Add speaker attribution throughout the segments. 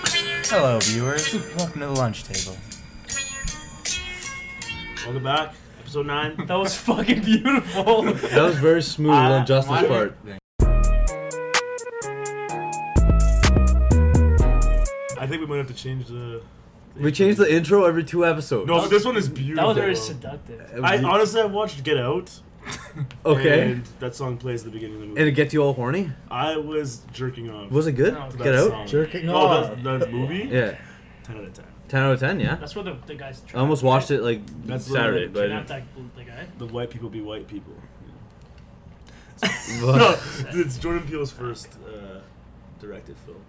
Speaker 1: Hello, viewers. Welcome to the lunch table.
Speaker 2: Welcome back, episode nine. That was fucking beautiful.
Speaker 3: That was very smooth
Speaker 2: Uh,
Speaker 3: on Justin's
Speaker 2: why-
Speaker 3: part.
Speaker 2: I think we might have to change the.
Speaker 3: We change the intro every two episodes.
Speaker 2: No, but this one is beautiful.
Speaker 4: That was very seductive.
Speaker 3: Uh,
Speaker 2: I
Speaker 3: we-
Speaker 2: honestly I watched Get Out.
Speaker 3: okay.
Speaker 2: And that song plays at the beginning of the movie.
Speaker 3: And it gets you all horny.
Speaker 2: I was jerking off.
Speaker 3: Was it good?
Speaker 4: No,
Speaker 2: to
Speaker 3: Get
Speaker 2: that
Speaker 3: out.
Speaker 2: song.
Speaker 5: Jerking
Speaker 2: oh,
Speaker 5: off.
Speaker 2: that, that movie.
Speaker 3: Yeah,
Speaker 2: Ten out of ten.
Speaker 3: ten out of ten. Yeah.
Speaker 4: That's where the, the guy's.
Speaker 3: I almost watched it like
Speaker 2: That's literally-
Speaker 3: Saturday, but I
Speaker 4: Not
Speaker 3: didn't.
Speaker 4: that the guy.
Speaker 2: The white people be white people.
Speaker 3: But-
Speaker 2: no, it's Jordan Peele's first uh, directed film.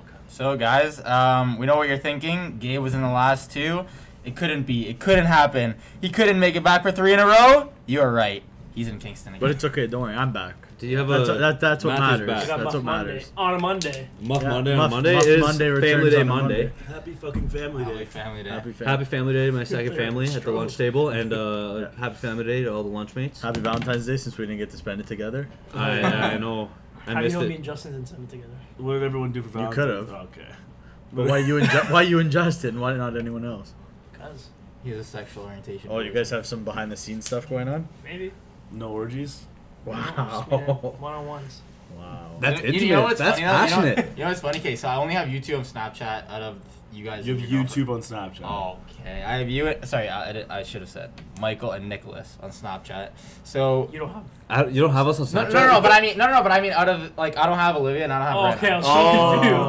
Speaker 4: Okay.
Speaker 1: So, guys, um, we know what you're thinking. Gabe was in the last two. It couldn't be. It couldn't happen. He couldn't make it back for three in a row. You are right. He's in Kingston again.
Speaker 5: But it's okay, don't worry, I'm back.
Speaker 3: Do you have a
Speaker 5: That's, that, that's what
Speaker 3: Matthew's
Speaker 5: matters.
Speaker 3: back.
Speaker 4: I got
Speaker 5: That's
Speaker 4: Muff
Speaker 5: what
Speaker 4: Monday
Speaker 5: matters.
Speaker 4: on a Monday.
Speaker 3: Muff
Speaker 5: Yeah,
Speaker 3: Monday?
Speaker 5: Muff-
Speaker 3: on Monday
Speaker 5: Muff
Speaker 3: is
Speaker 5: Monday
Speaker 3: Family
Speaker 5: returns
Speaker 3: Day
Speaker 5: on a
Speaker 3: Monday.
Speaker 5: Monday.
Speaker 2: Happy fucking Family Day.
Speaker 1: family day.
Speaker 5: Happy,
Speaker 3: Happy Family Day to my
Speaker 4: Yeah,
Speaker 3: second family at the
Speaker 4: true.
Speaker 3: lunch table, and uh, Happy Family Day to all the lunch mates.
Speaker 5: Happy Valentine's Day since we didn't get to spend it together.
Speaker 3: I, I know.
Speaker 4: How do
Speaker 3: I
Speaker 4: you
Speaker 3: missed
Speaker 4: know me and
Speaker 3: it.
Speaker 4: Justin didn't send it together?
Speaker 2: What did everyone do for Valentine's?
Speaker 5: could've.
Speaker 2: Okay.
Speaker 5: But why you and Ju- why you and Justin? Why not anyone else?
Speaker 4: Because
Speaker 1: He's a sexual orientation.
Speaker 5: Oh, you guys have some behind the scenes stuff going on.
Speaker 4: maybe.
Speaker 2: No orgies.
Speaker 3: Oh.
Speaker 4: One on ones.
Speaker 5: Wow.
Speaker 3: That's
Speaker 1: You- you know
Speaker 3: intimate.
Speaker 1: what's funny?
Speaker 3: That's
Speaker 1: You know- you know- You know,
Speaker 3: passionate.
Speaker 1: what's funny? Okay, so I only have YouTube on Snapchat out of you guys.
Speaker 2: You
Speaker 1: and
Speaker 2: have
Speaker 1: your girlfriend.
Speaker 2: YouTube on Snapchat.
Speaker 3: Oh.
Speaker 1: Okay, I have you. Sorry, I, I did- I should have said Michael and Nicholas on Snapchat. So
Speaker 4: You don't have.
Speaker 3: I, you don't have us on
Speaker 1: no,
Speaker 3: Snapchat.
Speaker 1: no, no, but I mean, no, no, no, but I mean, out of like, I don't have Olivia and I don't have.
Speaker 4: Oh,
Speaker 1: Rena.
Speaker 4: okay, I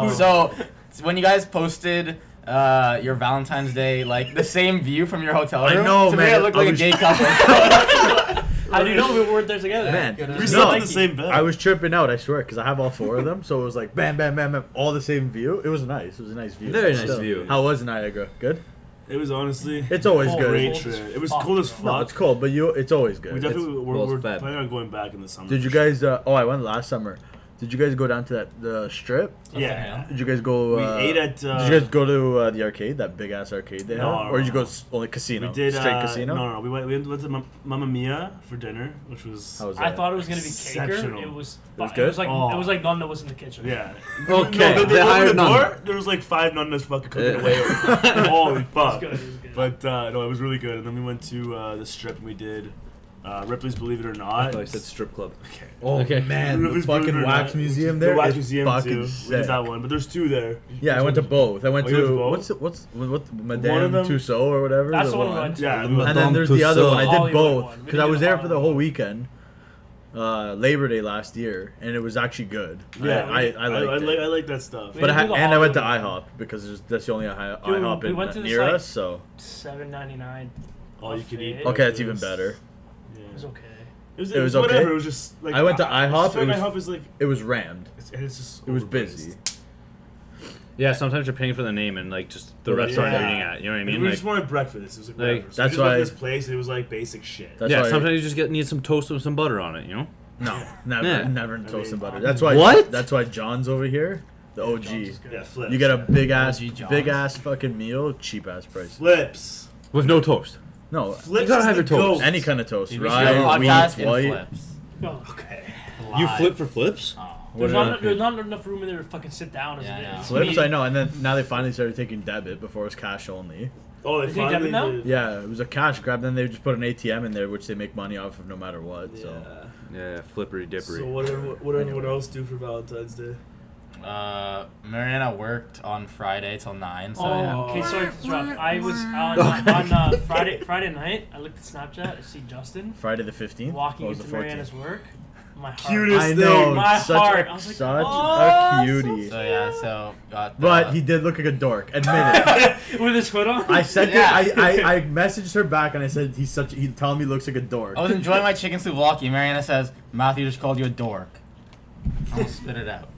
Speaker 4: was so
Speaker 2: Oh.
Speaker 4: confused.
Speaker 1: So, so when you guys posted uh, your Valentine's Day, like the same view from your hotel
Speaker 5: I
Speaker 1: room,
Speaker 5: know,
Speaker 1: to me
Speaker 5: man.
Speaker 1: it looked
Speaker 5: I
Speaker 1: like a
Speaker 5: was-
Speaker 1: gay couple.
Speaker 4: How do you know we weren't there together?
Speaker 5: Man,
Speaker 1: Good
Speaker 2: We
Speaker 1: No,
Speaker 2: slept in
Speaker 1: like
Speaker 2: the same bed.
Speaker 5: I was tripping out, I swear, because I have all four of them. So it was like bam, bam, bam, bam, all the same view. It was nice. It was a nice view.
Speaker 3: Very nice view.
Speaker 5: How was Niagara? Good.
Speaker 2: It was honestly.
Speaker 5: It's always
Speaker 4: Cold.
Speaker 5: good.
Speaker 2: great
Speaker 4: Cold
Speaker 2: trip.
Speaker 4: as
Speaker 2: It was
Speaker 4: fuck,
Speaker 2: cold as
Speaker 4: bro.
Speaker 2: fuck.
Speaker 5: No, it's cold, but you, it's always good.
Speaker 2: We
Speaker 5: It's-
Speaker 2: definitely we're,
Speaker 3: well, it's
Speaker 2: we're
Speaker 3: fab.
Speaker 2: planning on going back in the summer.
Speaker 5: Did you guys? Uh, oh, I went last summer. Did you guys go down to that the strip?
Speaker 2: Yeah.
Speaker 5: Did you guys go?
Speaker 2: We
Speaker 5: uh,
Speaker 2: ate at. Uh,
Speaker 5: did you guys go to uh, the arcade? That big ass arcade they
Speaker 2: No,
Speaker 5: have, or did you
Speaker 2: no.
Speaker 5: go s- only casino?
Speaker 2: We did
Speaker 5: straight
Speaker 2: uh,
Speaker 5: casino.
Speaker 2: No, no, no. We went. We went to Mam- Mamma Mia for dinner, which was.
Speaker 5: How was
Speaker 4: I
Speaker 5: that?
Speaker 4: thought it was gonna be
Speaker 2: Exceptional.
Speaker 4: caker. It was.
Speaker 5: It was
Speaker 4: It
Speaker 5: good?
Speaker 4: was like
Speaker 2: Oh.
Speaker 4: it was like none that was in the kitchen.
Speaker 2: yeah.
Speaker 3: Okay,
Speaker 2: No, they,
Speaker 3: they
Speaker 2: opened the
Speaker 3: hired none.
Speaker 2: door. There was like five nonnas fucking cooking
Speaker 3: Yeah.
Speaker 2: away. Holy fuck!
Speaker 4: good, it was good.
Speaker 2: But uh, no, it was really good. And then we went to uh, the strip and we did uh, Ripley's Believe It or Not.
Speaker 3: I said strip club.
Speaker 5: Oh
Speaker 3: Okay.
Speaker 5: man, the
Speaker 2: Ripley's Believe It
Speaker 5: fucking
Speaker 2: or
Speaker 5: wax
Speaker 2: Not.
Speaker 5: museum there.
Speaker 2: uh, The wax
Speaker 5: is
Speaker 2: museum
Speaker 5: fucking
Speaker 2: too. We
Speaker 5: sick.
Speaker 2: did that one, but there's two there.
Speaker 5: Yeah, I went to both. I went
Speaker 2: Oh, you
Speaker 5: to
Speaker 2: went to both?
Speaker 5: what's it- what's what's
Speaker 2: One of
Speaker 5: Madame
Speaker 2: them-
Speaker 5: Tussaud or whatever.
Speaker 4: That's the one we went to.
Speaker 2: Yeah,
Speaker 3: The
Speaker 2: we went-
Speaker 5: And then
Speaker 3: Madame
Speaker 5: there's the other
Speaker 3: Tussaud.
Speaker 5: one. I did
Speaker 4: Hollywood
Speaker 5: both
Speaker 4: one. We
Speaker 5: because I
Speaker 4: did
Speaker 5: was
Speaker 4: the
Speaker 5: there for the
Speaker 4: Hollywood
Speaker 5: whole
Speaker 4: one.
Speaker 5: weekend, uh, Labor Day last year, and it was actually good.
Speaker 2: yeah,
Speaker 5: I I, I liked
Speaker 2: I,
Speaker 5: it.
Speaker 2: like I like that stuff.
Speaker 4: We
Speaker 5: But I
Speaker 4: didn't
Speaker 5: ha-
Speaker 4: do the
Speaker 5: and I went to
Speaker 4: Hollywood
Speaker 5: IHOP because there's, that's the only I-
Speaker 4: Dude,
Speaker 5: IHOP
Speaker 4: we
Speaker 5: in,
Speaker 4: went to this,
Speaker 5: near
Speaker 4: like-
Speaker 5: us. So
Speaker 4: Seven ninety nine.
Speaker 2: All you can eat.
Speaker 4: Okay,
Speaker 5: okay, that's even better.
Speaker 2: Yeah.
Speaker 4: It was okay.
Speaker 2: It was,
Speaker 5: It was
Speaker 2: whatever.
Speaker 5: okay.
Speaker 2: It was just like
Speaker 5: I went to IHOP,
Speaker 2: It
Speaker 5: it was-
Speaker 2: IHOP is like
Speaker 5: It was rammed.
Speaker 2: it's, and it's just
Speaker 5: It was
Speaker 2: overpriced.
Speaker 5: busy.
Speaker 3: Yeah, sometimes you're paying for the name and like just the
Speaker 5: Yeah.
Speaker 3: restaurant you're eating
Speaker 2: Yeah.
Speaker 3: at. You know what I
Speaker 2: And
Speaker 3: mean?
Speaker 2: we
Speaker 3: Like,
Speaker 2: just wanted breakfast. It was like,
Speaker 3: Like,
Speaker 2: whatever. So we
Speaker 5: that's
Speaker 2: just went to
Speaker 5: why-
Speaker 2: this place and it was like basic shit.
Speaker 5: That's
Speaker 3: yeah,
Speaker 5: why.
Speaker 3: sometimes you just get need some toast with some butter on it. You know?
Speaker 5: no, never,
Speaker 3: Yeah.
Speaker 5: never in toast and
Speaker 2: mean,
Speaker 5: butter. That's why.
Speaker 3: What?
Speaker 5: That's why John's over here, the
Speaker 4: John's is
Speaker 5: OG.
Speaker 4: good.
Speaker 2: yeah, flips.
Speaker 5: You get a big ass,
Speaker 1: OG John's.
Speaker 5: big ass fucking meal, cheap ass price.
Speaker 2: flips.
Speaker 3: With no toast.
Speaker 5: No,
Speaker 2: Flips.
Speaker 3: gotta
Speaker 2: is
Speaker 3: have
Speaker 2: the
Speaker 3: your toes.
Speaker 2: goat.
Speaker 5: any kind of toast,
Speaker 1: Dude, we should do a
Speaker 5: rye,
Speaker 1: podcast
Speaker 5: wheat,
Speaker 1: and
Speaker 5: white.
Speaker 1: flips.
Speaker 4: Oh,
Speaker 2: Okay.
Speaker 1: Live.
Speaker 3: for flips?
Speaker 4: There's
Speaker 5: What
Speaker 4: not,
Speaker 5: about-
Speaker 4: enough, there's not enough room in there to fucking sit down as
Speaker 1: Yeah,
Speaker 4: it
Speaker 1: yeah.
Speaker 4: is.
Speaker 5: Flips, I know. And then now they finally started taking debit. Before it was cash only.
Speaker 2: Oh, they
Speaker 4: Is he debit
Speaker 2: finally
Speaker 4: now?
Speaker 2: did.
Speaker 5: Yeah, it was a cash grab. Then they just put an ATM in there, which they make money off of no matter what. So.
Speaker 2: Yeah.
Speaker 3: Yeah, flippery dippery.
Speaker 2: So what did what did everyone else do for Valentine's Day?
Speaker 1: Uh, Mariana worked on Friday till nine, so I
Speaker 4: Oh,
Speaker 1: had-
Speaker 4: okay. Sorry, to interrupt. I was on, on uh, Friday Friday night. I looked at Snapchat. I see Justin
Speaker 5: Friday the 15th?
Speaker 4: walking
Speaker 5: What was
Speaker 4: into
Speaker 5: the 14th?
Speaker 4: Mariana's work. My heart.
Speaker 2: Cutest
Speaker 5: I
Speaker 2: thing.
Speaker 5: know,
Speaker 4: My
Speaker 5: such,
Speaker 4: heart. I
Speaker 5: A,
Speaker 4: was like,
Speaker 5: such
Speaker 4: "Oh,
Speaker 5: a cutie.
Speaker 1: so yeah, so got. The,
Speaker 5: but he did look like a dork. Admit it.
Speaker 4: With his hood on.
Speaker 5: I sent
Speaker 1: Yeah.
Speaker 5: it. I, I, I messaged her back and I said he's such. He tell me he looks like a dork.
Speaker 1: I was enjoying my chicken souvlaki. Mariana says, "Matthew just called you a dork." I almost spit it out.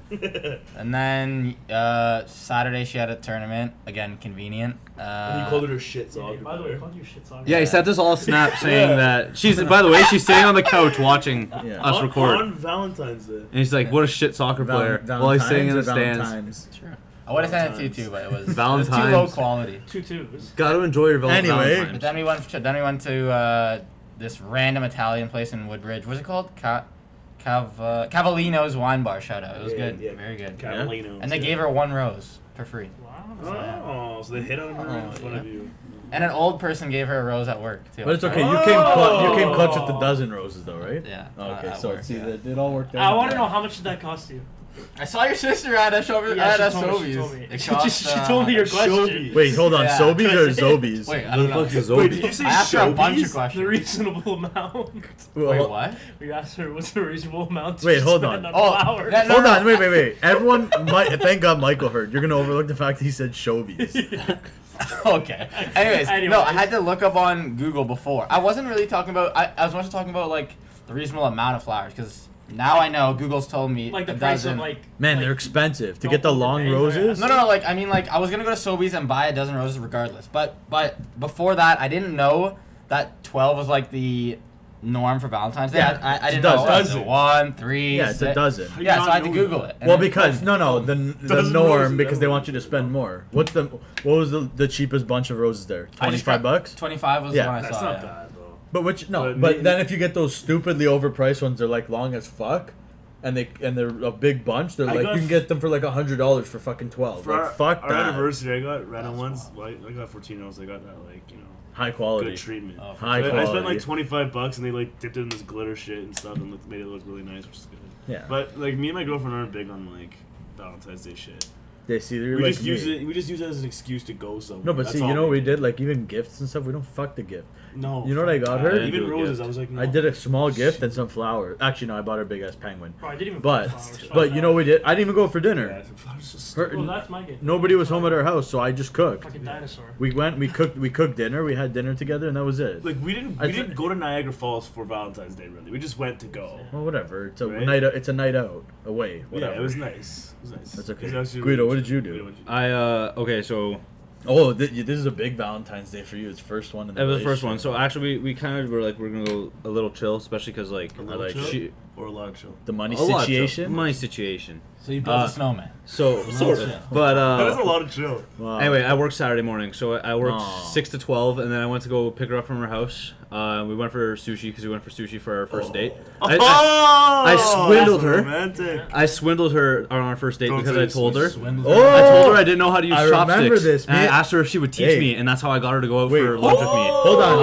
Speaker 1: And then uh, Saturday she had a tournament again, convenient. Uh,
Speaker 2: and he called it her shit
Speaker 4: Hey,
Speaker 2: song.
Speaker 4: by the way, I called you shit song.
Speaker 3: Yeah, he sent us all a snap saying
Speaker 2: Yeah.
Speaker 3: that she's. By the way, she's sitting on the couch watching
Speaker 5: Yeah.
Speaker 3: us
Speaker 2: on,
Speaker 3: record,
Speaker 2: on Valentine's Day.
Speaker 3: and she's like, "What a shit soccer
Speaker 5: Val-
Speaker 3: player!" while he's sitting in the
Speaker 5: Valentine's or
Speaker 3: stands.
Speaker 5: Valentine's?
Speaker 1: Sure. I would have sent it to you too, but it was, it was too low
Speaker 3: Valentine's.
Speaker 1: quality.
Speaker 4: two twos.
Speaker 3: Got to enjoy your val-
Speaker 5: Anyway.
Speaker 3: Valentine's.
Speaker 1: But then we went. To, then we went to uh, this random Italian place in Woodbridge. What's it called? Ca- Cav- uh, Cavallino's wine bar shout out. It was
Speaker 2: Yeah,
Speaker 1: good.
Speaker 2: yeah.
Speaker 1: Very good.
Speaker 3: Yeah.
Speaker 2: Cavallino.
Speaker 1: And they gave her one rose for free.
Speaker 4: Wow.
Speaker 2: Oh, so they hit on her in
Speaker 1: Oh,
Speaker 2: front of you.
Speaker 1: And an old person gave her a rose at work too.
Speaker 5: But it's okay. You came cl- you came clutch with the
Speaker 4: Oh.
Speaker 5: dozen roses though, right?
Speaker 1: Yeah.
Speaker 5: Oh,
Speaker 1: not
Speaker 5: okay,
Speaker 1: at
Speaker 5: so
Speaker 1: work,
Speaker 5: it's either
Speaker 1: yeah.
Speaker 5: it all worked out.
Speaker 4: I want to know how much did that cost you?
Speaker 1: I saw your sister at a show.
Speaker 4: Yeah,
Speaker 1: at
Speaker 4: she
Speaker 1: a
Speaker 4: told me, she
Speaker 1: Uh, Sobeys.
Speaker 4: told me.
Speaker 1: It
Speaker 4: She-
Speaker 1: cost, uh,
Speaker 4: she told me your question.
Speaker 2: Showbiz.
Speaker 5: Wait, hold on.
Speaker 1: Yeah.
Speaker 5: Sobeys or Zobies?
Speaker 1: Wait, I
Speaker 3: Who
Speaker 1: don't
Speaker 3: the
Speaker 1: know.
Speaker 3: fuck is
Speaker 2: Wait, did you
Speaker 3: Obi?
Speaker 2: say
Speaker 1: I asked her a bunch of
Speaker 2: showbiz?
Speaker 4: The
Speaker 1: questions.
Speaker 4: reasonable amount.
Speaker 5: Well,
Speaker 1: Wait, what?
Speaker 4: We asked her what's the reasonable amount. to
Speaker 5: Wait, hold
Speaker 4: spend
Speaker 5: on.
Speaker 1: Oh,
Speaker 4: flowers.
Speaker 1: that-
Speaker 5: Hold
Speaker 1: No, no,
Speaker 5: on, wait, wait, wait. Everyone, might, thank God Michael heard. You're gonna overlook the fact that he said Shobies.
Speaker 1: okay. Anyways,
Speaker 4: Anyways.
Speaker 1: no, I had to look up on Google before. I wasn't really talking about. I, I was mostly talking about like the reasonable amount of flowers because now I know Google's told me
Speaker 4: like the
Speaker 1: a
Speaker 4: price
Speaker 1: dozen.
Speaker 4: of like.
Speaker 5: Man,
Speaker 4: like,
Speaker 5: they're expensive. To
Speaker 4: don't
Speaker 5: get the long
Speaker 4: overpay, right?
Speaker 5: roses,
Speaker 1: No, no, no, like I mean, like I was gonna go to Sobeys and buy a dozen roses regardless, but but before that, I didn't know that twelve was like the norm for Valentine's Day.
Speaker 5: Yeah,
Speaker 1: I, I, I
Speaker 5: it's
Speaker 1: didn't
Speaker 5: a
Speaker 1: know. It was
Speaker 2: dozen.
Speaker 1: One, three,
Speaker 5: yeah, it's a
Speaker 1: six-
Speaker 5: dozen.
Speaker 2: How do you
Speaker 1: Yeah, so
Speaker 2: not
Speaker 1: I had to
Speaker 2: know
Speaker 1: Google
Speaker 2: that?
Speaker 1: it. and
Speaker 5: Well,
Speaker 1: then-
Speaker 5: because no, no, the the
Speaker 2: Dozen roses,
Speaker 5: norm because
Speaker 2: that
Speaker 5: they
Speaker 2: would
Speaker 5: want you
Speaker 2: be
Speaker 5: to
Speaker 2: good.
Speaker 5: spend more. What's the what was the, the cheapest bunch of roses there?
Speaker 1: I
Speaker 5: Twenty
Speaker 1: just
Speaker 5: five
Speaker 1: got-
Speaker 5: bucks.
Speaker 1: Twenty-five was
Speaker 5: Yeah.
Speaker 1: the one I
Speaker 2: That's
Speaker 1: saw.
Speaker 2: not
Speaker 1: yeah.
Speaker 2: bad though.
Speaker 5: But which no,
Speaker 2: But
Speaker 5: but,
Speaker 2: me-
Speaker 5: then if you get those stupidly overpriced ones, they're like long as fuck, and they and they're a big bunch. They're
Speaker 2: I
Speaker 5: like
Speaker 2: got
Speaker 5: you can
Speaker 2: f-
Speaker 5: get them for like hundred dollars for fucking twelve.
Speaker 2: For
Speaker 5: like
Speaker 2: our,
Speaker 5: fuck
Speaker 2: our
Speaker 5: that.
Speaker 2: anniversary, I got random
Speaker 1: That's
Speaker 2: ones.
Speaker 1: wild.
Speaker 2: Like I got 14 ounce. I got that like you know
Speaker 5: High
Speaker 2: good
Speaker 5: quality.
Speaker 2: treatment.
Speaker 1: Oh,
Speaker 5: High
Speaker 2: I, I
Speaker 5: quality.
Speaker 2: spent like 25 bucks and they like dipped it in this glitter shit and stuff and looked, made it look really nice, which is good.
Speaker 5: yeah.
Speaker 2: But like me and my girlfriend aren't big on like Valentine's Day shit.
Speaker 5: they see they're
Speaker 2: we
Speaker 5: like
Speaker 2: just use
Speaker 5: me.
Speaker 2: it. We just use it as an excuse to go somewhere.
Speaker 5: No, but
Speaker 2: That's
Speaker 5: see, you
Speaker 2: all
Speaker 5: know what we did? Like even gifts and stuff, we don't fuck the gift.
Speaker 2: No.
Speaker 5: You know what I got her?
Speaker 3: I didn't
Speaker 2: Even
Speaker 3: do a
Speaker 2: roses.
Speaker 3: gift.
Speaker 2: I was like, no.
Speaker 5: I did a small gift and some flowers. Actually, no, I bought her a big ass penguin.
Speaker 4: Bro, I didn't even
Speaker 5: But
Speaker 4: buy flowers.
Speaker 5: but you know what we did? I didn't even go for
Speaker 2: Yeah,
Speaker 5: dinner.
Speaker 2: flowers just
Speaker 5: Her-
Speaker 4: Well, that's my gift.
Speaker 5: Nobody was home at our house, so I just cooked.
Speaker 4: Fucking dinosaur.
Speaker 5: We went, we cooked, we cooked dinner. We had dinner together, and that was it.
Speaker 2: Like we didn't
Speaker 5: I
Speaker 2: we
Speaker 5: th-
Speaker 2: didn't go to Niagara Falls for Valentine's Day really. We just went to go.
Speaker 5: Well, whatever. It's a
Speaker 2: Right?
Speaker 5: night. It's a night out away. Whatever.
Speaker 2: Yeah, it was nice. It was nice.
Speaker 5: That's okay.
Speaker 2: It was actually
Speaker 5: Guido,
Speaker 2: really
Speaker 5: what did you do?
Speaker 2: Guido, what did you
Speaker 3: I uh okay, so
Speaker 5: Oh, th- this is a big Valentine's Day for you. It's first one. In the
Speaker 3: that was the first
Speaker 5: relationship.
Speaker 3: one. So actually, we, we kind of were like we're gonna go a little chill, especially because like
Speaker 2: A
Speaker 3: I
Speaker 2: little
Speaker 3: like
Speaker 2: chill?
Speaker 3: she
Speaker 2: Or a lot of chill.
Speaker 5: The money
Speaker 3: a lot of chill.
Speaker 5: situation.
Speaker 3: money situation.
Speaker 1: So you built
Speaker 3: Uh,
Speaker 1: a snowman.
Speaker 3: So
Speaker 2: Sort of.
Speaker 3: but
Speaker 2: that was a
Speaker 3: uh.
Speaker 2: lot of chill.
Speaker 5: Wow.
Speaker 3: Anyway, I worked Saturday morning, so I I worked
Speaker 5: Aw.
Speaker 3: six to twelve, and then I went to go pick her up from her house. Uh, we went for sushi because we went for sushi for our first date. I-
Speaker 2: Oh.
Speaker 3: I-
Speaker 2: I,
Speaker 3: swindled her.
Speaker 2: Romantic.
Speaker 3: I swindled her on our first date
Speaker 2: Don't
Speaker 3: because
Speaker 2: say
Speaker 3: I told her.
Speaker 1: Swindled
Speaker 5: Oh!
Speaker 1: her.
Speaker 3: I told her I didn't know how to use
Speaker 5: I
Speaker 3: chopsticks.
Speaker 5: remember this,
Speaker 3: and I
Speaker 5: man.
Speaker 3: asked her if she would teach
Speaker 5: Hey.
Speaker 3: me, and that's how I got her to go out
Speaker 5: Wait.
Speaker 3: for lunch with me.
Speaker 5: Hold on.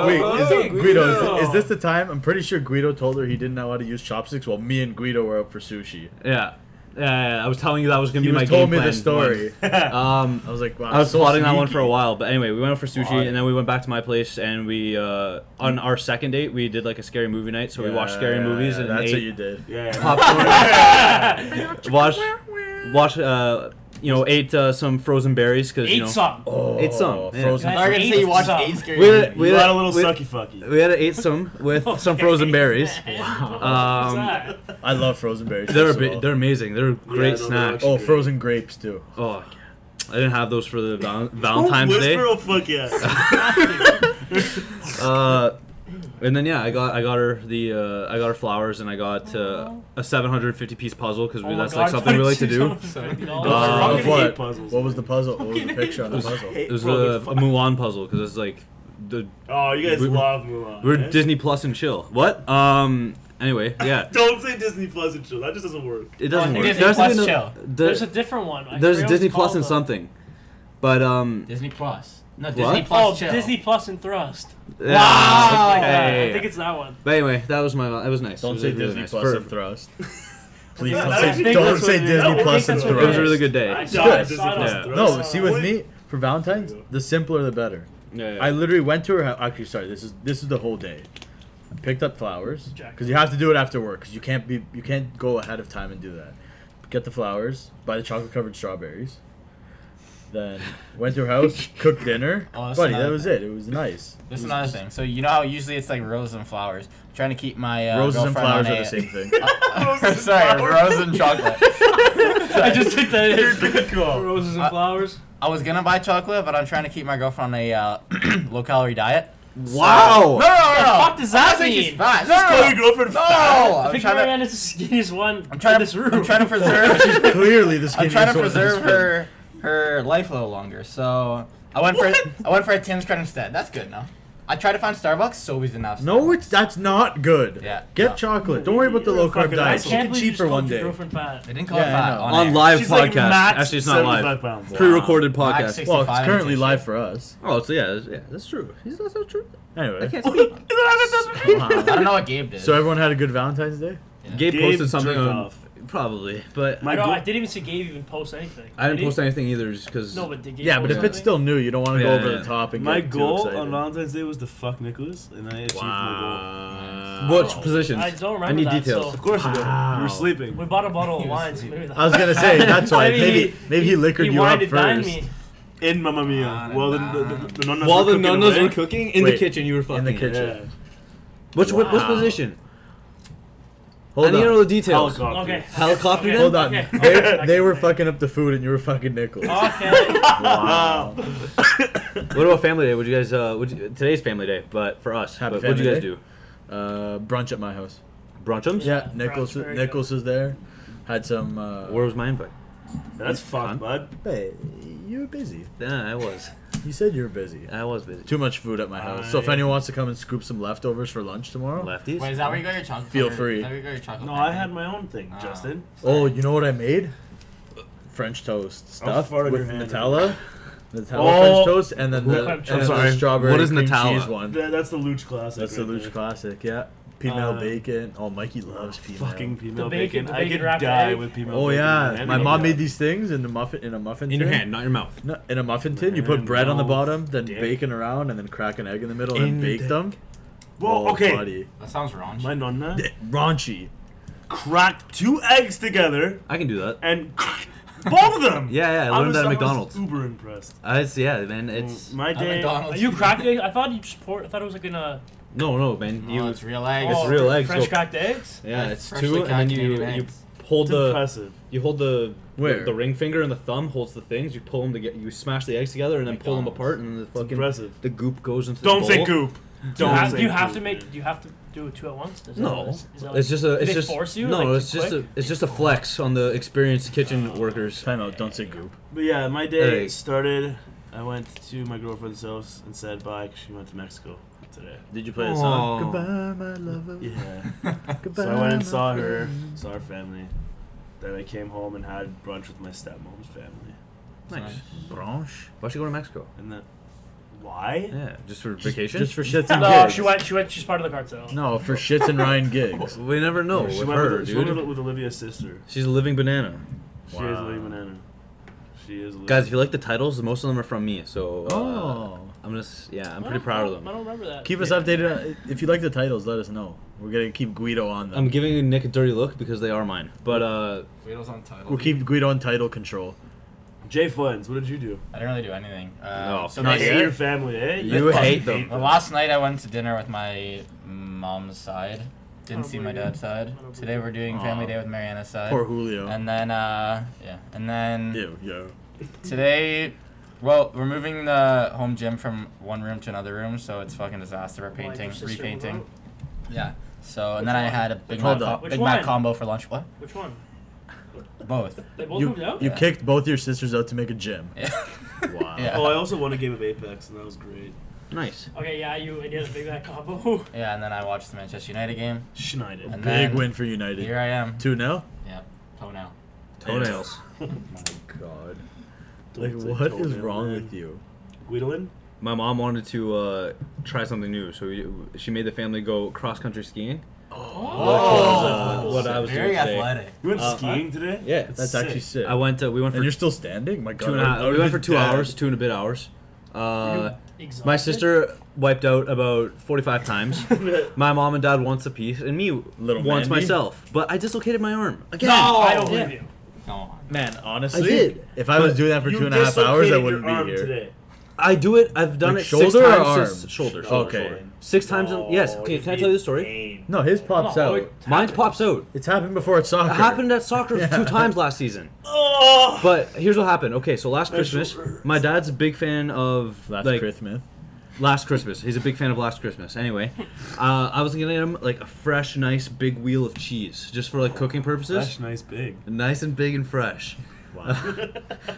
Speaker 4: Oh,
Speaker 5: wait, is it,
Speaker 4: Guido.
Speaker 5: Guido, is, is this the time? I'm pretty sure Guido told her he didn't know how to use chopsticks while me and Guido were out for sushi.
Speaker 3: Yeah. Yeah, yeah, I was telling you that was gonna
Speaker 5: He
Speaker 3: be my
Speaker 5: was told
Speaker 3: game
Speaker 5: me
Speaker 3: plan.
Speaker 5: the story.
Speaker 3: Um,
Speaker 5: I was like, wow.
Speaker 3: I was
Speaker 5: Uh, so
Speaker 3: plotting that one
Speaker 5: sneaky.
Speaker 3: for a while, but anyway, we went out for sushi,
Speaker 5: Plotting.
Speaker 3: and then we went back to my place, and we uh, on our second date we did like a scary movie night, so we watched scary
Speaker 5: Yeah,
Speaker 3: movies and
Speaker 5: That's
Speaker 3: ate
Speaker 5: what you did.
Speaker 2: Yeah.
Speaker 3: popcorn, watched watched uh, you know ate uh, some frozen berries because you
Speaker 4: Eight
Speaker 3: know
Speaker 4: some.
Speaker 5: Oh,
Speaker 3: Ate some, yeah.
Speaker 5: Frozen.
Speaker 1: I was gonna say you watched
Speaker 4: Some.
Speaker 1: eight scary
Speaker 3: we
Speaker 1: movies.
Speaker 3: had,
Speaker 2: we
Speaker 3: we
Speaker 2: got
Speaker 3: had
Speaker 2: a little
Speaker 3: we,
Speaker 2: sucky fucky.
Speaker 3: We had ate some with some frozen berries.
Speaker 4: Wow.
Speaker 3: Um,
Speaker 5: I love frozen berries.
Speaker 3: They're a
Speaker 5: first of
Speaker 3: bit,
Speaker 5: all.
Speaker 3: they're amazing. They're a great
Speaker 2: no, they're
Speaker 3: snack.
Speaker 2: actually-
Speaker 3: Oh,
Speaker 5: oh, frozen grapes too.
Speaker 3: oh, I didn't have those for the val- Valentine's Day.
Speaker 2: Whisper, oh, fuck yeah.
Speaker 3: Uh, and then yeah, I got I got her the uh, I got her flowers and I got uh, a 750 piece puzzle
Speaker 4: Oh
Speaker 3: because that's like something we like to do.
Speaker 5: Uh,
Speaker 2: fucking
Speaker 5: what?
Speaker 2: hate puzzles,
Speaker 5: What
Speaker 2: man.
Speaker 5: was the puzzle? What was the
Speaker 4: Fucking
Speaker 5: picture on the
Speaker 4: hate
Speaker 5: puzzle?
Speaker 3: It was a, a Mulan puzzle because it's like the
Speaker 2: Oh, you guys
Speaker 3: We're-
Speaker 2: love Mulan.
Speaker 3: we're
Speaker 2: eh?
Speaker 3: Disney Plus and chill. What? Um. Anyway, yeah,
Speaker 2: Don't say Disney Plus and chill. That just doesn't work.
Speaker 3: it doesn't
Speaker 1: Oh,
Speaker 3: work.
Speaker 1: Disney
Speaker 3: There's
Speaker 1: Plus
Speaker 3: even a-
Speaker 1: chill.
Speaker 3: the-
Speaker 4: There's a different one. I
Speaker 3: there's
Speaker 4: forget what
Speaker 3: Disney
Speaker 4: it's
Speaker 3: Plus
Speaker 4: called,
Speaker 3: and
Speaker 4: though.
Speaker 3: something, but um.
Speaker 1: Disney Plus. No,
Speaker 3: What?
Speaker 1: Disney
Speaker 4: Oh,
Speaker 1: Plus. chill.
Speaker 4: Disney Plus and Thrust.
Speaker 3: yeah.
Speaker 1: Wow.
Speaker 4: Like that.
Speaker 3: Yeah, yeah,
Speaker 4: I
Speaker 3: yeah.
Speaker 4: think it's that one.
Speaker 3: But anyway, that was my. That was nice. it
Speaker 5: Don't
Speaker 3: was
Speaker 5: say
Speaker 3: like, really
Speaker 5: Disney
Speaker 3: nice.
Speaker 5: Plus
Speaker 3: For-
Speaker 5: and thrust. Please
Speaker 2: Yeah,
Speaker 5: don't
Speaker 2: I
Speaker 5: say,
Speaker 2: think
Speaker 5: don't
Speaker 2: that's
Speaker 5: say
Speaker 2: what it is. I
Speaker 5: Disney
Speaker 2: think
Speaker 5: Plus and
Speaker 4: that's what
Speaker 3: It was
Speaker 5: thrust.
Speaker 3: a really good
Speaker 4: I
Speaker 3: day.
Speaker 5: It's
Speaker 2: died
Speaker 5: good.
Speaker 2: at Disney Plus
Speaker 4: Yeah.
Speaker 2: and Thrust.
Speaker 5: No, see with me for Valentine's, the simpler the better.
Speaker 3: Yeah,
Speaker 5: I
Speaker 3: yeah.
Speaker 5: literally went to her. house. Actually, sorry, this is this is the whole day. I picked up flowers
Speaker 4: Jack.
Speaker 5: because you have to do it after work because you can't be you can't go ahead of time and do that. Get the flowers, buy the chocolate covered strawberries. Then went to her house, cooked dinner.
Speaker 1: Oh, that's
Speaker 5: Buddy,
Speaker 1: another
Speaker 5: that was it. It was
Speaker 1: This is
Speaker 5: nice. It was
Speaker 1: another
Speaker 5: just-
Speaker 1: thing. So you know how usually it's like roses and flowers. I'm trying to keep my uh,
Speaker 5: Roses and
Speaker 1: girlfriend on
Speaker 5: flowers are
Speaker 1: a-
Speaker 5: the same thing.
Speaker 2: Roses and
Speaker 1: Sorry,
Speaker 2: flowers.
Speaker 1: roses and chocolate.
Speaker 4: I just took that
Speaker 2: You're
Speaker 4: in.
Speaker 2: good call.
Speaker 4: Roses and
Speaker 1: I-
Speaker 4: flowers.
Speaker 1: I was gonna buy chocolate, but I'm trying to keep my girlfriend on a uh, low calorie diet. No, no, no,
Speaker 3: Wow.
Speaker 1: no.
Speaker 4: fuck does that
Speaker 1: I'm not saying she's
Speaker 4: mean?
Speaker 1: fat. No,
Speaker 2: Call
Speaker 1: no,
Speaker 2: your
Speaker 1: no.
Speaker 2: girlfriend
Speaker 1: No,
Speaker 2: fat.
Speaker 4: i
Speaker 1: I'm
Speaker 4: think
Speaker 1: trying to.
Speaker 4: Marianne is the skinniest one
Speaker 1: I'm trying
Speaker 4: in this
Speaker 1: to.
Speaker 4: room.
Speaker 1: I'm trying to preserve.
Speaker 5: Clearly, this.
Speaker 1: I'm
Speaker 5: skinniest
Speaker 1: trying to
Speaker 5: one is
Speaker 1: preserve
Speaker 5: pretty.
Speaker 1: her her life a little longer. So I went for I went for a Tim's Crunch instead. That's good now. I tried to find Starbucks, so always enough.
Speaker 5: No, it's that's not good.
Speaker 1: Yeah.
Speaker 5: Get
Speaker 1: No.
Speaker 5: checolate. Don't worry about the
Speaker 2: You're a
Speaker 5: low carb
Speaker 2: fucking
Speaker 5: diet.
Speaker 2: asshole.
Speaker 5: It's
Speaker 4: can't
Speaker 5: get
Speaker 4: believe you just
Speaker 5: cheaper
Speaker 4: called
Speaker 5: one
Speaker 4: your
Speaker 5: day.
Speaker 4: girlfriend fat.
Speaker 1: They didn't call
Speaker 5: Yeah,
Speaker 1: it
Speaker 5: I
Speaker 1: fat
Speaker 5: know.
Speaker 1: on,
Speaker 3: on
Speaker 1: air.
Speaker 3: live
Speaker 2: She's like
Speaker 3: podcast.
Speaker 2: max
Speaker 3: Actually, it's not live.
Speaker 2: 75 pounds.
Speaker 3: Pre-recorded podcast.
Speaker 1: Max six-
Speaker 5: Well, it's
Speaker 1: 65
Speaker 5: currently
Speaker 1: and
Speaker 5: live for us.
Speaker 3: oh, so yeah, that's- yeah, that's true. Is that so true? I
Speaker 5: Anyway.
Speaker 3: can't speak.
Speaker 1: I
Speaker 5: Wow.
Speaker 1: don't know what Gabe did.
Speaker 5: so everyone had a good Valentine's Day.
Speaker 3: Gabe,
Speaker 2: Gabe
Speaker 3: posted something
Speaker 2: jerked
Speaker 3: on
Speaker 2: off.
Speaker 3: probably, but
Speaker 2: My
Speaker 4: I, don't,
Speaker 2: gl-
Speaker 4: I didn't even see Gabe even post anything.
Speaker 3: I didn't
Speaker 4: Did he?
Speaker 3: post anything either, just because.
Speaker 4: No, but did Gabe
Speaker 5: Yeah,
Speaker 4: post
Speaker 5: but if it's
Speaker 4: anything?
Speaker 5: still new, you don't want to
Speaker 3: Yeah,
Speaker 5: go over
Speaker 3: yeah.
Speaker 5: the top and
Speaker 2: My
Speaker 5: get too
Speaker 2: goal
Speaker 5: excited.
Speaker 2: on Valentine's Day was to fuck Nicholas, and I achieved my goal.
Speaker 5: Wow.
Speaker 3: what positions?
Speaker 4: I don't remember
Speaker 3: I need
Speaker 4: that,
Speaker 3: details.
Speaker 4: so-
Speaker 2: Of course you did. You
Speaker 5: Wow.
Speaker 2: were sleeping.
Speaker 4: we bought a bottle of
Speaker 1: He was
Speaker 4: wine, so
Speaker 1: sleeping.
Speaker 4: maybe that
Speaker 5: I was gonna say, that's why.
Speaker 4: Maybe
Speaker 5: Maybe- maybe he liquored you
Speaker 4: wanted
Speaker 5: up
Speaker 4: to dine
Speaker 5: first.
Speaker 4: me.
Speaker 2: In Mamma
Speaker 4: Ah,
Speaker 2: Mia.
Speaker 1: Nah,
Speaker 2: Well, the,
Speaker 1: nah.
Speaker 2: the, the, the nonnas
Speaker 3: While
Speaker 2: were
Speaker 3: the
Speaker 2: cooking
Speaker 3: nonnas
Speaker 2: away.
Speaker 3: were cooking in the
Speaker 5: Wait,
Speaker 3: kitchen, you were fucking
Speaker 5: in the kitchen.
Speaker 2: Yeah.
Speaker 3: Which which- which
Speaker 5: Wow.
Speaker 3: position? I
Speaker 5: Hold
Speaker 3: need to know
Speaker 5: on.
Speaker 3: the details.
Speaker 2: Helicopter.
Speaker 4: Okay.
Speaker 3: Helicopter
Speaker 4: okay.
Speaker 3: did?
Speaker 5: Hold on.
Speaker 4: Okay.
Speaker 5: They,
Speaker 4: okay.
Speaker 5: they were fucking up the food and you were fucking Nicholas.
Speaker 4: Okay.
Speaker 5: Wow.
Speaker 3: What about family day? Would you guys? Uh, would you, today's family day, but for us,
Speaker 5: Happy
Speaker 3: but what'd you guys
Speaker 5: family
Speaker 3: do?
Speaker 5: Uh, brunch at my house.
Speaker 3: Brunchums?
Speaker 5: Yeah,
Speaker 4: Yeah,
Speaker 5: Nicholas
Speaker 4: brunch, very
Speaker 5: Nicholas was there. Had some. Uh,
Speaker 3: Where was my invite?
Speaker 2: That's
Speaker 3: Huh?
Speaker 2: fucked, bud.
Speaker 5: Hey, you were busy.
Speaker 3: Yeah, I was.
Speaker 5: You said you were busy.
Speaker 3: I was busy.
Speaker 5: Too much food at my house. So if
Speaker 2: I-
Speaker 5: anyone wants to come and scoop some leftovers for lunch tomorrow,
Speaker 3: Lefties.
Speaker 1: Wait, is that where you got your chocolate?
Speaker 5: Feel
Speaker 1: covered-
Speaker 5: free.
Speaker 1: Is that where you got your chocolate?
Speaker 2: No, I
Speaker 1: covered?
Speaker 2: had my own thing,
Speaker 1: Ah.
Speaker 2: Justin.
Speaker 5: oh, you know what I made? French toast
Speaker 2: I'll
Speaker 5: stuff
Speaker 2: fart on
Speaker 5: with
Speaker 2: your hand.
Speaker 5: Nutella, Nutella
Speaker 2: Oh.
Speaker 5: French toast, and then the,
Speaker 4: What-
Speaker 5: and
Speaker 4: I'm
Speaker 5: then the
Speaker 3: sorry.
Speaker 5: strawberry
Speaker 3: What is
Speaker 5: cream
Speaker 3: Nutella?
Speaker 5: cheese one.
Speaker 2: That, that's the Luch classic.
Speaker 5: That's the
Speaker 2: right
Speaker 5: Luge
Speaker 2: there.
Speaker 5: classic. Yeah, female
Speaker 2: Uh,
Speaker 5: bacon. Oh, Mikey loves female.
Speaker 2: Fucking pea
Speaker 4: The
Speaker 2: meal bacon.
Speaker 4: bacon- the
Speaker 2: I
Speaker 4: bacon
Speaker 2: could
Speaker 4: wrapped
Speaker 2: die
Speaker 4: egg.
Speaker 2: with pea meal
Speaker 5: Oh
Speaker 2: bacon.
Speaker 5: yeah,
Speaker 2: Any
Speaker 5: my
Speaker 2: day.
Speaker 5: mom made these things in the muffin in a muffin
Speaker 3: In your
Speaker 5: tin.
Speaker 3: hand, not your mouth.
Speaker 5: No, in a muffin tin, you put
Speaker 2: Man,
Speaker 5: bread on the
Speaker 2: no
Speaker 5: bottom, then
Speaker 2: dick.
Speaker 5: bacon around, and then crack an egg in the middle, and
Speaker 3: In
Speaker 5: bake
Speaker 3: dick.
Speaker 5: them.
Speaker 2: Well,
Speaker 5: Oh,
Speaker 2: okay.
Speaker 5: buddy.
Speaker 1: That sounds wrong.
Speaker 2: My nonna
Speaker 5: raunchy.
Speaker 2: cracked two eggs together
Speaker 3: I can do that.
Speaker 2: and both of them.
Speaker 3: Yeah, yeah, I learned that at McDonald's.
Speaker 2: I was uber impressed.
Speaker 3: I it's, yeah, man. It's
Speaker 2: Mm, my
Speaker 1: At
Speaker 2: day.
Speaker 1: McDonald's.
Speaker 4: you cracked egg? I thought you just poured. I thought it was like in a
Speaker 3: no, no, man. You
Speaker 1: No, it's real eggs.
Speaker 4: oh,
Speaker 3: real eggs,
Speaker 4: fresh
Speaker 3: go-
Speaker 4: cracked eggs.
Speaker 3: yeah,
Speaker 1: That's
Speaker 3: it's
Speaker 1: freshly
Speaker 3: two, and then
Speaker 1: cracked
Speaker 3: you
Speaker 1: native
Speaker 3: you
Speaker 1: eggs.
Speaker 3: hold
Speaker 2: It's
Speaker 3: the
Speaker 2: impressive.
Speaker 3: you hold the
Speaker 5: Where?
Speaker 3: the ring finger and the thumb holds the things. You pull them together. You smash the eggs together and then pull them
Speaker 1: McDonald's.
Speaker 3: apart, and the
Speaker 2: It's
Speaker 3: fucking
Speaker 2: impressive.
Speaker 3: the goop goes into.
Speaker 2: Don't
Speaker 3: the
Speaker 2: say
Speaker 3: bowl.
Speaker 2: goop.
Speaker 4: Do you
Speaker 2: Don't
Speaker 4: have,
Speaker 2: say
Speaker 4: do you have
Speaker 2: goop,
Speaker 4: to make?
Speaker 2: dude.
Speaker 4: Do you have to do two at once? Is that what it
Speaker 3: No,
Speaker 4: is? Is that
Speaker 3: it's just a.
Speaker 4: Did
Speaker 3: It's
Speaker 4: they
Speaker 3: just
Speaker 4: force you,
Speaker 3: No,
Speaker 4: like,
Speaker 3: it's
Speaker 4: to
Speaker 3: just a.
Speaker 4: click?
Speaker 3: It's just a flex on the experienced kitchen workers.
Speaker 5: Time out. Don't say goop.
Speaker 2: But yeah, my day
Speaker 3: Hey.
Speaker 2: started. I went to my girlfriend's house and said bye 'cause she went to Mexico today.
Speaker 5: Did you play the song?
Speaker 3: Oh.
Speaker 5: Goodbye, my lover.
Speaker 2: Yeah.
Speaker 5: Goodbye.
Speaker 2: so I went and
Speaker 5: my
Speaker 2: saw her,
Speaker 5: friend.
Speaker 2: saw her family. Then I came home and had brunch with my stepmom's family.
Speaker 3: Nice.
Speaker 5: Branche.
Speaker 3: Why'd she go to Mexico?
Speaker 2: And then, why?
Speaker 3: Yeah, just for
Speaker 5: Just-
Speaker 3: vacation.
Speaker 5: Just for shits and
Speaker 4: No,
Speaker 5: gigs.
Speaker 4: she went. She went. She's part of the cartel.
Speaker 5: No, for shits and Ryan gigs.
Speaker 3: we never know with
Speaker 2: she went,
Speaker 3: her,
Speaker 2: with, she went with,
Speaker 3: dude.
Speaker 2: with Olivia's sister.
Speaker 3: She's a living banana.
Speaker 2: She is a
Speaker 5: Wow.
Speaker 2: living banana. She is. a living-
Speaker 3: Guys, if you like the titles, most of them are from me. So. uh,
Speaker 5: Oh.
Speaker 3: I'm just yeah, I'm
Speaker 4: I
Speaker 3: pretty
Speaker 4: don't-
Speaker 3: proud of
Speaker 4: I
Speaker 3: them.
Speaker 4: don't remember that.
Speaker 5: Keep us updated. If you like the titles, let us know. We're gonna keep Guido on them.
Speaker 3: I'm giving Nick a dirty look because they are mine. But uh,
Speaker 1: Guido's on title.
Speaker 5: we'll keep Guido on title control.
Speaker 2: Jay Funs, what did you do?
Speaker 1: I didn't really do anything. Uh,
Speaker 3: No,
Speaker 1: so
Speaker 2: I
Speaker 3: not
Speaker 1: basically-
Speaker 2: hate your family, eh?
Speaker 3: You
Speaker 2: fucking
Speaker 3: hate them.
Speaker 1: Well, last night I went to dinner with my mom's side. Didn't
Speaker 4: Oh,
Speaker 1: see my
Speaker 4: really?
Speaker 1: dad's side.
Speaker 4: Oh, really?
Speaker 1: Today we're doing family
Speaker 5: Aw.
Speaker 1: day with Mariana's side.
Speaker 5: Poor Julio.
Speaker 1: And then, uh, yeah. And then
Speaker 5: Ew, yo.
Speaker 1: today, well, we're moving the home gym from one room to another room, so it's fucking disaster. We're
Speaker 4: Like,
Speaker 1: painting,
Speaker 4: your sister was
Speaker 1: repainting.
Speaker 4: out?
Speaker 1: Yeah. So,
Speaker 4: Which
Speaker 1: and then I
Speaker 4: one?
Speaker 1: had a Big
Speaker 5: Hold
Speaker 1: Mac,
Speaker 5: on.
Speaker 1: co-
Speaker 4: Which
Speaker 1: Big Mac
Speaker 4: one?
Speaker 1: combo for lunch. What?
Speaker 4: Which one?
Speaker 1: Both.
Speaker 4: They both
Speaker 5: you
Speaker 4: moved out.
Speaker 5: you
Speaker 1: Yeah.
Speaker 5: kicked both your sisters out to make a gym.
Speaker 1: Yeah.
Speaker 5: Wow.
Speaker 1: Yeah.
Speaker 2: Oh, I also won a game of Apex, and that was great.
Speaker 3: nice.
Speaker 4: Okay, yeah, you and you had a big back combo.
Speaker 1: Yeah, and then I watched the Manchester United game.
Speaker 2: Schneider.
Speaker 1: And
Speaker 5: Big
Speaker 1: then
Speaker 5: win for United.
Speaker 1: Here I am.
Speaker 5: Two now.
Speaker 1: Yeah. Oh, Toenail.
Speaker 3: Toenails.
Speaker 5: God.
Speaker 2: Don't
Speaker 5: Like,
Speaker 2: say
Speaker 5: what
Speaker 2: toenail,
Speaker 5: is wrong
Speaker 2: man.
Speaker 5: with you?
Speaker 2: Guidolin?
Speaker 3: My mom wanted to uh, try something new, so we, she made the family go cross country skiing.
Speaker 4: Oh.
Speaker 3: Which was, uh, what I was
Speaker 1: Very
Speaker 3: doing today.
Speaker 1: athletic.
Speaker 2: You went
Speaker 3: Uh,
Speaker 2: skiing today?
Speaker 3: Yeah,
Speaker 5: That's
Speaker 2: Sick.
Speaker 5: actually sick.
Speaker 3: I went. Uh, we went for
Speaker 5: and you're still standing? My God.
Speaker 3: two and a
Speaker 5: I-
Speaker 3: half.
Speaker 5: I
Speaker 3: We went for
Speaker 5: would've
Speaker 3: two
Speaker 5: died.
Speaker 3: hours, two and a bit hours. Uh,
Speaker 4: Exhausted?
Speaker 3: my sister wiped out about forty-five times. my mom and dad once apiece, and me
Speaker 5: Little
Speaker 3: once
Speaker 5: Mandy.
Speaker 3: myself. But I dislocated my arm again.
Speaker 1: No!
Speaker 4: I don't
Speaker 1: Yeah.
Speaker 4: believe you.
Speaker 1: No.
Speaker 5: Man, honestly,
Speaker 3: did.
Speaker 5: If I was doing that for
Speaker 2: You
Speaker 5: two and a half hours, I
Speaker 2: dislocated
Speaker 5: wouldn't
Speaker 2: your
Speaker 5: be
Speaker 2: arm
Speaker 5: here.
Speaker 2: Today.
Speaker 3: I do it. I've done
Speaker 5: Like
Speaker 3: it six
Speaker 5: shoulder or Oh,
Speaker 3: times. Since,
Speaker 5: arm?
Speaker 3: shoulder.
Speaker 5: Shoulder,
Speaker 3: shoulder,
Speaker 5: shoulder.
Speaker 3: Six times. in- yes.
Speaker 2: No,
Speaker 3: Okay.
Speaker 2: Oh, you
Speaker 3: Can I
Speaker 2: did
Speaker 3: tell you the story?
Speaker 2: pain.
Speaker 5: No, his pops
Speaker 4: No,
Speaker 5: out.
Speaker 4: it-
Speaker 3: Mine pops out.
Speaker 5: It's happened before at soccer.
Speaker 3: It happened at soccer
Speaker 5: Yeah.
Speaker 3: two times last season.
Speaker 2: Oh!
Speaker 3: But here's what happened. Okay, so last
Speaker 2: My
Speaker 3: Christmas,
Speaker 2: shoulder hurts.
Speaker 3: my dad's a big fan of
Speaker 5: Last
Speaker 3: like
Speaker 5: Christmas.
Speaker 3: last Christmas. He's a big fan of last Christmas. Anyway, uh, I was gonna get him like a fresh, nice, big wheel of cheese just for like cooking purposes.
Speaker 2: That's nice big.
Speaker 3: Nice and big and fresh.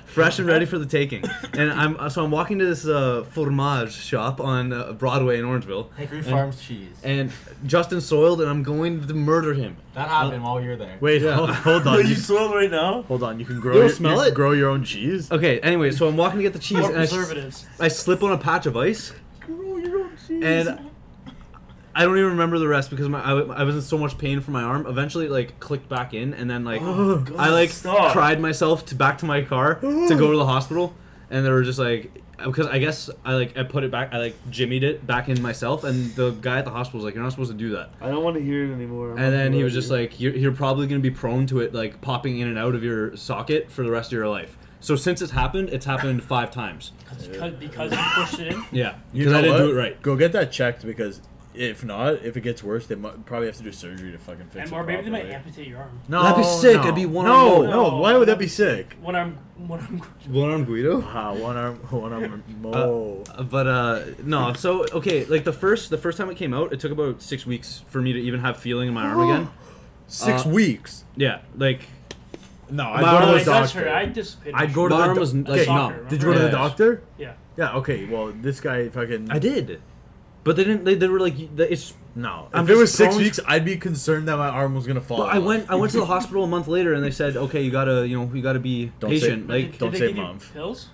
Speaker 3: fresh and ready for the taking. And I'm uh, so I'm walking to this uh, fromage shop on uh, Broadway in Orangeville,
Speaker 1: Hickory
Speaker 3: And-
Speaker 1: Farms cheese.
Speaker 3: and Justin soiled, and I'm going to murder him.
Speaker 1: That happened while we were there.
Speaker 5: Wait,
Speaker 3: Yeah.
Speaker 5: hold, hold
Speaker 2: Are
Speaker 5: on.
Speaker 2: you
Speaker 5: You,
Speaker 2: soiled right now?
Speaker 3: Oh,
Speaker 5: hold on. You can grow.
Speaker 3: You'll
Speaker 5: Your,
Speaker 3: smell
Speaker 5: you
Speaker 3: it?
Speaker 5: Grow your own cheese.
Speaker 3: Okay, anyway, so I'm walking to get the cheese,
Speaker 4: More
Speaker 3: and I, s-
Speaker 4: preservatives.
Speaker 3: I slip on a patch of ice,
Speaker 2: Grow your own cheese.
Speaker 3: and I don't even remember the rest because my I, w- I was in so much pain from my arm. Eventually, it, like clicked back in, and then like
Speaker 2: Oh, God,
Speaker 3: I like
Speaker 2: stop.
Speaker 3: cried myself to back to my car to go to the hospital, and they were just like because I guess I like I put it back I like jimmied it back in myself, and the guy at the hospital was like, "You're not supposed to do that."
Speaker 2: I don't want to hear it anymore. I'm
Speaker 3: And then he was
Speaker 2: hungry.
Speaker 3: just like, you're, "You're probably gonna be prone to it like popping in and out of your socket for the rest of your life." So since it's happened, it's happened five times.
Speaker 4: Because, because you pushed it in.
Speaker 3: Yeah,
Speaker 5: You
Speaker 3: because I
Speaker 5: know
Speaker 3: didn't do
Speaker 5: what?
Speaker 3: it right.
Speaker 5: Go get that checked because if not, if it gets worse, they might probably have to do surgery to fucking fix
Speaker 4: And
Speaker 5: it.
Speaker 4: or maybe they might
Speaker 5: properly.
Speaker 4: amputate your arm.
Speaker 5: No,
Speaker 3: That'd be sick.
Speaker 5: No.
Speaker 3: I'd be one
Speaker 5: no,
Speaker 3: arm
Speaker 5: no,
Speaker 4: Mo.
Speaker 5: Why would that be sick?
Speaker 4: When I'm when I'm
Speaker 3: One arm Guido.
Speaker 5: Wow, one arm, one arm, Mo.
Speaker 3: But uh no, so okay, like the first the first time it came out, it took about six weeks for me to even have feeling in my arm again.
Speaker 5: Six
Speaker 3: uh,
Speaker 5: weeks.
Speaker 3: Yeah, like
Speaker 5: No,
Speaker 3: I'd go to
Speaker 4: I
Speaker 3: the
Speaker 4: touched her, I anticipated.
Speaker 5: I'd go to
Speaker 3: my
Speaker 5: the
Speaker 3: arm
Speaker 5: doc-
Speaker 3: was like
Speaker 5: Okay.
Speaker 3: numb.
Speaker 5: Did you go to
Speaker 3: Yeah.
Speaker 5: the doctor?
Speaker 4: Yeah.
Speaker 5: Yeah. Okay. Well, this guy fucking.
Speaker 3: I did, but they didn't. They, they were like, y- the- it's.
Speaker 5: No.
Speaker 3: I'm
Speaker 5: if it
Speaker 3: just
Speaker 5: was six
Speaker 3: prone-
Speaker 5: weeks, I'd be concerned that my arm was gonna fall.
Speaker 3: But I
Speaker 5: off.
Speaker 3: went. I went to the hospital a month later, and they said, okay, you gotta, you know, you gotta be
Speaker 5: Don't say-
Speaker 3: patient.
Speaker 4: Did-
Speaker 3: like
Speaker 4: did
Speaker 5: don't
Speaker 4: they
Speaker 5: say
Speaker 4: give you
Speaker 5: mom.
Speaker 4: Pills?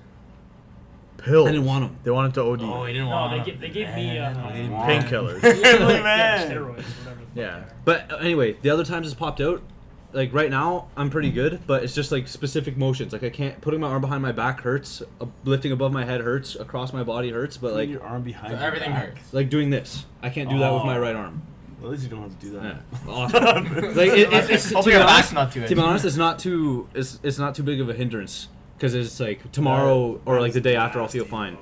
Speaker 5: Pills.
Speaker 3: I didn't want 'em.
Speaker 5: They wanted to OD.
Speaker 1: Oh, he didn't
Speaker 4: No,
Speaker 1: want
Speaker 4: they
Speaker 1: him.
Speaker 4: gi- they gave me, uh,
Speaker 1: Man,
Speaker 4: um,
Speaker 1: wow.
Speaker 5: Painkillers.
Speaker 4: yeah,
Speaker 2: man.
Speaker 4: steroids, whatever. the fuck they
Speaker 5: Yeah.
Speaker 4: are.
Speaker 3: But uh, anyway, the other times it's popped out, like right now I'm pretty good, but it's just like specific motions. Like I can't putting my arm behind my back hurts, uh, lifting above my head hurts, across my body hurts, but
Speaker 2: Putting
Speaker 3: like
Speaker 2: your arm behind
Speaker 1: So
Speaker 2: your
Speaker 1: everything
Speaker 2: back.
Speaker 1: hurts.
Speaker 3: like doing this, I can't do that with my
Speaker 2: Oh.
Speaker 3: right arm.
Speaker 2: Well, at least you don't have to do
Speaker 3: Yeah.
Speaker 2: that.
Speaker 3: Awesome. like it, it, it's to
Speaker 1: Hopefully
Speaker 3: be
Speaker 1: your
Speaker 3: honest,
Speaker 1: back's not too
Speaker 3: to be honest, it's not too it's it's not too big of a hindrance because it's like tomorrow or like the day after I'll feel fine.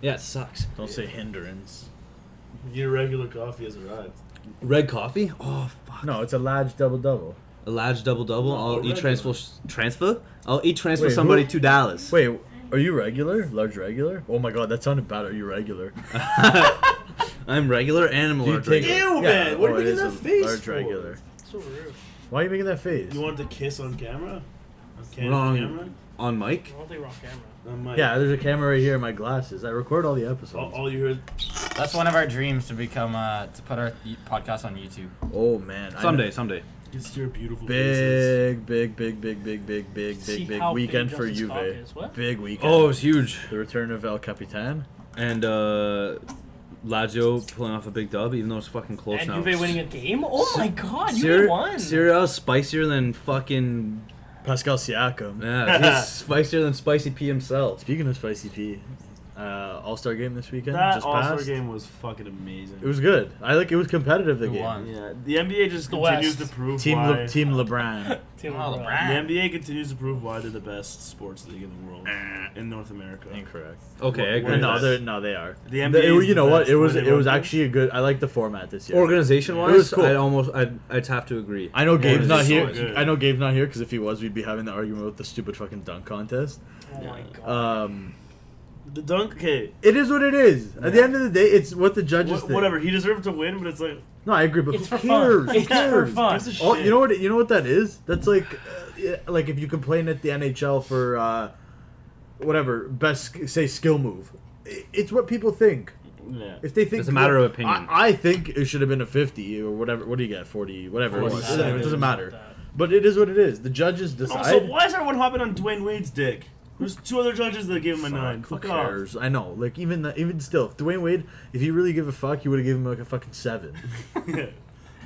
Speaker 3: Yeah, it sucks.
Speaker 5: Don't say hindrance.
Speaker 2: Your regular coffee has arrived.
Speaker 3: Red coffee? Oh fuck.
Speaker 5: No, it's a large double double.
Speaker 3: A large double double.
Speaker 2: No,
Speaker 3: I'll eat
Speaker 2: red
Speaker 3: transfer transfer. I'll eat transfer
Speaker 5: Wait, who-
Speaker 3: somebody to Dallas.
Speaker 5: Wait, are you regular? Large regular? Oh my god, that sounded bad. Are you regular?
Speaker 3: I'm regular animal.
Speaker 5: Do you take-
Speaker 2: Ew, man, what are you
Speaker 5: it
Speaker 2: making
Speaker 5: is
Speaker 2: that
Speaker 5: a
Speaker 2: face
Speaker 5: Large
Speaker 2: for?
Speaker 5: regular.
Speaker 4: So rude.
Speaker 5: Why are you making that face?
Speaker 2: You want to kiss on camera? On cam-
Speaker 3: Wrong.
Speaker 2: camera?
Speaker 3: on mic.
Speaker 4: I don't think we're on camera.
Speaker 2: On my,
Speaker 5: yeah, there's a camera right here in my glasses. I record all the episodes.
Speaker 2: All, all you hear is
Speaker 1: That's one of our dreams to become uh, to put our y- podcast on YouTube.
Speaker 5: Oh man. I
Speaker 3: Someday,
Speaker 5: know-
Speaker 3: someday.
Speaker 2: it's your beautiful faces.
Speaker 5: Big, big, big, big, big, big, big,
Speaker 4: See
Speaker 5: big, big
Speaker 4: how big
Speaker 5: weekend for
Speaker 4: Justin's cock
Speaker 5: Juve.
Speaker 4: is. What?
Speaker 5: Big weekend.
Speaker 3: Oh, it's huge.
Speaker 5: the return of El Capitan.
Speaker 3: And uh Lazio pulling off a big dub, even though it's fucking close
Speaker 4: and
Speaker 3: now.
Speaker 4: Juve winning a game? Oh my god,
Speaker 3: Serie-
Speaker 4: Juve won!
Speaker 3: Serie A is spicier than fucking
Speaker 5: Pascal Siakam.
Speaker 3: yeah, he's spicier than Spicy P himself.
Speaker 5: Speaking of spicy P, uh, All Star game this weekend
Speaker 2: That
Speaker 5: just
Speaker 2: All Star
Speaker 5: passed.
Speaker 2: game was fucking amazing.
Speaker 5: It was good. I like. It was competitive. The
Speaker 1: Who
Speaker 5: game.
Speaker 1: won?
Speaker 2: Yeah, the NBA just
Speaker 4: The
Speaker 2: continues
Speaker 4: West.
Speaker 2: to prove
Speaker 5: Team
Speaker 2: why.
Speaker 5: Le- Team LeBron.
Speaker 4: Tim
Speaker 1: Oh,
Speaker 4: LeBron.
Speaker 2: the
Speaker 1: LeBron.
Speaker 2: NBA continues to prove why they're the best sports league in the world
Speaker 5: Ah.
Speaker 2: in North America.
Speaker 5: Incorrect.
Speaker 3: Okay, I
Speaker 2: What-
Speaker 3: agree.
Speaker 2: what
Speaker 3: with
Speaker 5: No,
Speaker 2: is
Speaker 3: that.
Speaker 5: they no, they are.
Speaker 2: The
Speaker 5: The
Speaker 2: NBA
Speaker 5: it,
Speaker 2: is the
Speaker 5: you know what?
Speaker 2: best.
Speaker 5: It was.
Speaker 2: What do
Speaker 5: It
Speaker 2: they
Speaker 5: was
Speaker 2: want?
Speaker 5: actually a good. I like the format this year.
Speaker 3: Organization
Speaker 5: It
Speaker 3: wise,
Speaker 5: was cool.
Speaker 3: I'd almost I'd, I'd have to agree.
Speaker 5: I know Gabe's not
Speaker 2: so
Speaker 5: here.
Speaker 2: good.
Speaker 5: I know Gabe's not here because if he was, we'd be having the argument about the stupid fucking dunk contest.
Speaker 4: Oh my god.
Speaker 5: Um,
Speaker 2: The dunk, okay,
Speaker 5: it is what it is. At the end of the day, it's what the judges.
Speaker 2: wh-
Speaker 5: think.
Speaker 2: whatever. He deserved to win, but it's like
Speaker 5: No, I agree, but
Speaker 4: it's
Speaker 5: who
Speaker 4: for fun.
Speaker 5: cares? Who
Speaker 4: It's for
Speaker 5: cares?
Speaker 4: fun.
Speaker 2: gives a
Speaker 5: Oh,
Speaker 2: shit.
Speaker 5: you know what? You know what that is? That's like, uh, yeah, like if you complain at the NHL for uh, whatever best sk- say skill move, I- it's what people think.
Speaker 2: Yeah.
Speaker 5: If they think
Speaker 3: It's a matter of opinion.
Speaker 5: I, I think it should have been a fifty or whatever. What do you get? Forty, whatever. it was. It doesn't-
Speaker 1: 47.
Speaker 5: it doesn't matter. But it is what it is. The judges decide.
Speaker 2: Also, Oh, why is everyone hopping on Dwayne Wade's dick? There's two other judges that gave him a nine.
Speaker 5: Fuck,
Speaker 2: Fuck
Speaker 5: who
Speaker 2: off.
Speaker 5: cares? I know. Like even the, even still, if Dwayne Wade, if you really give a fuck, you would have given him like a fucking seven.
Speaker 2: no,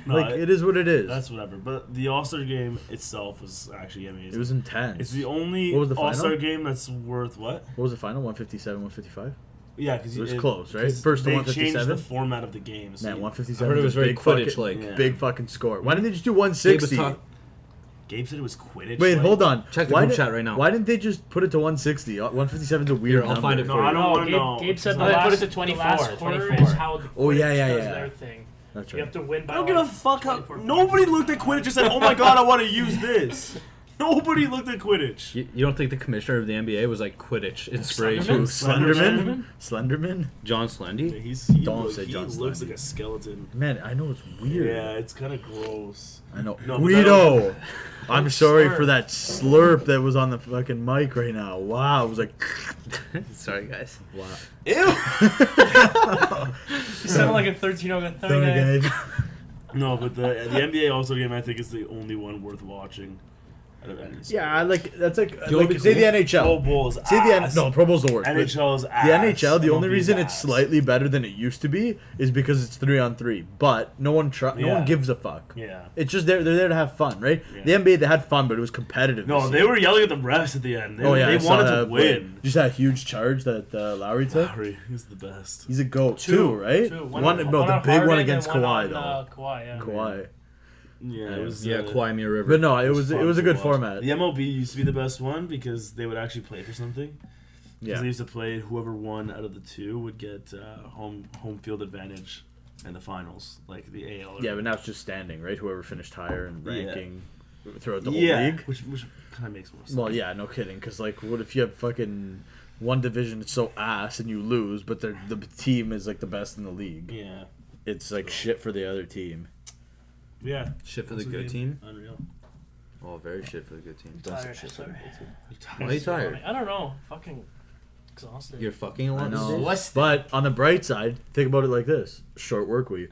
Speaker 5: like it is what it is.
Speaker 2: that's whatever. But the All Star game itself was actually amazing.
Speaker 5: it was intense.
Speaker 2: it's the only
Speaker 5: What was the
Speaker 2: All Star
Speaker 5: final?
Speaker 2: game that's worth what?
Speaker 5: What was the final? 157, 155?
Speaker 2: Yeah, because
Speaker 5: It was close, right? First to
Speaker 2: they changed
Speaker 5: 157?
Speaker 2: the format of the game. So
Speaker 5: Man,
Speaker 2: you-
Speaker 5: 157.
Speaker 3: I heard it was very
Speaker 5: big fucking-
Speaker 3: Quidditch like.
Speaker 2: Yeah.
Speaker 5: Big fucking score. Why didn't they just do
Speaker 3: Gabe was
Speaker 5: 160?
Speaker 3: talk-
Speaker 2: Gabe said it was Quidditch.
Speaker 5: Wait,
Speaker 2: like-
Speaker 5: hold on.
Speaker 3: Check the
Speaker 5: why
Speaker 3: group
Speaker 5: did-
Speaker 3: chat right now.
Speaker 5: Why didn't they just put it to 160? 157 is a weird
Speaker 3: Here, I'll find it
Speaker 5: number.
Speaker 2: No, I
Speaker 3: for you.
Speaker 2: don't want to
Speaker 4: Gabe,
Speaker 2: know.
Speaker 4: Gabe said the
Speaker 1: No, they put
Speaker 4: last,
Speaker 1: it to
Speaker 4: the last
Speaker 1: 24,
Speaker 4: quarter
Speaker 1: 24.
Speaker 4: is how the
Speaker 5: Oh, yeah,
Speaker 4: British
Speaker 5: yeah,
Speaker 4: does
Speaker 5: yeah.
Speaker 4: their thing.
Speaker 5: That's
Speaker 4: You have
Speaker 5: right.
Speaker 4: to win by
Speaker 2: I don't
Speaker 4: like
Speaker 2: give a fuck how.
Speaker 4: 24 points.
Speaker 2: Nobody looked at Quidditch and said, "Oh my god, I want to use this." Nobody looked at Quidditch.
Speaker 3: You, you don't think the commissioner of the NBA was like Quidditch
Speaker 5: Who,
Speaker 3: inspiration?
Speaker 5: Slenderman? Slenderman?
Speaker 3: John
Speaker 2: Yeah,
Speaker 3: Slendy?
Speaker 2: He's, he
Speaker 5: Don't
Speaker 2: look-
Speaker 5: say
Speaker 2: he
Speaker 5: John
Speaker 2: looks
Speaker 5: Slendy.
Speaker 2: like a skeleton.
Speaker 5: Man, I know it's weird.
Speaker 2: Yeah, it's kind of gross.
Speaker 5: I know.
Speaker 2: No, but
Speaker 5: Guido! I'm
Speaker 4: Don't
Speaker 5: sorry for
Speaker 4: slurp.
Speaker 5: that slurp that was on the fucking mic right now. Wow, it was like.
Speaker 3: Sorry, guys.
Speaker 5: Wow.
Speaker 2: Ew.
Speaker 4: You sound like a 13 year old.
Speaker 5: Sorry, guys.
Speaker 2: No, but the the NBA also game I think is the only one worth watching. Out of any
Speaker 5: Yeah, I like that's like,
Speaker 3: know
Speaker 5: like
Speaker 3: what'd be
Speaker 5: say the
Speaker 3: cool?
Speaker 5: NHL.
Speaker 2: Pro Bowl's
Speaker 5: Say the N-
Speaker 2: ass.
Speaker 5: no, Pro Bowl's the worst. but
Speaker 2: NHL is ass.
Speaker 5: the NHL, the
Speaker 2: MLB
Speaker 5: only
Speaker 2: is
Speaker 5: reason it's
Speaker 2: ass.
Speaker 5: slightly better than it used to be is because it's three on three. But no one try, no one
Speaker 2: Yeah.
Speaker 5: gives a fuck.
Speaker 2: Yeah.
Speaker 5: It's just they're they're there to have fun, right?
Speaker 2: Yeah.
Speaker 5: The NBA they had fun, but it was competitive.
Speaker 2: No,
Speaker 5: this
Speaker 2: they
Speaker 5: year.
Speaker 2: were yelling at the refs at the end. They,
Speaker 5: Oh yeah, I
Speaker 2: they
Speaker 5: saw
Speaker 2: wanted
Speaker 5: that,
Speaker 2: to
Speaker 5: but
Speaker 2: win.
Speaker 5: Just that huge charge that uh, Lowry took.
Speaker 2: Lowry is the best.
Speaker 5: He's a goat
Speaker 4: Two,
Speaker 5: too, right?
Speaker 4: two.
Speaker 5: One,
Speaker 4: One
Speaker 5: no,
Speaker 4: on-
Speaker 5: the
Speaker 4: one on
Speaker 5: big one
Speaker 4: Harden
Speaker 5: against
Speaker 4: and
Speaker 5: Kawhi
Speaker 4: on,
Speaker 5: though.
Speaker 4: Uh, Kawhi, yeah.
Speaker 5: Kawhi,
Speaker 2: Yeah, it was.
Speaker 3: yeah,
Speaker 2: uh,
Speaker 3: Kwame River.
Speaker 5: but no, it was it
Speaker 2: fun
Speaker 5: was a
Speaker 2: to
Speaker 5: good
Speaker 2: watch.
Speaker 5: format.
Speaker 2: The MLB used to be the best one because they would actually play for something. Because
Speaker 5: Yeah,
Speaker 2: they used to play whoever won out of the two would get uh, home home field advantage in the finals, like the AL. or-
Speaker 5: yeah, but now it's just standing, right? Whoever finished higher in
Speaker 2: Yeah.
Speaker 5: ranking throughout the whole
Speaker 2: yeah,
Speaker 5: league.
Speaker 2: which which kind of makes more sense.
Speaker 5: Well, yeah, no kidding. Because like, what if you have fucking one division that's so ass and you lose, but they're- the team is like the best in the league?
Speaker 2: yeah,
Speaker 5: It's like shit for the other team.
Speaker 2: yeah.
Speaker 3: Shit for the
Speaker 2: That's what
Speaker 3: good
Speaker 2: they-
Speaker 3: team.
Speaker 2: Unreal.
Speaker 3: Oh, very shit for the good team.
Speaker 4: Tired, sorry.
Speaker 3: Why are you tired?
Speaker 4: I don't know. Fucking exhausted.
Speaker 3: You're fucking a
Speaker 5: I
Speaker 3: lot.
Speaker 5: know.
Speaker 3: today?
Speaker 1: What's
Speaker 5: But on the bright side, think about it like this: short work week,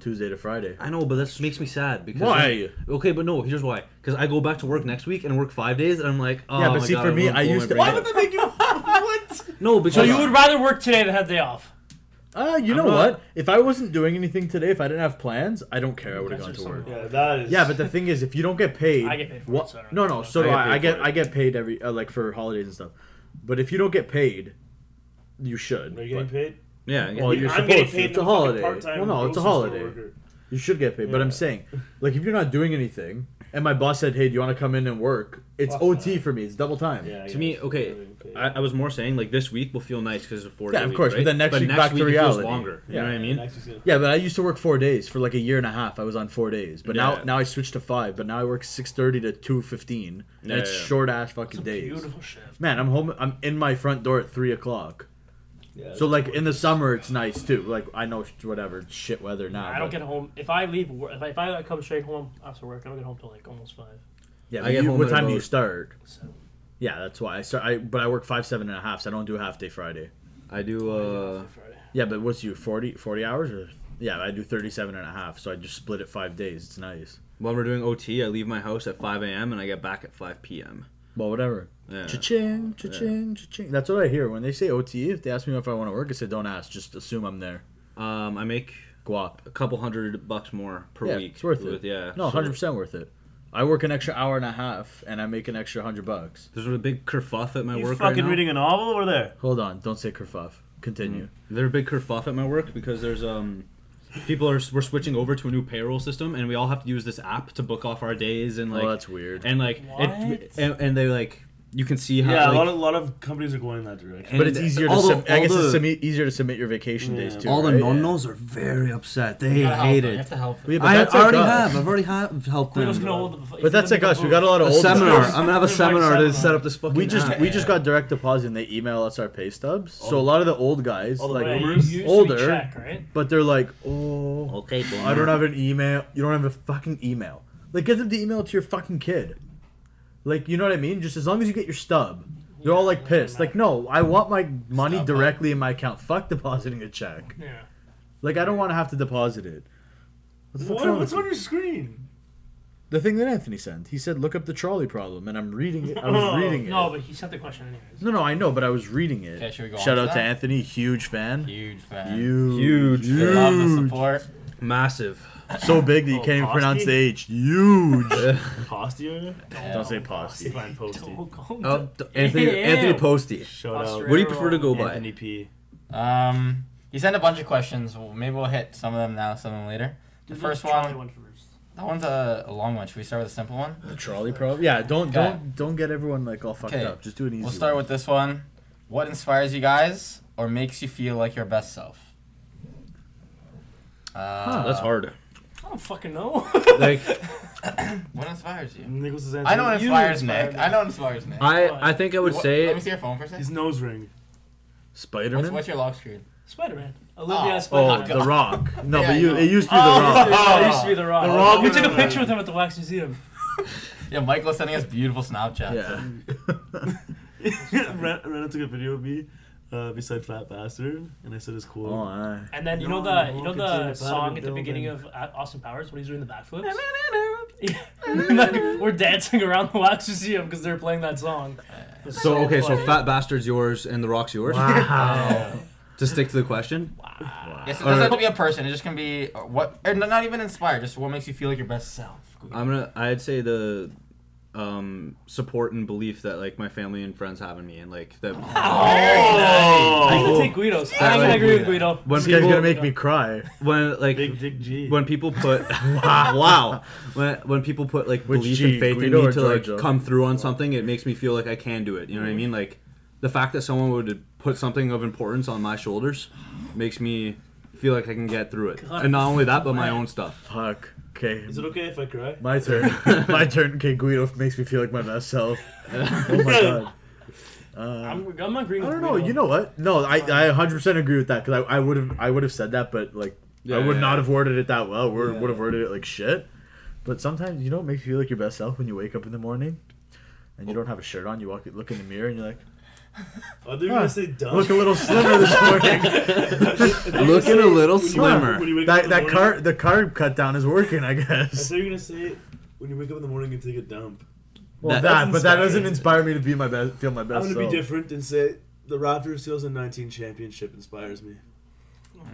Speaker 5: Tuesday to Friday.
Speaker 3: I know, but that makes me sad because
Speaker 5: Why?
Speaker 3: okay, but no, here's why. Because I go back to work next week and work five days, and I'm like, oh
Speaker 5: Yeah, but
Speaker 3: my
Speaker 5: see,
Speaker 3: God,
Speaker 5: for
Speaker 3: I'm
Speaker 5: me,
Speaker 3: gonna
Speaker 5: I
Speaker 3: blow my
Speaker 5: used to-
Speaker 3: brain
Speaker 5: Why
Speaker 3: out.
Speaker 5: would
Speaker 2: they make you what?
Speaker 3: No, because
Speaker 4: So you would rather work today than have day off.
Speaker 5: Uh, you know
Speaker 3: not-
Speaker 5: what? If I wasn't doing anything today, if I didn't have plans, I don't care. I would have
Speaker 4: guys
Speaker 5: gone
Speaker 4: are
Speaker 5: to
Speaker 4: so
Speaker 5: work.
Speaker 4: wrong.
Speaker 2: Yeah, that is.
Speaker 5: Yeah, but the thing is, if you don't get paid,
Speaker 4: I get paid for it,
Speaker 5: what-
Speaker 4: so I don't
Speaker 5: no,
Speaker 4: know.
Speaker 5: no. So
Speaker 2: I
Speaker 5: do
Speaker 2: get paid for
Speaker 5: I. I get
Speaker 2: it.
Speaker 5: I get paid every uh, like for holidays and stuff. But if you don't get paid, you should.
Speaker 2: Are you getting
Speaker 5: but-
Speaker 2: paid?
Speaker 3: yeah, yeah.
Speaker 5: Well, you're
Speaker 2: I'm
Speaker 5: supposed
Speaker 2: getting
Speaker 5: to.
Speaker 2: paid.
Speaker 5: It's a holiday. Well, no, it's a holiday. You should get paid. But I'm
Speaker 2: Yeah.
Speaker 5: saying, like, if you're not doing anything, and my boss said, "Hey, do you want to come in and work?" It's
Speaker 2: Fuck
Speaker 5: OT
Speaker 2: that.
Speaker 5: for me. It's double time.
Speaker 2: Yeah,
Speaker 3: to me, okay, I, I was more saying like this week will feel nice because it's a four.
Speaker 5: Yeah, of course, but then next week back to reality.
Speaker 3: longer. You
Speaker 5: Yeah.
Speaker 3: know what I mean?
Speaker 5: Yeah, but I used to work four days for like a year and a half. I was on four days, but now
Speaker 3: Yeah.
Speaker 5: now I switched to five. But now I work six thirty to two fifteen, and
Speaker 3: Yeah,
Speaker 5: it's
Speaker 3: yeah.
Speaker 5: short ass fucking
Speaker 4: It's a
Speaker 5: days.
Speaker 4: beautiful shift.
Speaker 5: Man, I'm home. I'm in my front door at three o'clock. So like in the summer, it's nice too. Like I know it's whatever it's shit weather now.
Speaker 4: I don't
Speaker 5: but-
Speaker 4: get home if I leave. wor- If I, if I come straight home after work, I don't get home till like almost five.
Speaker 5: Yeah,
Speaker 3: I
Speaker 5: but
Speaker 3: get
Speaker 5: you,
Speaker 3: home
Speaker 5: what
Speaker 3: at
Speaker 5: time do you
Speaker 3: about-
Speaker 5: start?
Speaker 4: So
Speaker 5: Yeah, that's why I start. I but I work five seven and a half, so I don't do a half day Friday.
Speaker 3: I do. uh
Speaker 4: Friday.
Speaker 5: Yeah, but what's you 40, 40 hours or? Yeah, I do 37 and a half, so I just split it five days. It's nice.
Speaker 3: When we're doing OT, I leave my house at 5 a.m. and I get back at 5 p.m.
Speaker 5: Well, whatever.
Speaker 3: Yeah.
Speaker 5: Cha-ching, cha-ching, cha-ching. That's what I hear when they say OT. If they ask me if I want to work, I say don't ask. Just assume I'm there.
Speaker 3: Um, I make
Speaker 5: Guap.
Speaker 3: a couple hundred bucks more per
Speaker 5: Yeah,
Speaker 3: week.
Speaker 5: it's worth
Speaker 3: with-
Speaker 5: it.
Speaker 3: Yeah.
Speaker 5: No,
Speaker 3: so
Speaker 5: hundred percent worth it. I work an extra hour and a half, and I make an extra hundred bucks.
Speaker 3: There's a big kerfuff at my
Speaker 2: You
Speaker 3: work
Speaker 2: fucking
Speaker 3: right now.
Speaker 2: reading a novel over there?
Speaker 5: Hold on, don't say kerfuff. Continue.
Speaker 3: There's a big kerfuff at my work because there's um people are we're switching over to a new payroll system and we all have to use this app to book off our days and like
Speaker 5: oh, that's weird.
Speaker 3: and like it,
Speaker 4: What?
Speaker 3: and, and they like you can see how
Speaker 2: Yeah, a
Speaker 3: like,
Speaker 2: lot of a lot of companies are going that direction.
Speaker 3: and
Speaker 5: but it's easier to
Speaker 3: all the-
Speaker 5: sub- I
Speaker 3: all
Speaker 5: guess
Speaker 3: the-
Speaker 5: it's submit, easier to submit your vacation days
Speaker 2: Yeah.
Speaker 5: too.
Speaker 3: all the
Speaker 5: right?
Speaker 3: non-nos are very upset. They
Speaker 1: You gotta help
Speaker 3: hate
Speaker 1: them. You
Speaker 3: it.
Speaker 1: have to help them.
Speaker 5: Yeah, but
Speaker 3: I
Speaker 5: that's
Speaker 3: already
Speaker 5: like us.
Speaker 3: have. I've already have helped them.
Speaker 4: Kudos gonna hold the- he's gonna
Speaker 5: But that's
Speaker 4: make
Speaker 5: like
Speaker 4: a
Speaker 5: us. We
Speaker 4: move.
Speaker 5: got a lot of
Speaker 3: a
Speaker 5: old
Speaker 3: seminar.
Speaker 5: guys.
Speaker 3: I'm gonna have a
Speaker 4: Like
Speaker 3: seminar to
Speaker 4: seminar.
Speaker 3: set up this fucking.
Speaker 5: We just
Speaker 3: app.
Speaker 5: we just got direct deposit and they email us our pay stubs. So a lot of the old guys
Speaker 2: All the
Speaker 5: like
Speaker 4: Right, you-
Speaker 2: boomers?
Speaker 4: you used to be
Speaker 5: older,
Speaker 4: Czech, right?
Speaker 5: but they're like, oh,
Speaker 3: okay. Boomer.
Speaker 5: I don't have an email. You don't have a fucking email. Like get them to email it to your fucking kid. Like you know what I mean? Just as long as you get your stub. They're all like
Speaker 4: Yeah, doesn't
Speaker 5: pissed. Like, no, I want my money
Speaker 1: Stub, huh?
Speaker 5: directly in my account. Fuck depositing a check.
Speaker 4: Yeah.
Speaker 5: Like, I don't want to have to deposit it. What the fuck's wrong
Speaker 2: What, what's
Speaker 5: with you?
Speaker 2: on your screen?
Speaker 5: The thing that Anthony sent. He said, "Look up the trolley problem," and I'm reading it.
Speaker 2: No,
Speaker 5: I was reading it.
Speaker 4: No, but he sent the question anyways.
Speaker 5: no, no, I know, but I was reading it.
Speaker 1: Okay, should we go
Speaker 5: Shout
Speaker 1: on
Speaker 5: out
Speaker 1: to
Speaker 5: to
Speaker 1: that?
Speaker 5: Anthony, huge fan.
Speaker 1: Huge fan.
Speaker 5: Huge,
Speaker 3: Huge.
Speaker 1: We love the support.
Speaker 3: massive.
Speaker 5: So big that you
Speaker 2: Oh,
Speaker 5: can't even
Speaker 2: Posky?
Speaker 5: pronounce the H. Huge.
Speaker 2: Postia?
Speaker 1: Yeah.
Speaker 5: Don't say posty.
Speaker 2: Divine Posty.
Speaker 3: Oh, d- Anthony Anthony Posty.
Speaker 2: Shout out.
Speaker 4: Australia.
Speaker 3: What do you prefer to go by?
Speaker 2: Anthony P.
Speaker 1: Um, he sent a bunch of questions. Well, Maybe we'll hit some of them now, some of them later. The first one, that one's a, a long one. Should we start with a simple one?
Speaker 5: The trolley problem. Yeah, don't
Speaker 1: Okay.
Speaker 5: don't don't get everyone like all fucked
Speaker 1: Okay.
Speaker 5: up. Just do an easy.
Speaker 1: We'll start
Speaker 5: one.
Speaker 1: with this one. What inspires you guys or makes you feel like your best self? Uh,
Speaker 3: That's hard.
Speaker 4: I don't don't fucking know.
Speaker 3: Like
Speaker 1: What inspires you?
Speaker 2: Nicholas is
Speaker 1: I know what
Speaker 2: answering- You
Speaker 1: inspires
Speaker 2: inspire
Speaker 1: Nick.
Speaker 2: me.
Speaker 1: I know what inspires Nick.
Speaker 3: I, I think I would
Speaker 1: What-
Speaker 3: say
Speaker 1: Let me see your phone for a
Speaker 2: His
Speaker 1: second.
Speaker 2: nose ring.
Speaker 1: What's,
Speaker 3: Spider-Man.
Speaker 1: what's your lock screen?
Speaker 4: Spider-Man. Olivia
Speaker 1: Oh,
Speaker 3: oh,
Speaker 4: Spider-Man.
Speaker 3: The Rock. No,
Speaker 1: Yeah,
Speaker 3: but you
Speaker 1: no.
Speaker 3: it used to be
Speaker 4: Oh,
Speaker 3: The
Speaker 4: it used to
Speaker 3: Rock.
Speaker 4: be-
Speaker 1: Rock.
Speaker 4: it used to be The Rock.
Speaker 2: The Rock
Speaker 4: We
Speaker 2: was
Speaker 4: took a
Speaker 2: in
Speaker 4: picture
Speaker 2: there.
Speaker 4: with him at the Wax Museum.
Speaker 1: Yeah, Michael's sending us beautiful Snapchats.
Speaker 3: Yeah.
Speaker 2: Ren- Renna took a video of me uh, beside Fat Bastard, and I said his quote.
Speaker 5: Oh, aye.
Speaker 4: And then you
Speaker 2: No,
Speaker 4: know the
Speaker 2: no,
Speaker 4: you know
Speaker 2: continue
Speaker 4: the
Speaker 2: to
Speaker 4: song at the
Speaker 2: build
Speaker 4: beginning
Speaker 2: and-
Speaker 4: of uh, Austin Powers when he's doing the backflips. Yeah. Like, we're dancing around the Wax Museum because they're playing that song. It's
Speaker 3: So okay, so
Speaker 4: funny.
Speaker 3: Fat Bastard's yours and The Rock's yours.
Speaker 5: Wow.
Speaker 3: to stick to the question.
Speaker 1: Yes, it
Speaker 3: Or-
Speaker 1: doesn't have to be a person. It just can be uh, what, or n- not even inspired. Just what makes you feel like your best self.
Speaker 3: I'm gonna. I'd say the um, support and belief that like my family and friends have in me, and like that.
Speaker 4: I have to
Speaker 2: Oh!
Speaker 4: take Guido's.
Speaker 3: That
Speaker 4: I can
Speaker 3: was
Speaker 4: agree with
Speaker 3: Guido.
Speaker 4: Guido.
Speaker 3: When
Speaker 5: This guy's
Speaker 3: people,
Speaker 5: gonna make me cry.
Speaker 3: when like
Speaker 2: Big Dick G.
Speaker 3: when people put wow when when people put like
Speaker 5: Which
Speaker 3: belief
Speaker 5: G,
Speaker 3: and faith
Speaker 5: Guido
Speaker 3: in me
Speaker 5: or
Speaker 3: to like
Speaker 5: Giorgio?
Speaker 3: come through on something, it makes me feel like I can do it. You know what I mean? Like the fact that someone would put something of importance on my shoulders makes me feel like I can get through it.
Speaker 4: God.
Speaker 3: And not only that, but my own stuff.
Speaker 5: Fuck. Okay.
Speaker 2: Is it okay if I cry?
Speaker 5: My turn. my turn. Okay, Guido makes me feel like my best self. Oh my god. Uh,
Speaker 4: I'm, I'm agreeing
Speaker 5: I
Speaker 4: with
Speaker 5: don't know.
Speaker 4: Guido.
Speaker 5: You know what? No, I, I 100% agree with that because I would have I would have said that, but like
Speaker 3: Yeah,
Speaker 5: I would
Speaker 3: yeah,
Speaker 5: not
Speaker 3: yeah.
Speaker 5: have worded it that well. Would
Speaker 1: Yeah.
Speaker 5: would have worded it like shit. But sometimes you know it makes you feel like your best self when you wake up in the morning and you don't have a shirt on. You walk look in the mirror and you're like,
Speaker 2: Are they
Speaker 5: Huh.
Speaker 2: Oh, gonna say dumb?
Speaker 5: look a little slimmer this morning.
Speaker 3: Looking a little
Speaker 2: slimmer.
Speaker 3: slimmer.
Speaker 5: that that car the carb cut down is working, I
Speaker 2: I
Speaker 5: guess.
Speaker 2: thought you were gonna say when you wake up in the morning and take a dump.
Speaker 5: Well,
Speaker 3: That-
Speaker 5: that,
Speaker 2: that's
Speaker 5: but that
Speaker 2: inspiring.
Speaker 5: doesn't inspire me to be my best, feel my
Speaker 2: I'm
Speaker 5: best.
Speaker 2: gonna
Speaker 5: self.
Speaker 2: be different and say the Raptors 2019 championship inspires me.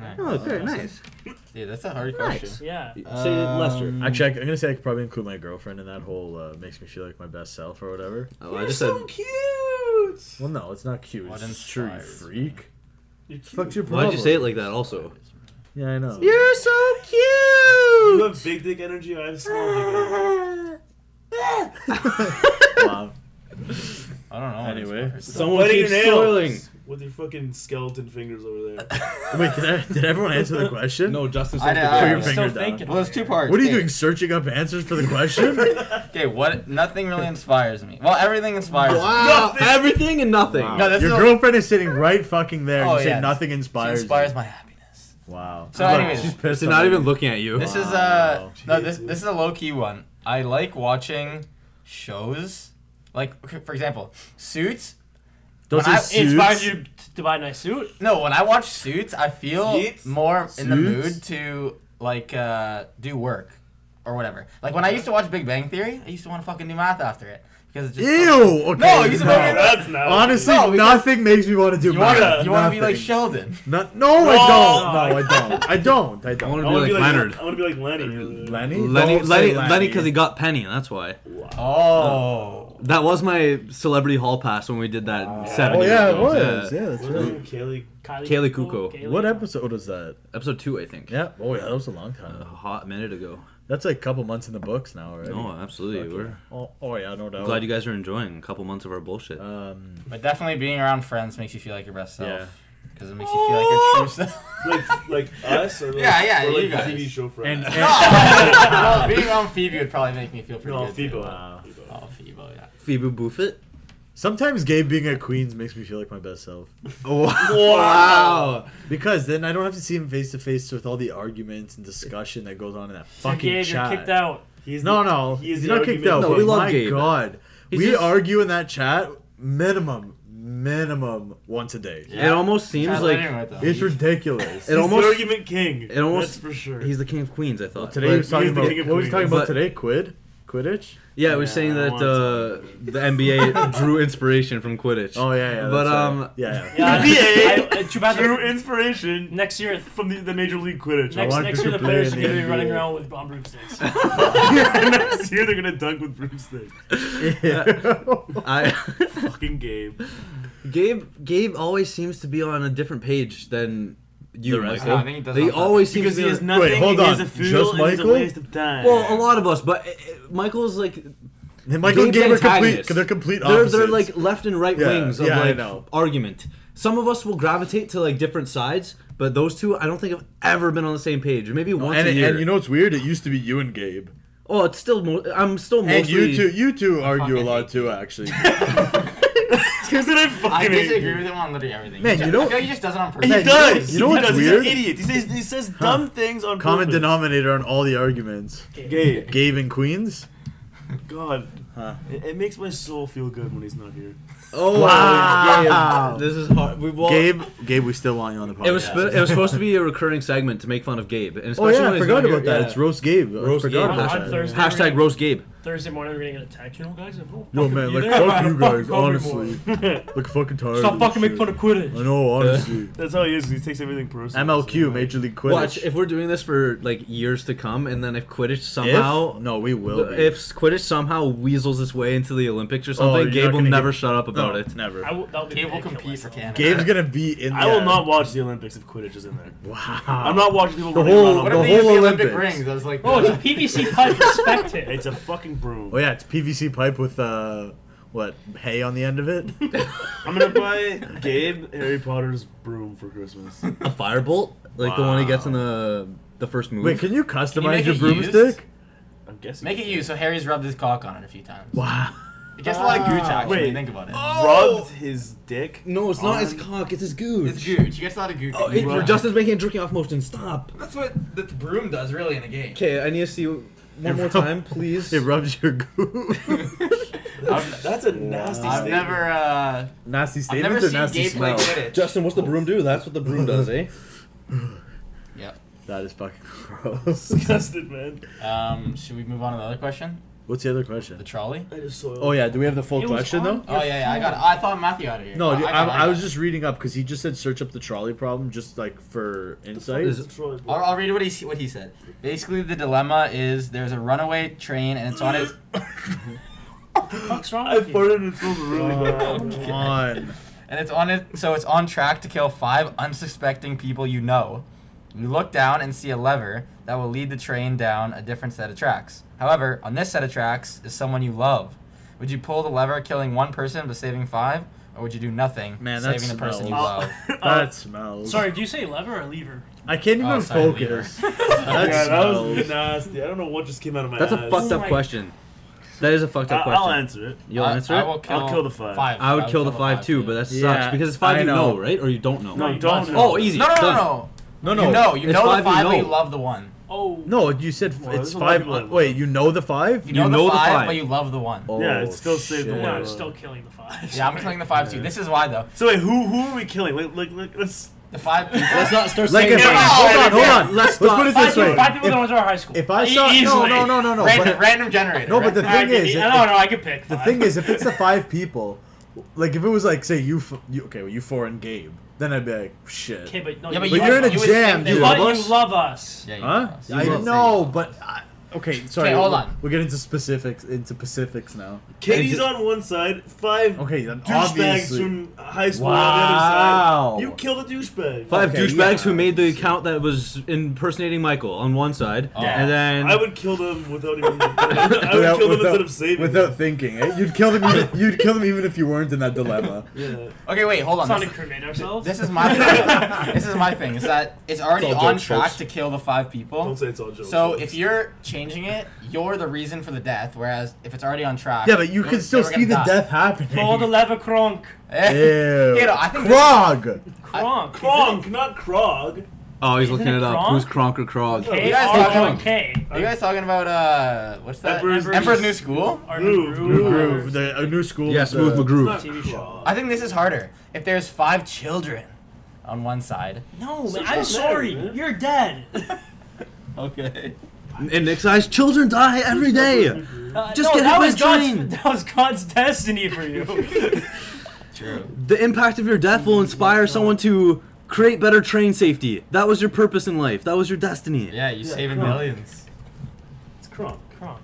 Speaker 1: Nice.
Speaker 3: okay, Oh, nice.
Speaker 1: Dude, that's a hard
Speaker 3: Nice.
Speaker 1: question.
Speaker 4: Yeah.
Speaker 3: Say Lester.
Speaker 1: Um,
Speaker 5: Actually, I, am gonna say I could probably include my girlfriend in that whole uh, makes me feel like my best self or whatever.
Speaker 3: Oh, I just said
Speaker 2: cute.
Speaker 5: Well, no, it's not cute.
Speaker 1: What
Speaker 5: it's true, you
Speaker 1: inspires
Speaker 5: freak.
Speaker 2: You're cute.
Speaker 5: Fuck's your problem?
Speaker 3: Why'd you say it like that? Also,
Speaker 5: Yeah, I know.
Speaker 3: you're so
Speaker 2: You
Speaker 3: cute.
Speaker 2: have big dick energy. I have small dick energy.
Speaker 1: I
Speaker 5: wow.
Speaker 1: don't know. what
Speaker 5: Anyway.
Speaker 1: inspires you.
Speaker 3: Someone
Speaker 2: Biting
Speaker 3: keeps soiling.
Speaker 2: with your fucking skeleton fingers over there.
Speaker 5: Wait, did, I, did everyone answer the question?
Speaker 3: No, Justin
Speaker 1: I
Speaker 3: said
Speaker 1: did-
Speaker 3: the
Speaker 1: I
Speaker 5: Put
Speaker 1: did.
Speaker 5: your
Speaker 1: I'm
Speaker 4: still
Speaker 5: finger down.
Speaker 4: thinking.
Speaker 1: Well, there's two parts.
Speaker 5: What are you
Speaker 1: Okay.
Speaker 5: doing? Searching up answers for the question?
Speaker 1: Okay, what? Nothing really inspires me. Well, everything inspires me.
Speaker 3: Wow, everything and nothing.
Speaker 1: No, this
Speaker 5: your
Speaker 1: is a-
Speaker 5: girlfriend is sitting right fucking there. and
Speaker 1: Oh,
Speaker 5: you say
Speaker 1: yeah.
Speaker 5: nothing
Speaker 1: She
Speaker 5: inspires.
Speaker 1: inspires
Speaker 5: you.
Speaker 1: my happiness.
Speaker 5: Wow.
Speaker 1: So
Speaker 5: Look,
Speaker 1: anyways-
Speaker 5: she's pissed.
Speaker 3: They're
Speaker 5: on
Speaker 3: not even
Speaker 5: you.
Speaker 3: looking at you.
Speaker 1: This is uh
Speaker 5: Wow.
Speaker 1: no this
Speaker 2: Jesus.
Speaker 1: this is a low key one. I like watching shows like okay, for example Suits.
Speaker 5: Those
Speaker 1: when
Speaker 5: are
Speaker 1: I-
Speaker 4: It inspires
Speaker 5: suits.
Speaker 4: you t- to buy a nice suit.
Speaker 1: No, when I watch Suits, I feel
Speaker 2: Suits?
Speaker 1: more in the
Speaker 5: Suits?
Speaker 1: mood to like uh do work or whatever. Like when I used to watch Big Bang Theory, I used to want to fucking do math after it because it's just
Speaker 5: Ew. Okay.
Speaker 1: No, he's a fucking-
Speaker 2: that's not
Speaker 5: Honestly,
Speaker 1: No, because-
Speaker 5: nothing makes me want to do
Speaker 1: You
Speaker 5: math.
Speaker 1: want to you want to be like
Speaker 5: Nothing.
Speaker 1: Sheldon.
Speaker 5: No, no,
Speaker 2: No.
Speaker 5: I don't. No, I don't. I don't. I
Speaker 2: I
Speaker 3: I want
Speaker 5: don't.
Speaker 3: to be
Speaker 2: wanna
Speaker 3: like,
Speaker 2: be like
Speaker 3: Leonard.
Speaker 2: I want to be like Lenny.
Speaker 3: Lenny,
Speaker 5: Lenny? Don't say
Speaker 3: Lenny, Lenny, because he got Penny. That's why.
Speaker 1: Oh.
Speaker 3: That was my celebrity hall pass when we did that seven.
Speaker 5: Oh
Speaker 3: years
Speaker 5: yeah, it
Speaker 3: ago.
Speaker 5: was. Yeah, that's
Speaker 2: What
Speaker 5: right.
Speaker 2: about Kaylee?
Speaker 4: Kylie,
Speaker 3: Kaylee Kuko.
Speaker 4: Kaylee.
Speaker 5: What episode was that?
Speaker 3: Episode two, I think.
Speaker 5: Yeah. Oh yeah, that was a long time.
Speaker 3: A
Speaker 5: ago.
Speaker 3: hot minute ago.
Speaker 5: That's like a couple months in the books now, right?
Speaker 3: No, absolutely. We're
Speaker 5: Oh, oh yeah, no doubt.
Speaker 3: glad you guys are enjoying a couple months of our bullshit.
Speaker 5: Um,
Speaker 1: But definitely being around friends makes you feel like your best
Speaker 5: Yeah.
Speaker 1: self. Because it makes you feel like your true self.
Speaker 2: Like, like us? Or like,
Speaker 1: Yeah, yeah,
Speaker 2: or like
Speaker 1: you
Speaker 2: the
Speaker 1: guys.
Speaker 2: TV show
Speaker 5: and,
Speaker 2: friends.
Speaker 5: and
Speaker 1: well, being around Phoebe would probably make me feel pretty
Speaker 2: no,
Speaker 1: good.
Speaker 2: Phoebe.
Speaker 1: too.
Speaker 5: Wow.
Speaker 2: Phoebe.
Speaker 1: Oh, Phoebe, yeah.
Speaker 3: Phoebe Buffett.
Speaker 5: sometimes Gabe being at Queens makes me feel like my best self
Speaker 3: Wow.
Speaker 5: because then I don't have to see him face to face with all the arguments and discussion that goes on in that
Speaker 4: So
Speaker 5: fucking
Speaker 4: Gabe, you're
Speaker 5: chat.
Speaker 4: kicked out.
Speaker 2: He's
Speaker 5: No, no,
Speaker 2: He is
Speaker 5: he's
Speaker 2: the
Speaker 5: not kicked
Speaker 2: argument.
Speaker 5: out.
Speaker 3: No,
Speaker 5: but
Speaker 3: we love
Speaker 5: my
Speaker 3: Gabe.
Speaker 5: God,
Speaker 3: He's
Speaker 5: we
Speaker 3: just-
Speaker 5: argue in that chat minimum, minimum once a day.
Speaker 1: Yeah.
Speaker 3: It almost seems
Speaker 1: Kinda
Speaker 3: like
Speaker 1: living with them.
Speaker 5: It's ridiculous.
Speaker 3: it
Speaker 2: He's the
Speaker 3: almost
Speaker 2: argument king.
Speaker 3: it almost-
Speaker 2: that's for sure.
Speaker 3: he's the king of Queens. I thought
Speaker 5: today he was
Speaker 2: But-
Speaker 5: talking
Speaker 2: He's the
Speaker 5: about
Speaker 2: king of
Speaker 5: what was he talking about
Speaker 3: Queens.
Speaker 5: today? Quid, Quidditch.
Speaker 3: Yeah, we're
Speaker 2: Yeah,
Speaker 3: saying
Speaker 2: I
Speaker 3: that
Speaker 2: want
Speaker 3: uh, the NBA drew inspiration from Quidditch.
Speaker 5: Oh yeah, yeah.
Speaker 3: But
Speaker 5: that's right.
Speaker 3: um,
Speaker 5: yeah,
Speaker 4: Yeah,
Speaker 5: yeah.
Speaker 2: NBA.
Speaker 4: I- I- too bad
Speaker 2: True
Speaker 4: that
Speaker 2: inspiration
Speaker 4: next year,
Speaker 2: from the, the Major League Quidditch.
Speaker 4: next,
Speaker 5: want
Speaker 4: next
Speaker 5: to
Speaker 4: year the
Speaker 5: play
Speaker 4: players
Speaker 5: in
Speaker 4: are
Speaker 5: the
Speaker 4: going to be running
Speaker 5: NBA.
Speaker 4: around with bomb broomsticks.
Speaker 2: next year they're gonna dunk with broomsticks.
Speaker 3: I
Speaker 2: Fucking game.
Speaker 3: Gabe Gabe always seems to be on a different page than you,
Speaker 5: The rest
Speaker 3: Michael.
Speaker 1: of- I think he does
Speaker 3: they
Speaker 1: on that.
Speaker 3: always seem
Speaker 2: Because
Speaker 3: to
Speaker 2: he
Speaker 3: be
Speaker 2: has
Speaker 3: on-
Speaker 2: nothing.
Speaker 5: Wait, hold
Speaker 2: he has
Speaker 5: on.
Speaker 2: a fool,
Speaker 5: Just
Speaker 2: and he's a
Speaker 5: Michael?
Speaker 2: waste of time.
Speaker 3: Well, a lot of us, but uh, uh, Michael's like
Speaker 5: And Michael
Speaker 3: Gabe's
Speaker 5: Gabe are complete.
Speaker 3: antagonist.
Speaker 5: They're complete
Speaker 3: they're
Speaker 5: opposites.
Speaker 3: they're like left and right
Speaker 5: Yeah,
Speaker 3: wings of
Speaker 5: yeah, I
Speaker 3: like
Speaker 5: know.
Speaker 3: argument. some of us will gravitate to like different sides, but those two I don't think have ever been on the same page. Maybe once
Speaker 5: And,
Speaker 3: a year.
Speaker 5: and you know what's weird? It used to be you and Gabe.
Speaker 3: oh, it's still mo- I'm still mostly
Speaker 5: And you two, you two argue a
Speaker 1: fucking
Speaker 5: lot too, actually.
Speaker 2: Because I fucking
Speaker 1: I
Speaker 2: hate
Speaker 1: disagree
Speaker 2: you.
Speaker 1: with him on literally everything.
Speaker 5: Man,
Speaker 1: He
Speaker 5: you
Speaker 1: ju- I
Speaker 5: know-
Speaker 1: feel like he just does it on
Speaker 5: Man,
Speaker 1: purpose.
Speaker 5: you know- you know
Speaker 2: He
Speaker 5: what's
Speaker 2: does.
Speaker 5: weird?
Speaker 2: He's an idiot. He says, he says dumb things on
Speaker 5: Common
Speaker 2: purpose.
Speaker 5: denominator on all the arguments.
Speaker 2: Gay.
Speaker 5: Gabe and Queens.
Speaker 2: God.
Speaker 5: Huh.
Speaker 2: It, it makes my soul feel good when he's not here.
Speaker 3: Oh,
Speaker 5: Wow. Oh,
Speaker 3: Gabe, this is hard. We, well,
Speaker 5: Gabe, Gabe, we still want you on the podcast.
Speaker 3: It was spe- it was supposed to be a recurring segment to make fun of Gabe, and
Speaker 5: Oh
Speaker 3: especially
Speaker 5: yeah,
Speaker 3: when
Speaker 5: I
Speaker 3: he's
Speaker 5: forgot
Speaker 3: not here-
Speaker 5: about that.
Speaker 3: yeah.
Speaker 5: It's roast Gabe. I
Speaker 3: Roast
Speaker 5: forgot
Speaker 3: Gabe.
Speaker 5: about
Speaker 4: On
Speaker 5: that.
Speaker 4: Thursday.
Speaker 3: Hashtag roast Gabe.
Speaker 4: Thursday morning, we're gonna get a text. You know, guys, I'm all
Speaker 5: Yo
Speaker 4: fucking
Speaker 5: man,
Speaker 4: be
Speaker 5: like
Speaker 4: there.
Speaker 5: fuck you guys,
Speaker 4: Fuck everyone.
Speaker 5: honestly. Like fucking tired.
Speaker 4: Stop
Speaker 5: of this
Speaker 4: fucking making
Speaker 5: shit.
Speaker 4: fun of Quidditch.
Speaker 5: I know, honestly.
Speaker 2: That's how he is. He takes everything personal.
Speaker 5: MLQ, Major League Quidditch.
Speaker 3: Watch if we're doing this for like years to come, and then if Quidditch
Speaker 5: If-
Speaker 3: somehow
Speaker 5: Oh, no, we will. Be.
Speaker 3: if Quidditch somehow weasels its way into the Olympics or
Speaker 5: Oh, you're
Speaker 3: something,
Speaker 5: not
Speaker 3: Gabe will
Speaker 5: gonna
Speaker 3: never
Speaker 5: get-
Speaker 3: shut up about
Speaker 5: No,
Speaker 3: it.
Speaker 5: never.
Speaker 4: I will, that'll be the
Speaker 1: Gabe
Speaker 4: day
Speaker 1: will
Speaker 4: I kill
Speaker 1: compete for
Speaker 4: myself.
Speaker 1: Canada.
Speaker 5: Gabe's gonna be in. The
Speaker 2: I will not watch the Olympics if Quidditch is in there.
Speaker 5: Wow.
Speaker 2: I'm not watching people
Speaker 5: The
Speaker 2: running
Speaker 5: whole-
Speaker 2: around
Speaker 1: What
Speaker 2: on
Speaker 1: if
Speaker 2: a-
Speaker 5: the
Speaker 1: they use the
Speaker 5: whole
Speaker 1: Olympic
Speaker 5: Olympics.
Speaker 1: rings? I was like,
Speaker 4: Oh, it's a PVC pipe. Respect it.
Speaker 2: It's a fucking broom.
Speaker 5: Oh yeah, it's PVC pipe with uh, what hay on the end of it.
Speaker 2: I'm gonna buy Gabe Harry Potter's broom for Christmas.
Speaker 3: A firebolt, like the one he gets in the the first movie.
Speaker 5: Wait, can you customize
Speaker 1: make
Speaker 5: your
Speaker 1: it
Speaker 5: broomstick?
Speaker 2: I'm guessing.
Speaker 1: make it you. So Harry's rubbed his cock on it a few times.
Speaker 5: Wow.
Speaker 1: It gets a lot of gooch action when you
Speaker 2: Wait.
Speaker 1: think about it.
Speaker 2: Rubbed his dick.
Speaker 3: no, it's not his
Speaker 2: on-
Speaker 3: cock. It's his gooch.
Speaker 1: It's gooch. He gets a lot of gooch.
Speaker 3: Oh, it-
Speaker 1: Right.
Speaker 3: Justin's making a jerking off motion. Stop.
Speaker 1: That's what the broom does, really, in a game.
Speaker 3: Okay, I need to see you one more
Speaker 5: rub-
Speaker 3: time, please.
Speaker 5: It rubs your goo.
Speaker 2: I've- that's a nasty.
Speaker 1: I've
Speaker 2: statement.
Speaker 1: never, uh,
Speaker 5: nasty
Speaker 1: I've
Speaker 5: statements
Speaker 1: never
Speaker 5: or
Speaker 1: seen
Speaker 5: nasty
Speaker 1: Gabe
Speaker 5: smell.
Speaker 1: play Quidditch.
Speaker 3: Justin, what's the broom do? That's what the broom does, eh?
Speaker 1: Yep.
Speaker 5: That is fucking gross.
Speaker 2: disgusted, man.
Speaker 1: Um, should we move on to the other question?
Speaker 5: What's the other
Speaker 1: The
Speaker 5: question?
Speaker 1: trolley?
Speaker 2: I just saw.
Speaker 5: Oh yeah, do we have the full
Speaker 4: It was
Speaker 5: question
Speaker 4: on-
Speaker 5: though?
Speaker 1: Oh yeah, yeah. I got. I thought Matthew out of here. Oh,
Speaker 5: No,
Speaker 1: I,
Speaker 5: dude,
Speaker 1: got
Speaker 5: I,
Speaker 1: mine
Speaker 5: I was
Speaker 1: out.
Speaker 5: just reading up because he just said search up the trolley problem just like for insight.
Speaker 3: is-
Speaker 2: Troy boy.
Speaker 1: I'll, I'll read what he what he said. Basically, the dilemma is there's a runaway train and it's on its.
Speaker 4: What's wrong
Speaker 2: I
Speaker 4: with you?
Speaker 2: farted and it smells really bad.
Speaker 5: Come on.
Speaker 1: and it's on it so it's on track to kill five unsuspecting people you know you look down and see a lever that will lead the train down a different set of tracks however on this set of tracks is someone you love would you pull the lever killing one person but saving five or would you do nothing
Speaker 5: Man, that
Speaker 1: saving the person you
Speaker 5: smells.
Speaker 1: love
Speaker 5: That smells.
Speaker 4: Sorry, do you say lever or lever?
Speaker 5: I can't even
Speaker 1: Oh, sorry,
Speaker 5: focus. that
Speaker 2: yeah, that
Speaker 5: smells.
Speaker 2: was nasty. I don't know what just came out of my.
Speaker 3: That's
Speaker 2: ass.
Speaker 3: a fucked up
Speaker 4: my-
Speaker 3: question. That is a fucked
Speaker 2: I-
Speaker 3: up question.
Speaker 2: I'll answer it.
Speaker 3: You'll
Speaker 1: I-
Speaker 3: answer
Speaker 1: I
Speaker 3: it?
Speaker 1: will kill,
Speaker 2: kill the five.
Speaker 3: I would kill the five, too, but that sucks
Speaker 5: Yeah,
Speaker 3: because it's five
Speaker 5: I
Speaker 3: you know.
Speaker 5: know.
Speaker 3: right? Or you don't know.
Speaker 2: No,
Speaker 4: you
Speaker 2: you don't.
Speaker 4: must-
Speaker 2: know.
Speaker 3: Oh, easy.
Speaker 1: no, no, no,
Speaker 3: Done.
Speaker 1: no,
Speaker 5: No,
Speaker 1: no. You know, you
Speaker 3: it's
Speaker 1: know the
Speaker 3: five you
Speaker 1: five, but you
Speaker 3: know.
Speaker 1: love the one.
Speaker 4: Oh,
Speaker 5: No, you said f-
Speaker 2: Well,
Speaker 5: it's
Speaker 2: there's a lot of
Speaker 5: five.
Speaker 2: people that-
Speaker 5: wait, you know the five?
Speaker 1: You know, the, five, but you love the one.
Speaker 3: Oh,
Speaker 2: Yeah, it's still saved the
Speaker 5: shit.
Speaker 4: no,
Speaker 2: one.
Speaker 4: I'm still killing the five.
Speaker 1: Yeah, I'm killing the five too. This is why though.
Speaker 2: So wait, who who are we killing? Like, like, like let's.
Speaker 1: The five people.
Speaker 3: Let's not start
Speaker 5: Like
Speaker 3: saying
Speaker 5: if
Speaker 2: Yeah,
Speaker 5: I,
Speaker 2: yeah,
Speaker 5: hold on, hold
Speaker 2: yeah.
Speaker 5: on.
Speaker 3: Let's
Speaker 5: Let's, not-
Speaker 3: put it
Speaker 4: Five
Speaker 3: this
Speaker 4: people,
Speaker 3: way.
Speaker 4: five people that went to our high school.
Speaker 5: If I saw, no,
Speaker 4: Easily.
Speaker 5: no, no, no, no.
Speaker 1: random,
Speaker 5: But
Speaker 1: random generator.
Speaker 5: No, but the
Speaker 1: right?
Speaker 5: thing
Speaker 4: I,
Speaker 5: is,
Speaker 4: I
Speaker 5: it-
Speaker 4: don't know. I could pick.
Speaker 5: the
Speaker 4: five.
Speaker 5: thing is, if it's the five people, like if it was like say you, f- you okay, well, you four and Gabe, then I'd be like shit.
Speaker 4: okay, but no,
Speaker 1: Yeah, but,
Speaker 5: But
Speaker 1: you
Speaker 5: you're
Speaker 1: would-
Speaker 5: in a
Speaker 1: you would
Speaker 5: jam,
Speaker 1: think
Speaker 5: dude.
Speaker 1: they love
Speaker 4: You love,
Speaker 5: love
Speaker 4: you
Speaker 5: us?
Speaker 4: love us.
Speaker 1: Yeah, you
Speaker 5: Huh?
Speaker 1: lost.
Speaker 5: I
Speaker 1: You lost.
Speaker 5: know, but I, okay. Sorry.
Speaker 1: hold
Speaker 5: we'll-
Speaker 1: on.
Speaker 5: We'll get into specifics into Pacifics now.
Speaker 2: Katie's
Speaker 3: Into-
Speaker 2: on one side, five
Speaker 5: Okay, then
Speaker 2: douchebags
Speaker 5: obviously.
Speaker 2: from high school on the other side.
Speaker 5: Wow.
Speaker 2: You kill the douchebag.
Speaker 3: Five
Speaker 5: Okay,
Speaker 3: douchebags
Speaker 5: yeah.
Speaker 3: who made the account that was impersonating Michael on one side,
Speaker 1: Yeah.
Speaker 3: and then
Speaker 2: I would kill them without even. I would kill them instead of saving.
Speaker 5: without
Speaker 2: them.
Speaker 5: thinking. eh? You'd kill them. Even, you'd kill them even if you weren't in that dilemma.
Speaker 2: Yeah.
Speaker 1: Okay, wait, hold on.
Speaker 4: Let's not
Speaker 1: This-
Speaker 4: incriminate ourselves.
Speaker 1: This is my thing. this is my thing. Is that it's already
Speaker 5: It's all
Speaker 1: on
Speaker 5: jokes,
Speaker 1: track
Speaker 5: folks.
Speaker 1: to kill the five people.
Speaker 2: Don't say it's all jokes.
Speaker 1: So if you're changing it, you're the reason for the death. Whereas if it's already on track,
Speaker 5: Yeah, but you
Speaker 1: they
Speaker 5: can
Speaker 1: were-
Speaker 5: still
Speaker 1: they were
Speaker 5: see the
Speaker 1: gonna die.
Speaker 5: death happening.
Speaker 4: Pull the lever, Kronk.
Speaker 5: Ew.
Speaker 1: Kato, I think this-
Speaker 5: Krog.
Speaker 4: Kronk.
Speaker 2: Kronk, not Krog.
Speaker 3: oh, he's
Speaker 4: Isn't
Speaker 3: looking
Speaker 4: it
Speaker 3: it, up.
Speaker 4: Kronk?
Speaker 3: Who's Kronk or Krog?
Speaker 1: Are you
Speaker 4: K
Speaker 1: guys
Speaker 4: R O
Speaker 1: talking-
Speaker 4: K.
Speaker 1: Are you guys talking about uh, what's that?
Speaker 2: Emperor's-
Speaker 1: Emperor's New School.
Speaker 4: Our
Speaker 2: Groove,
Speaker 4: groove.
Speaker 5: Groove. The a new school.
Speaker 3: Yeah,
Speaker 5: with
Speaker 3: smooth
Speaker 5: the-
Speaker 3: McGroove.
Speaker 2: Not
Speaker 4: TV show.
Speaker 1: I think this is harder. If there's five children on one side.
Speaker 4: No, man.
Speaker 2: it's
Speaker 4: I'm
Speaker 2: not
Speaker 4: sorry.
Speaker 2: there, man.
Speaker 4: You're dead.
Speaker 1: Okay.
Speaker 3: In Nick's eyes, children die every day.
Speaker 4: Uh,
Speaker 3: Just
Speaker 4: no,
Speaker 3: get hit
Speaker 4: that
Speaker 3: by
Speaker 4: was
Speaker 3: a
Speaker 4: God's-
Speaker 3: train.
Speaker 4: That was God's destiny for you.
Speaker 1: True.
Speaker 3: The impact of your death will inspire someone to create better train safety. That was your purpose in life. That was your destiny.
Speaker 1: Yeah, you're saving
Speaker 2: come on.
Speaker 1: millions.
Speaker 2: It's Kronk.
Speaker 4: Kronk.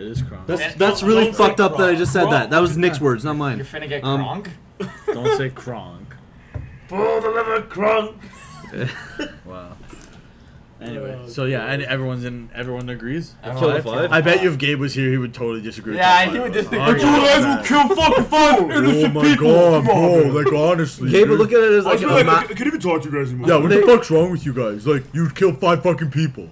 Speaker 5: It is Krog.
Speaker 3: That's,
Speaker 1: Yeah.
Speaker 3: that's really
Speaker 2: Don't say
Speaker 3: fucked up that I just said
Speaker 4: Kronk.
Speaker 3: that. That was Nick's words, not
Speaker 1: You're
Speaker 3: mine.
Speaker 1: finna get
Speaker 3: Um,
Speaker 1: Kronk.
Speaker 5: Don't say Krong.
Speaker 2: Pull the lever, Kronk.
Speaker 5: Wow. Anyway,
Speaker 4: Oh,
Speaker 5: so yeah, and everyone's in. Everyone agrees.
Speaker 1: I don't
Speaker 3: Kill
Speaker 1: know,
Speaker 3: the
Speaker 1: I'd
Speaker 3: five?
Speaker 5: I bet you if Gabe was here, he would totally disagree. with
Speaker 1: Yeah,
Speaker 5: that
Speaker 1: he
Speaker 5: line.
Speaker 1: would disagree.
Speaker 5: Oh,
Speaker 1: Dude, I
Speaker 5: yeah.
Speaker 2: kill fucking five
Speaker 5: Oh my god, bro! Like honestly,
Speaker 3: Gabe
Speaker 5: dude.
Speaker 3: would look at it as like, a ma-
Speaker 2: can't even talk to you guys anymore.
Speaker 5: Yeah, what the fuck's wrong with you guys? Like, you'd kill five fucking people.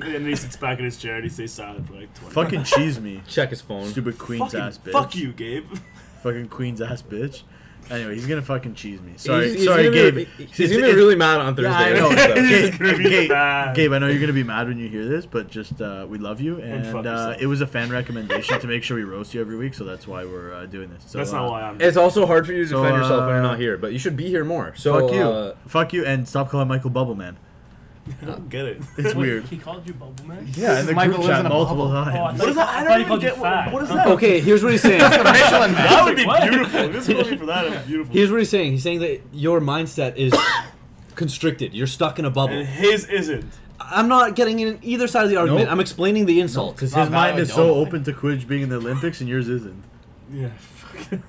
Speaker 2: And then he sits back in his chair and he stays silent for like 20
Speaker 5: Fucking cheese me,
Speaker 3: check his phone.
Speaker 5: stupid queen's
Speaker 2: fucking
Speaker 5: ass bitch.
Speaker 2: Fuck you, Gabe.
Speaker 5: fucking queen's ass bitch. Anyway, he's gonna fucking cheese me. Sorry,
Speaker 3: he's, he's
Speaker 5: sorry,
Speaker 3: gonna
Speaker 5: Gabe.
Speaker 3: be- he's gonna be really mad on Thursday.
Speaker 5: Yeah, I know.
Speaker 3: So-
Speaker 5: Gabe,
Speaker 2: gonna be
Speaker 5: Gabe,
Speaker 2: mad.
Speaker 5: Gabe, I know you're gonna be mad when you hear this, but just uh, we love you, and,
Speaker 2: fuck
Speaker 5: uh,
Speaker 2: yourself.
Speaker 5: it was a fan recommendation to make sure we roast you every week, so that's why we're uh, doing this. So,
Speaker 2: That's
Speaker 5: uh,
Speaker 2: not why I'm.
Speaker 3: It's also hard for you to
Speaker 5: So,
Speaker 3: defend yourself when you're
Speaker 5: uh,
Speaker 3: not here, but you should be here more. So
Speaker 5: Fuck you,
Speaker 3: uh,
Speaker 5: fuck you, and stop calling Michael Bubble Man.
Speaker 2: I don't get it.
Speaker 5: It's weird.
Speaker 4: He called you Bubble Man?
Speaker 5: Yeah, in the
Speaker 1: Michael
Speaker 5: group
Speaker 1: lives in
Speaker 5: chat
Speaker 1: a
Speaker 5: multiple
Speaker 1: bubble.
Speaker 4: Oh, I
Speaker 5: times.
Speaker 4: thought,
Speaker 2: is that? I
Speaker 4: I
Speaker 2: don't
Speaker 4: thought he
Speaker 2: even
Speaker 4: called you
Speaker 2: get what-
Speaker 4: fat.
Speaker 2: what is
Speaker 4: Huh?
Speaker 2: that?
Speaker 3: okay, here's what he's saying.
Speaker 1: Racial
Speaker 2: That would be
Speaker 1: What?
Speaker 2: beautiful. This would be for that. It'd be beautiful.
Speaker 3: here's what he's saying. He's saying that your mindset is constricted. You're stuck in a
Speaker 2: and
Speaker 3: bubble.
Speaker 2: his isn't.
Speaker 3: I'm not getting in either side of the argument.
Speaker 5: Nope.
Speaker 3: I'm explaining the insult.
Speaker 5: Because
Speaker 1: Not
Speaker 5: his
Speaker 1: bad,
Speaker 5: mind
Speaker 1: I
Speaker 5: is
Speaker 1: don't
Speaker 5: so
Speaker 1: like-
Speaker 5: open to Quidditch being in the Olympics, and yours isn't.
Speaker 2: Yeah. fucking-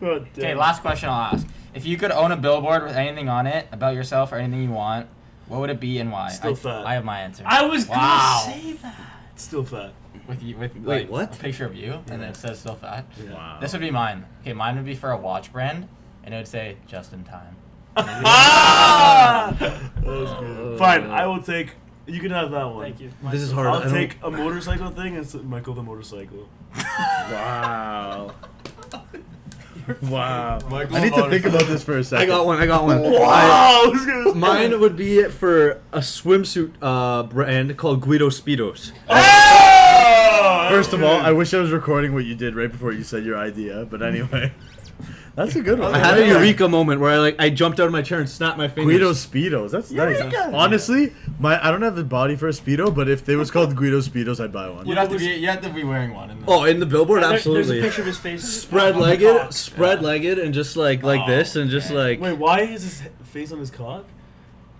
Speaker 2: God damn.
Speaker 1: Okay, last question I'll ask. If you could own a billboard with anything on it about yourself or anything you want, what would it be and why?
Speaker 2: Still
Speaker 1: I,
Speaker 2: fat.
Speaker 1: I have my answer.
Speaker 4: I was
Speaker 1: Wow.
Speaker 4: gonna say that.
Speaker 2: It's still fat.
Speaker 1: with you, with
Speaker 3: Wait,
Speaker 1: like,
Speaker 3: what?
Speaker 1: A picture of you, and then it says still fat.
Speaker 5: Wow.
Speaker 1: This would be mine. Okay, mine would be for a watch brand, and it would say just in time.
Speaker 2: Ah! That was
Speaker 3: Oh,
Speaker 2: good. Fine, I will take. You can have that one.
Speaker 4: Thank you.
Speaker 3: This is hard. I
Speaker 2: I'll
Speaker 3: don't-
Speaker 2: take a motorcycle thing and s- Michael the motorcycle.
Speaker 5: Wow. wow.
Speaker 1: Michael
Speaker 5: I need to think about this for a second.
Speaker 3: I got one. I got one. Uh,
Speaker 2: Wow! this guy's-
Speaker 3: Mine would be for a swimsuit uh, brand called Guido Speedos.
Speaker 2: Oh!
Speaker 5: First of all, I wish I was recording what you did right before you said your idea, but anyway. That's a good one.
Speaker 3: I had a eureka moment where I like I jumped out of my chair and snapped my fingers.
Speaker 5: Guido Speedos. That's nice.
Speaker 2: Eureka!
Speaker 5: Honestly, my I don't have the body for a Speedo, but if they was called Guido Speedos, I'd buy one.
Speaker 1: You'd have to be. You have to be wearing one. And
Speaker 3: Oh, in the billboard,
Speaker 4: There-
Speaker 3: absolutely.
Speaker 4: There's a picture of his face.
Speaker 3: spread
Speaker 4: on the
Speaker 3: legged,
Speaker 4: cock.
Speaker 3: spread legged, and just like like this, and just like
Speaker 2: Wait, why is his h- face on his cock?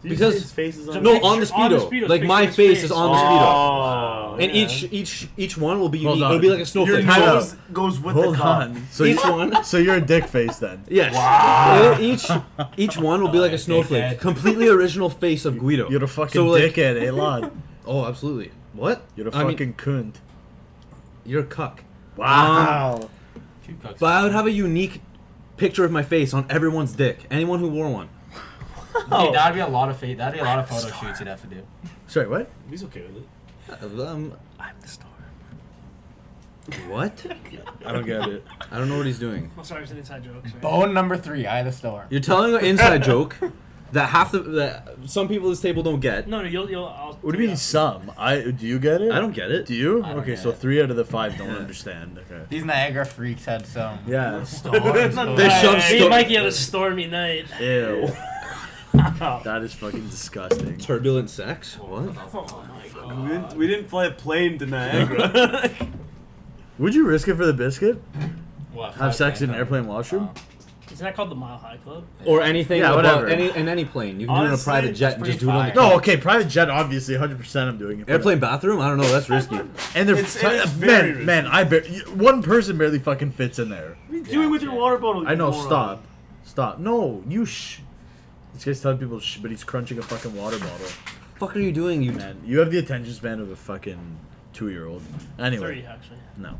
Speaker 2: Did you say
Speaker 3: Because-
Speaker 2: his face is on
Speaker 3: no
Speaker 2: his
Speaker 3: on the
Speaker 4: picture- on the
Speaker 3: speedo.
Speaker 4: Speedo,
Speaker 3: like
Speaker 4: picture
Speaker 3: my
Speaker 4: of his
Speaker 3: face
Speaker 4: face.
Speaker 3: is on the speedo,
Speaker 2: Oh,
Speaker 3: and
Speaker 2: yeah.
Speaker 3: each each each one will be
Speaker 5: Hold
Speaker 3: unique.
Speaker 5: on.
Speaker 3: It'll be like a
Speaker 2: your
Speaker 3: snowflake.
Speaker 5: Time out.
Speaker 2: nose goes with
Speaker 5: Hold
Speaker 2: the cock.
Speaker 5: on. So
Speaker 3: Each
Speaker 5: you,
Speaker 3: one.
Speaker 5: so you're a dick face then.
Speaker 3: Yes. It'll- Each each one will be like a snowflake. Completely original face of Guido.
Speaker 5: You're a fucking
Speaker 3: So, like-
Speaker 5: dickhead, eh, lad?
Speaker 3: Oh, absolutely. What?
Speaker 5: You're a
Speaker 3: I mean, um,
Speaker 5: fucking cunt.
Speaker 3: you're a cuck.
Speaker 5: Wow.
Speaker 1: Two cooks.
Speaker 3: But I would have a unique picture of my face on everyone's dick. Anyone who wore one.
Speaker 2: Oh.
Speaker 1: Dude, that'd be a lot of fate. That'd be a lot of photo shoots you'd have to do.
Speaker 5: Sorry, what?
Speaker 2: He's okay with it.
Speaker 3: Um,
Speaker 2: I'm the star.
Speaker 3: what?
Speaker 5: I don't get it.
Speaker 3: I don't know what he's doing.
Speaker 4: Oh, sorry, it's an inside joke. sorry.
Speaker 1: Bone number three. I the store.
Speaker 3: You're telling an inside joke that half the that some people at this table don't get.
Speaker 4: No, no, you'll, you'll. I'll
Speaker 5: What do you mean some? I do you get it?
Speaker 3: I don't get it.
Speaker 5: Do you?
Speaker 1: I don't
Speaker 5: Okay,
Speaker 1: get
Speaker 5: so
Speaker 1: it.
Speaker 5: three out of the five don't understand. Okay.
Speaker 1: These Niagara freaks had some.
Speaker 5: Yeah.
Speaker 1: Stars,
Speaker 2: Not
Speaker 1: though.
Speaker 3: They
Speaker 4: Alright,
Speaker 3: shove
Speaker 4: alright, Me
Speaker 3: sto-
Speaker 4: and Mikey had a stormy night.
Speaker 5: Ew.
Speaker 4: Oh,
Speaker 5: That is fucking disgusting.
Speaker 3: Turbulent sex? What?
Speaker 4: Oh my god.
Speaker 2: We didn't, we didn't fly a plane to Niagara.
Speaker 5: Would you risk it for the biscuit?
Speaker 1: What,
Speaker 5: Have
Speaker 1: five
Speaker 5: sex in an
Speaker 1: times?
Speaker 5: airplane washroom?
Speaker 4: Isn't that called the Mile High Club?
Speaker 3: Or anything?
Speaker 5: Yeah,
Speaker 3: about
Speaker 5: whatever.
Speaker 3: Any in any plane. You can do it
Speaker 2: Honestly,
Speaker 3: on a private jet and
Speaker 1: it's
Speaker 3: just do it on the
Speaker 1: pretty
Speaker 5: No,
Speaker 1: fire.
Speaker 3: couch.
Speaker 5: okay, private jet, obviously, 100% I'm doing it. for
Speaker 3: Airplane
Speaker 5: that.
Speaker 3: bathroom? I don't know. That's risky.
Speaker 5: And they're.
Speaker 2: It's-
Speaker 5: fu-
Speaker 2: it is very
Speaker 5: man,
Speaker 2: risky.
Speaker 5: man, I bar- you- One person barely fucking fits in there.
Speaker 2: What are you doing with your water bottle?
Speaker 5: I
Speaker 2: you
Speaker 5: know,
Speaker 2: moron?
Speaker 5: stop. Stop. No, you shh. This guy's telling people shh, but he's crunching a fucking water bottle.
Speaker 3: fuck are you doing, you
Speaker 5: Man, you have the attention span of a fucking two year old. Anyway.
Speaker 4: Three, actually.
Speaker 5: No.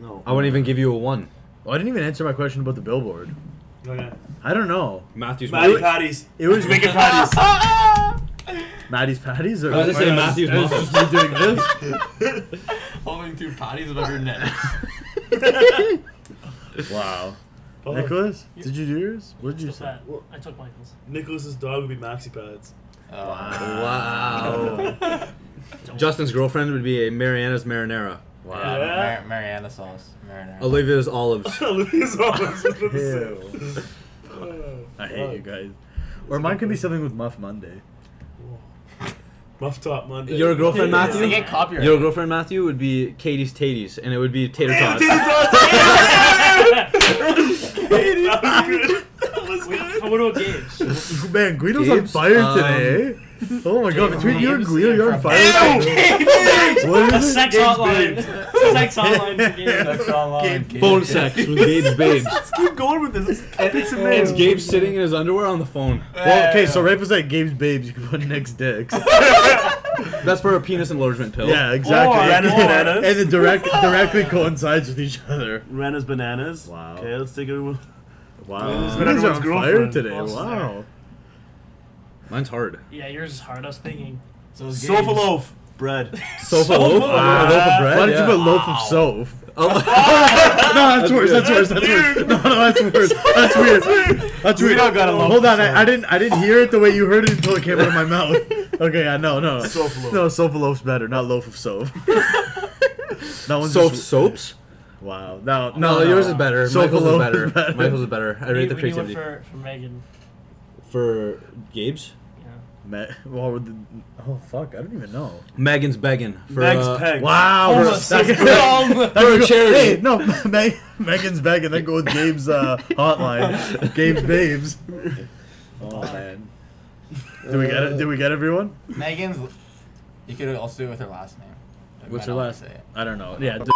Speaker 2: No.
Speaker 3: I wouldn't even give you a one.
Speaker 5: Oh, I didn't even answer my question about the billboard.
Speaker 2: Okay.
Speaker 5: I don't know.
Speaker 3: Matthews.
Speaker 2: Matty Patties.
Speaker 5: It was
Speaker 2: Make it patties.
Speaker 5: Maddie's Patties. Or
Speaker 3: I was gonna say
Speaker 5: or-
Speaker 3: Matthews
Speaker 5: or-
Speaker 3: Muffins.
Speaker 5: just me doing this.
Speaker 1: Holding two potties above your neck. Oh,
Speaker 5: Wow.
Speaker 2: Oh,
Speaker 5: Nicholas, did you do yours? What did you
Speaker 4: What's
Speaker 5: say?
Speaker 4: that? I took Michael's.
Speaker 2: Nicholas's dog would be Maxi Pads.
Speaker 1: Oh.
Speaker 3: Wow.
Speaker 5: Oh.
Speaker 3: Justin's girlfriend would be a Mariana's
Speaker 1: Yeah,
Speaker 3: marinara.
Speaker 5: Wow.
Speaker 2: Yeah.
Speaker 1: Mar- Mariana sauce. Mariana.
Speaker 5: Oh,
Speaker 3: Olivia's olives.
Speaker 2: Olivia's always just gonna say.
Speaker 5: Ew.
Speaker 2: Oh,
Speaker 5: I
Speaker 2: fuck.
Speaker 5: hate you guys. Or mine could be something with Muff Monday.
Speaker 2: Muff Top Monday.
Speaker 3: Your girlfriend
Speaker 2: Yeah.
Speaker 1: They
Speaker 3: Matthew?
Speaker 1: get copyright.
Speaker 3: Your girlfriend Matthew would be Katie's Taties, and it would be tater tots.
Speaker 2: That was good. That was good.
Speaker 4: what about Gabe's?
Speaker 5: Man, Guido's on
Speaker 3: Gabe's,
Speaker 5: fire
Speaker 3: um,
Speaker 5: today. Oh my god,
Speaker 1: Gabe
Speaker 5: between you and
Speaker 1: Reeves,
Speaker 5: Guido,
Speaker 1: yeah,
Speaker 5: you're on
Speaker 1: from-
Speaker 5: fire.
Speaker 1: Ew!
Speaker 5: today. What
Speaker 4: A
Speaker 5: is it?
Speaker 4: sex hotline. sex hotline for Gabe.
Speaker 1: That's online.
Speaker 5: Gabe-
Speaker 1: Gabe.
Speaker 3: Phone sex with Gabe's babes.
Speaker 2: Let's keep going with this. It's
Speaker 3: It's
Speaker 2: amazing.
Speaker 3: Gabe sitting in his underwear on the phone.
Speaker 5: Well, okay, so right beside Gabe's babes, you can put Nick's dicks.
Speaker 3: That's for a penis enlargement pill.
Speaker 5: yeah, exactly.
Speaker 2: Or
Speaker 5: and,
Speaker 2: bananas.
Speaker 5: and it direct, directly coincides with each other.
Speaker 2: Rana's bananas.
Speaker 5: Wow.
Speaker 2: Okay, let's take it.
Speaker 5: Wow,
Speaker 2: It's
Speaker 5: you
Speaker 2: been
Speaker 5: guys
Speaker 2: everyone's
Speaker 5: are on fire
Speaker 2: girlfriend.
Speaker 5: today.
Speaker 4: Boss is
Speaker 5: Wow.
Speaker 3: Mine's hard.
Speaker 4: Yeah, yours is hard. I was thinking.
Speaker 1: So it's Gabe's.
Speaker 2: Sofa loaf bread.
Speaker 3: Sofa loaf?
Speaker 5: Wow.
Speaker 3: A loaf of bread?
Speaker 5: Why did
Speaker 3: Yeah.
Speaker 5: you put loaf of soap? Oh. no, that's worse. That's worse. That's worse. No, no, that's worse. That's weird. That's
Speaker 1: We
Speaker 5: weird.
Speaker 1: don't got a loaf
Speaker 5: Hold
Speaker 1: of
Speaker 5: on,
Speaker 1: soap.
Speaker 5: I, I didn't. I didn't hear it the way you heard it until it came out of my mouth. Okay, yeah, no, no,
Speaker 2: Soap loaf.
Speaker 5: no. Soap loaf's better, not loaf of soap. that one's
Speaker 3: Soap
Speaker 5: just-
Speaker 3: soaps?
Speaker 5: Wow. No, no,
Speaker 3: No,
Speaker 5: no.
Speaker 3: yours is better.
Speaker 5: Sofa
Speaker 3: Michael's is
Speaker 5: loaf
Speaker 3: better.
Speaker 5: is better.
Speaker 3: Michael's is better. I rate the
Speaker 4: we need one
Speaker 3: creativity.
Speaker 4: for, for Megan.
Speaker 3: For Gabe's?
Speaker 4: Yeah.
Speaker 5: Me- well, with the- oh fuck, I don't even know.
Speaker 3: Megan's begging. For,
Speaker 2: Meg's
Speaker 3: uh,
Speaker 2: peg.
Speaker 5: Wow.
Speaker 4: Almost
Speaker 5: that
Speaker 4: said
Speaker 5: could-
Speaker 4: prom.
Speaker 5: that could
Speaker 3: For a
Speaker 5: go-
Speaker 3: charity.
Speaker 5: Hey, no, Meg, Megan's back, and then go with Gabe's uh, hotline. Gabe's babes. Oh man. Did we get it? Did we get everyone?
Speaker 1: Megan's. You could also do it with her last name. I
Speaker 5: What's
Speaker 1: might
Speaker 5: her
Speaker 1: not
Speaker 5: last-
Speaker 1: say it.
Speaker 5: I don't know. Yeah. no.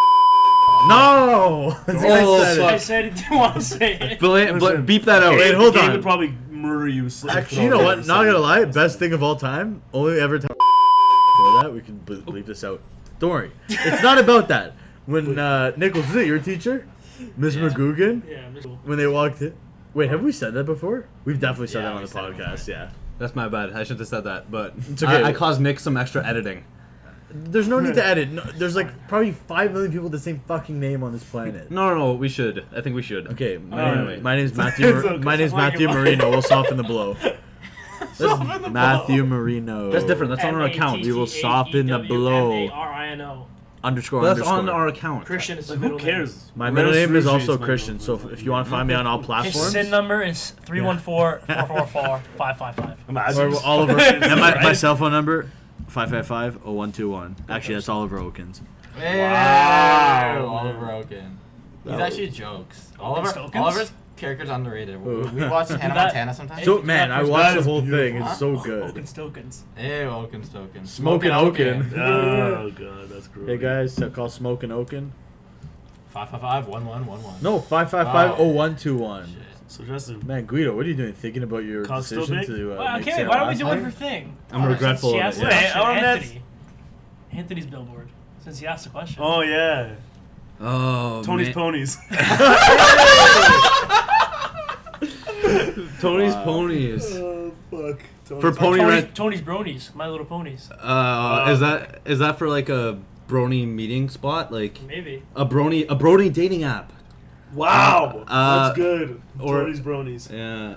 Speaker 3: Oh,
Speaker 4: I
Speaker 3: fuck.
Speaker 4: said he didn't want to say it.
Speaker 3: Bla- bla- beep that out.
Speaker 5: Wait, hold
Speaker 2: Gabe
Speaker 5: on.
Speaker 2: would probably murder you. slit
Speaker 5: Actually,
Speaker 2: your
Speaker 5: you know
Speaker 2: throat
Speaker 5: what?
Speaker 2: or
Speaker 5: Not gonna
Speaker 2: something.
Speaker 5: lie, best thing of all time. Only ever time for that we can ble- bleep this out. Don't worry, it's not about that. When uh, Nichols is it your teacher, Miss McGugan?
Speaker 4: Yeah, miserable.
Speaker 5: When they walked in, wait, have we said that before? We've definitely said
Speaker 4: Yeah,
Speaker 5: that on
Speaker 4: we
Speaker 5: the
Speaker 4: said it
Speaker 5: podcast. Yeah,
Speaker 3: That's my bad. I should have said that, but
Speaker 5: It's okay.
Speaker 3: I, I caused Nick some extra editing.
Speaker 5: there's no need to edit. No, there's like probably five million people with the same fucking name on this planet.
Speaker 3: No, no, no. We should. I think we should.
Speaker 5: Okay, my,
Speaker 3: Alright,
Speaker 5: name-
Speaker 3: wait.
Speaker 5: my name's Matthew.
Speaker 2: It's
Speaker 5: Mar-
Speaker 2: okay,
Speaker 5: my name's
Speaker 2: so why
Speaker 5: Matthew
Speaker 2: you-
Speaker 5: Marino. We'll soften the blow.
Speaker 2: Soften the
Speaker 5: Matthew Marino.
Speaker 3: That's different. That's on our account. We will.
Speaker 4: E
Speaker 5: will soften the blow.
Speaker 4: M-A-R-I-N-O.
Speaker 5: Underscore.
Speaker 3: That's
Speaker 5: underscore.
Speaker 3: on our account.
Speaker 4: Christian is the
Speaker 2: Like,
Speaker 4: middle
Speaker 2: who
Speaker 4: name.
Speaker 2: cares?
Speaker 5: My
Speaker 2: Rose
Speaker 5: middle name is
Speaker 2: Rouge
Speaker 5: also
Speaker 2: my
Speaker 5: Christian, so
Speaker 2: middle
Speaker 5: if,
Speaker 2: name.
Speaker 5: if you want to find me on all
Speaker 4: His
Speaker 5: platforms,
Speaker 4: SIN number is 314-444-5555.
Speaker 2: Imagine
Speaker 5: or
Speaker 2: just-
Speaker 5: Oliver, and my, my
Speaker 4: Right?
Speaker 5: cell phone number, 555-0121. Actually, that's Oliver Okins.
Speaker 1: Wow. Oliver Oaken. He's actually jokes. Oliver,
Speaker 4: Stokens?
Speaker 1: Oliver's character's underrated. We,
Speaker 5: Ooh.
Speaker 1: we watch Hannah
Speaker 4: That-
Speaker 1: Montana sometimes.
Speaker 4: So- man, I watched
Speaker 5: the whole thing.
Speaker 1: It's
Speaker 5: so
Speaker 4: Oakenstokens.
Speaker 1: Ew, Oaken Stoken.
Speaker 5: Smokin' Oaken.
Speaker 2: Oh god, that's gross.
Speaker 5: Hey guys, so call Smokin' Oaken.
Speaker 1: 555 1111.
Speaker 5: No, 555-0121.
Speaker 1: Shit.
Speaker 2: So Justin,
Speaker 5: Man, Guido, what are you doing? Thinking about your
Speaker 2: Cock still
Speaker 5: decision
Speaker 2: big?
Speaker 5: to uh,
Speaker 4: Well,
Speaker 5: make
Speaker 4: okay,
Speaker 5: Sarah
Speaker 4: why don't we
Speaker 5: last
Speaker 4: do one
Speaker 5: name?
Speaker 4: for thing?
Speaker 5: I'm regretful
Speaker 4: Since he asked
Speaker 5: of it,
Speaker 4: the
Speaker 5: yeah.
Speaker 4: question,
Speaker 2: Wait, oh, that's-
Speaker 4: Anthony. Anthony's billboard. Since he asked the question.
Speaker 2: oh yeah,
Speaker 3: Oh,
Speaker 2: Tony's
Speaker 3: man.
Speaker 2: ponies.
Speaker 3: Tony's ponies.
Speaker 2: oh fuck. Tony's
Speaker 3: For pony
Speaker 4: Tony's,
Speaker 3: rent.
Speaker 4: Tony's Bronies, My Little Ponies.
Speaker 3: Uh, is that is that for like a brony meeting spot? Like
Speaker 4: Maybe.
Speaker 3: a brony a brony dating app?
Speaker 2: Wow,
Speaker 3: Uh,
Speaker 2: that's good.
Speaker 3: or- Eh.
Speaker 2: Tony's bronies.
Speaker 3: Yeah.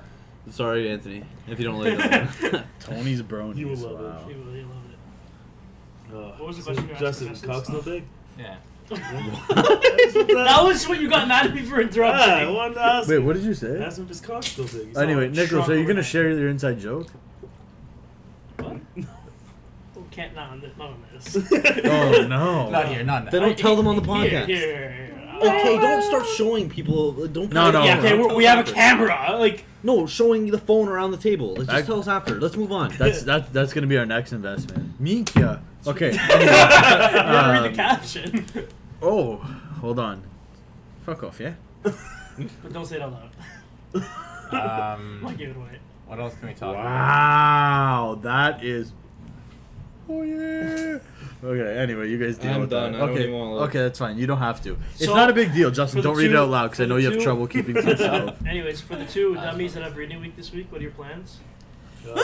Speaker 3: Sorry, Anthony, if you don't like that. One.
Speaker 5: Tony's Bronies.
Speaker 2: You will love
Speaker 5: wow.
Speaker 4: He really loved it.
Speaker 2: Ugh.
Speaker 4: What was the
Speaker 2: So,
Speaker 4: question you asked
Speaker 2: Uh, Justin,
Speaker 4: for
Speaker 2: is
Speaker 4: Justin?
Speaker 2: cock still big?
Speaker 1: Yeah.
Speaker 4: That was what you got mad at me for
Speaker 2: Ah, I
Speaker 4: interrupting.
Speaker 2: wanted to ask.
Speaker 5: Wait,
Speaker 2: Wait,
Speaker 5: what did you say?
Speaker 2: ask him if his cock's still big. He's
Speaker 5: Anyway,
Speaker 2: all
Speaker 5: Nicholas, are you
Speaker 2: shrunk
Speaker 5: going to
Speaker 2: over.
Speaker 5: share your inside joke?
Speaker 4: Oh, Can't not on this. Not on this.
Speaker 5: Oh, no.
Speaker 1: Not here, not
Speaker 3: They
Speaker 1: now.
Speaker 3: don't tell them on the
Speaker 4: Here,
Speaker 3: podcast.
Speaker 4: here.
Speaker 3: Okay, don't start showing people. Don't.
Speaker 5: No, no.
Speaker 4: Yeah, okay, we we have a camera. Like,
Speaker 3: No, showing the phone around the table. Like,
Speaker 5: I-
Speaker 3: just tell us after. Let's move on.
Speaker 5: That's that, that's gonna be our next investment. Minkia. Okay.
Speaker 4: you gotta read
Speaker 5: Um,
Speaker 4: the caption.
Speaker 5: oh, hold on. Fuck off, yeah.
Speaker 4: but don't say it out loud. I might
Speaker 1: Um,
Speaker 4: give it away.
Speaker 1: what else can we talk about?
Speaker 5: Wow, that is. Oh yeah. Okay. Anyway, you guys deal
Speaker 3: I'm
Speaker 5: with
Speaker 3: done. I
Speaker 5: that.
Speaker 3: don't
Speaker 5: okay.
Speaker 3: even wanna look.
Speaker 5: okay, that's fine. You don't have to. It's
Speaker 4: So,
Speaker 5: not a big deal, Justin.
Speaker 4: for the
Speaker 5: Don't read it
Speaker 4: two-
Speaker 5: out loud because I
Speaker 4: for
Speaker 5: know
Speaker 4: the
Speaker 5: you have
Speaker 4: two-
Speaker 5: trouble keeping to yourself.
Speaker 4: Anyways, for the two dummies that have reading week this week, what are your plans?
Speaker 2: Uh,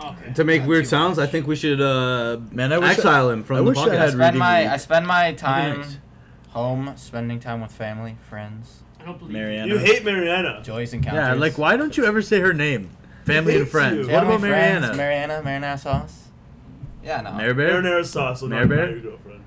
Speaker 4: Okay.
Speaker 3: To make weird sounds, I think we should uh,
Speaker 5: Man, I wish I-
Speaker 3: exile him from
Speaker 5: I
Speaker 3: the
Speaker 5: wish I
Speaker 3: podcast.
Speaker 5: had
Speaker 1: I spend
Speaker 5: reading
Speaker 1: my
Speaker 5: week.
Speaker 1: I spend my
Speaker 5: That'd
Speaker 1: time
Speaker 5: be nice.
Speaker 1: home, spending time with family, friends,
Speaker 4: I don't believe
Speaker 5: Marianne.
Speaker 2: You hate Mariana.
Speaker 1: joyous encounters.
Speaker 5: Yeah, like why don't you ever say her name? Family and
Speaker 2: hates you.
Speaker 5: friends.
Speaker 1: Family,
Speaker 5: What about
Speaker 1: friends,
Speaker 5: Mariana?
Speaker 1: Mariana, Marinara sauce. Yeah, no.
Speaker 5: Maribear?
Speaker 2: Marinara sauce will not
Speaker 5: Mare Bear?
Speaker 2: marry your girlfriend.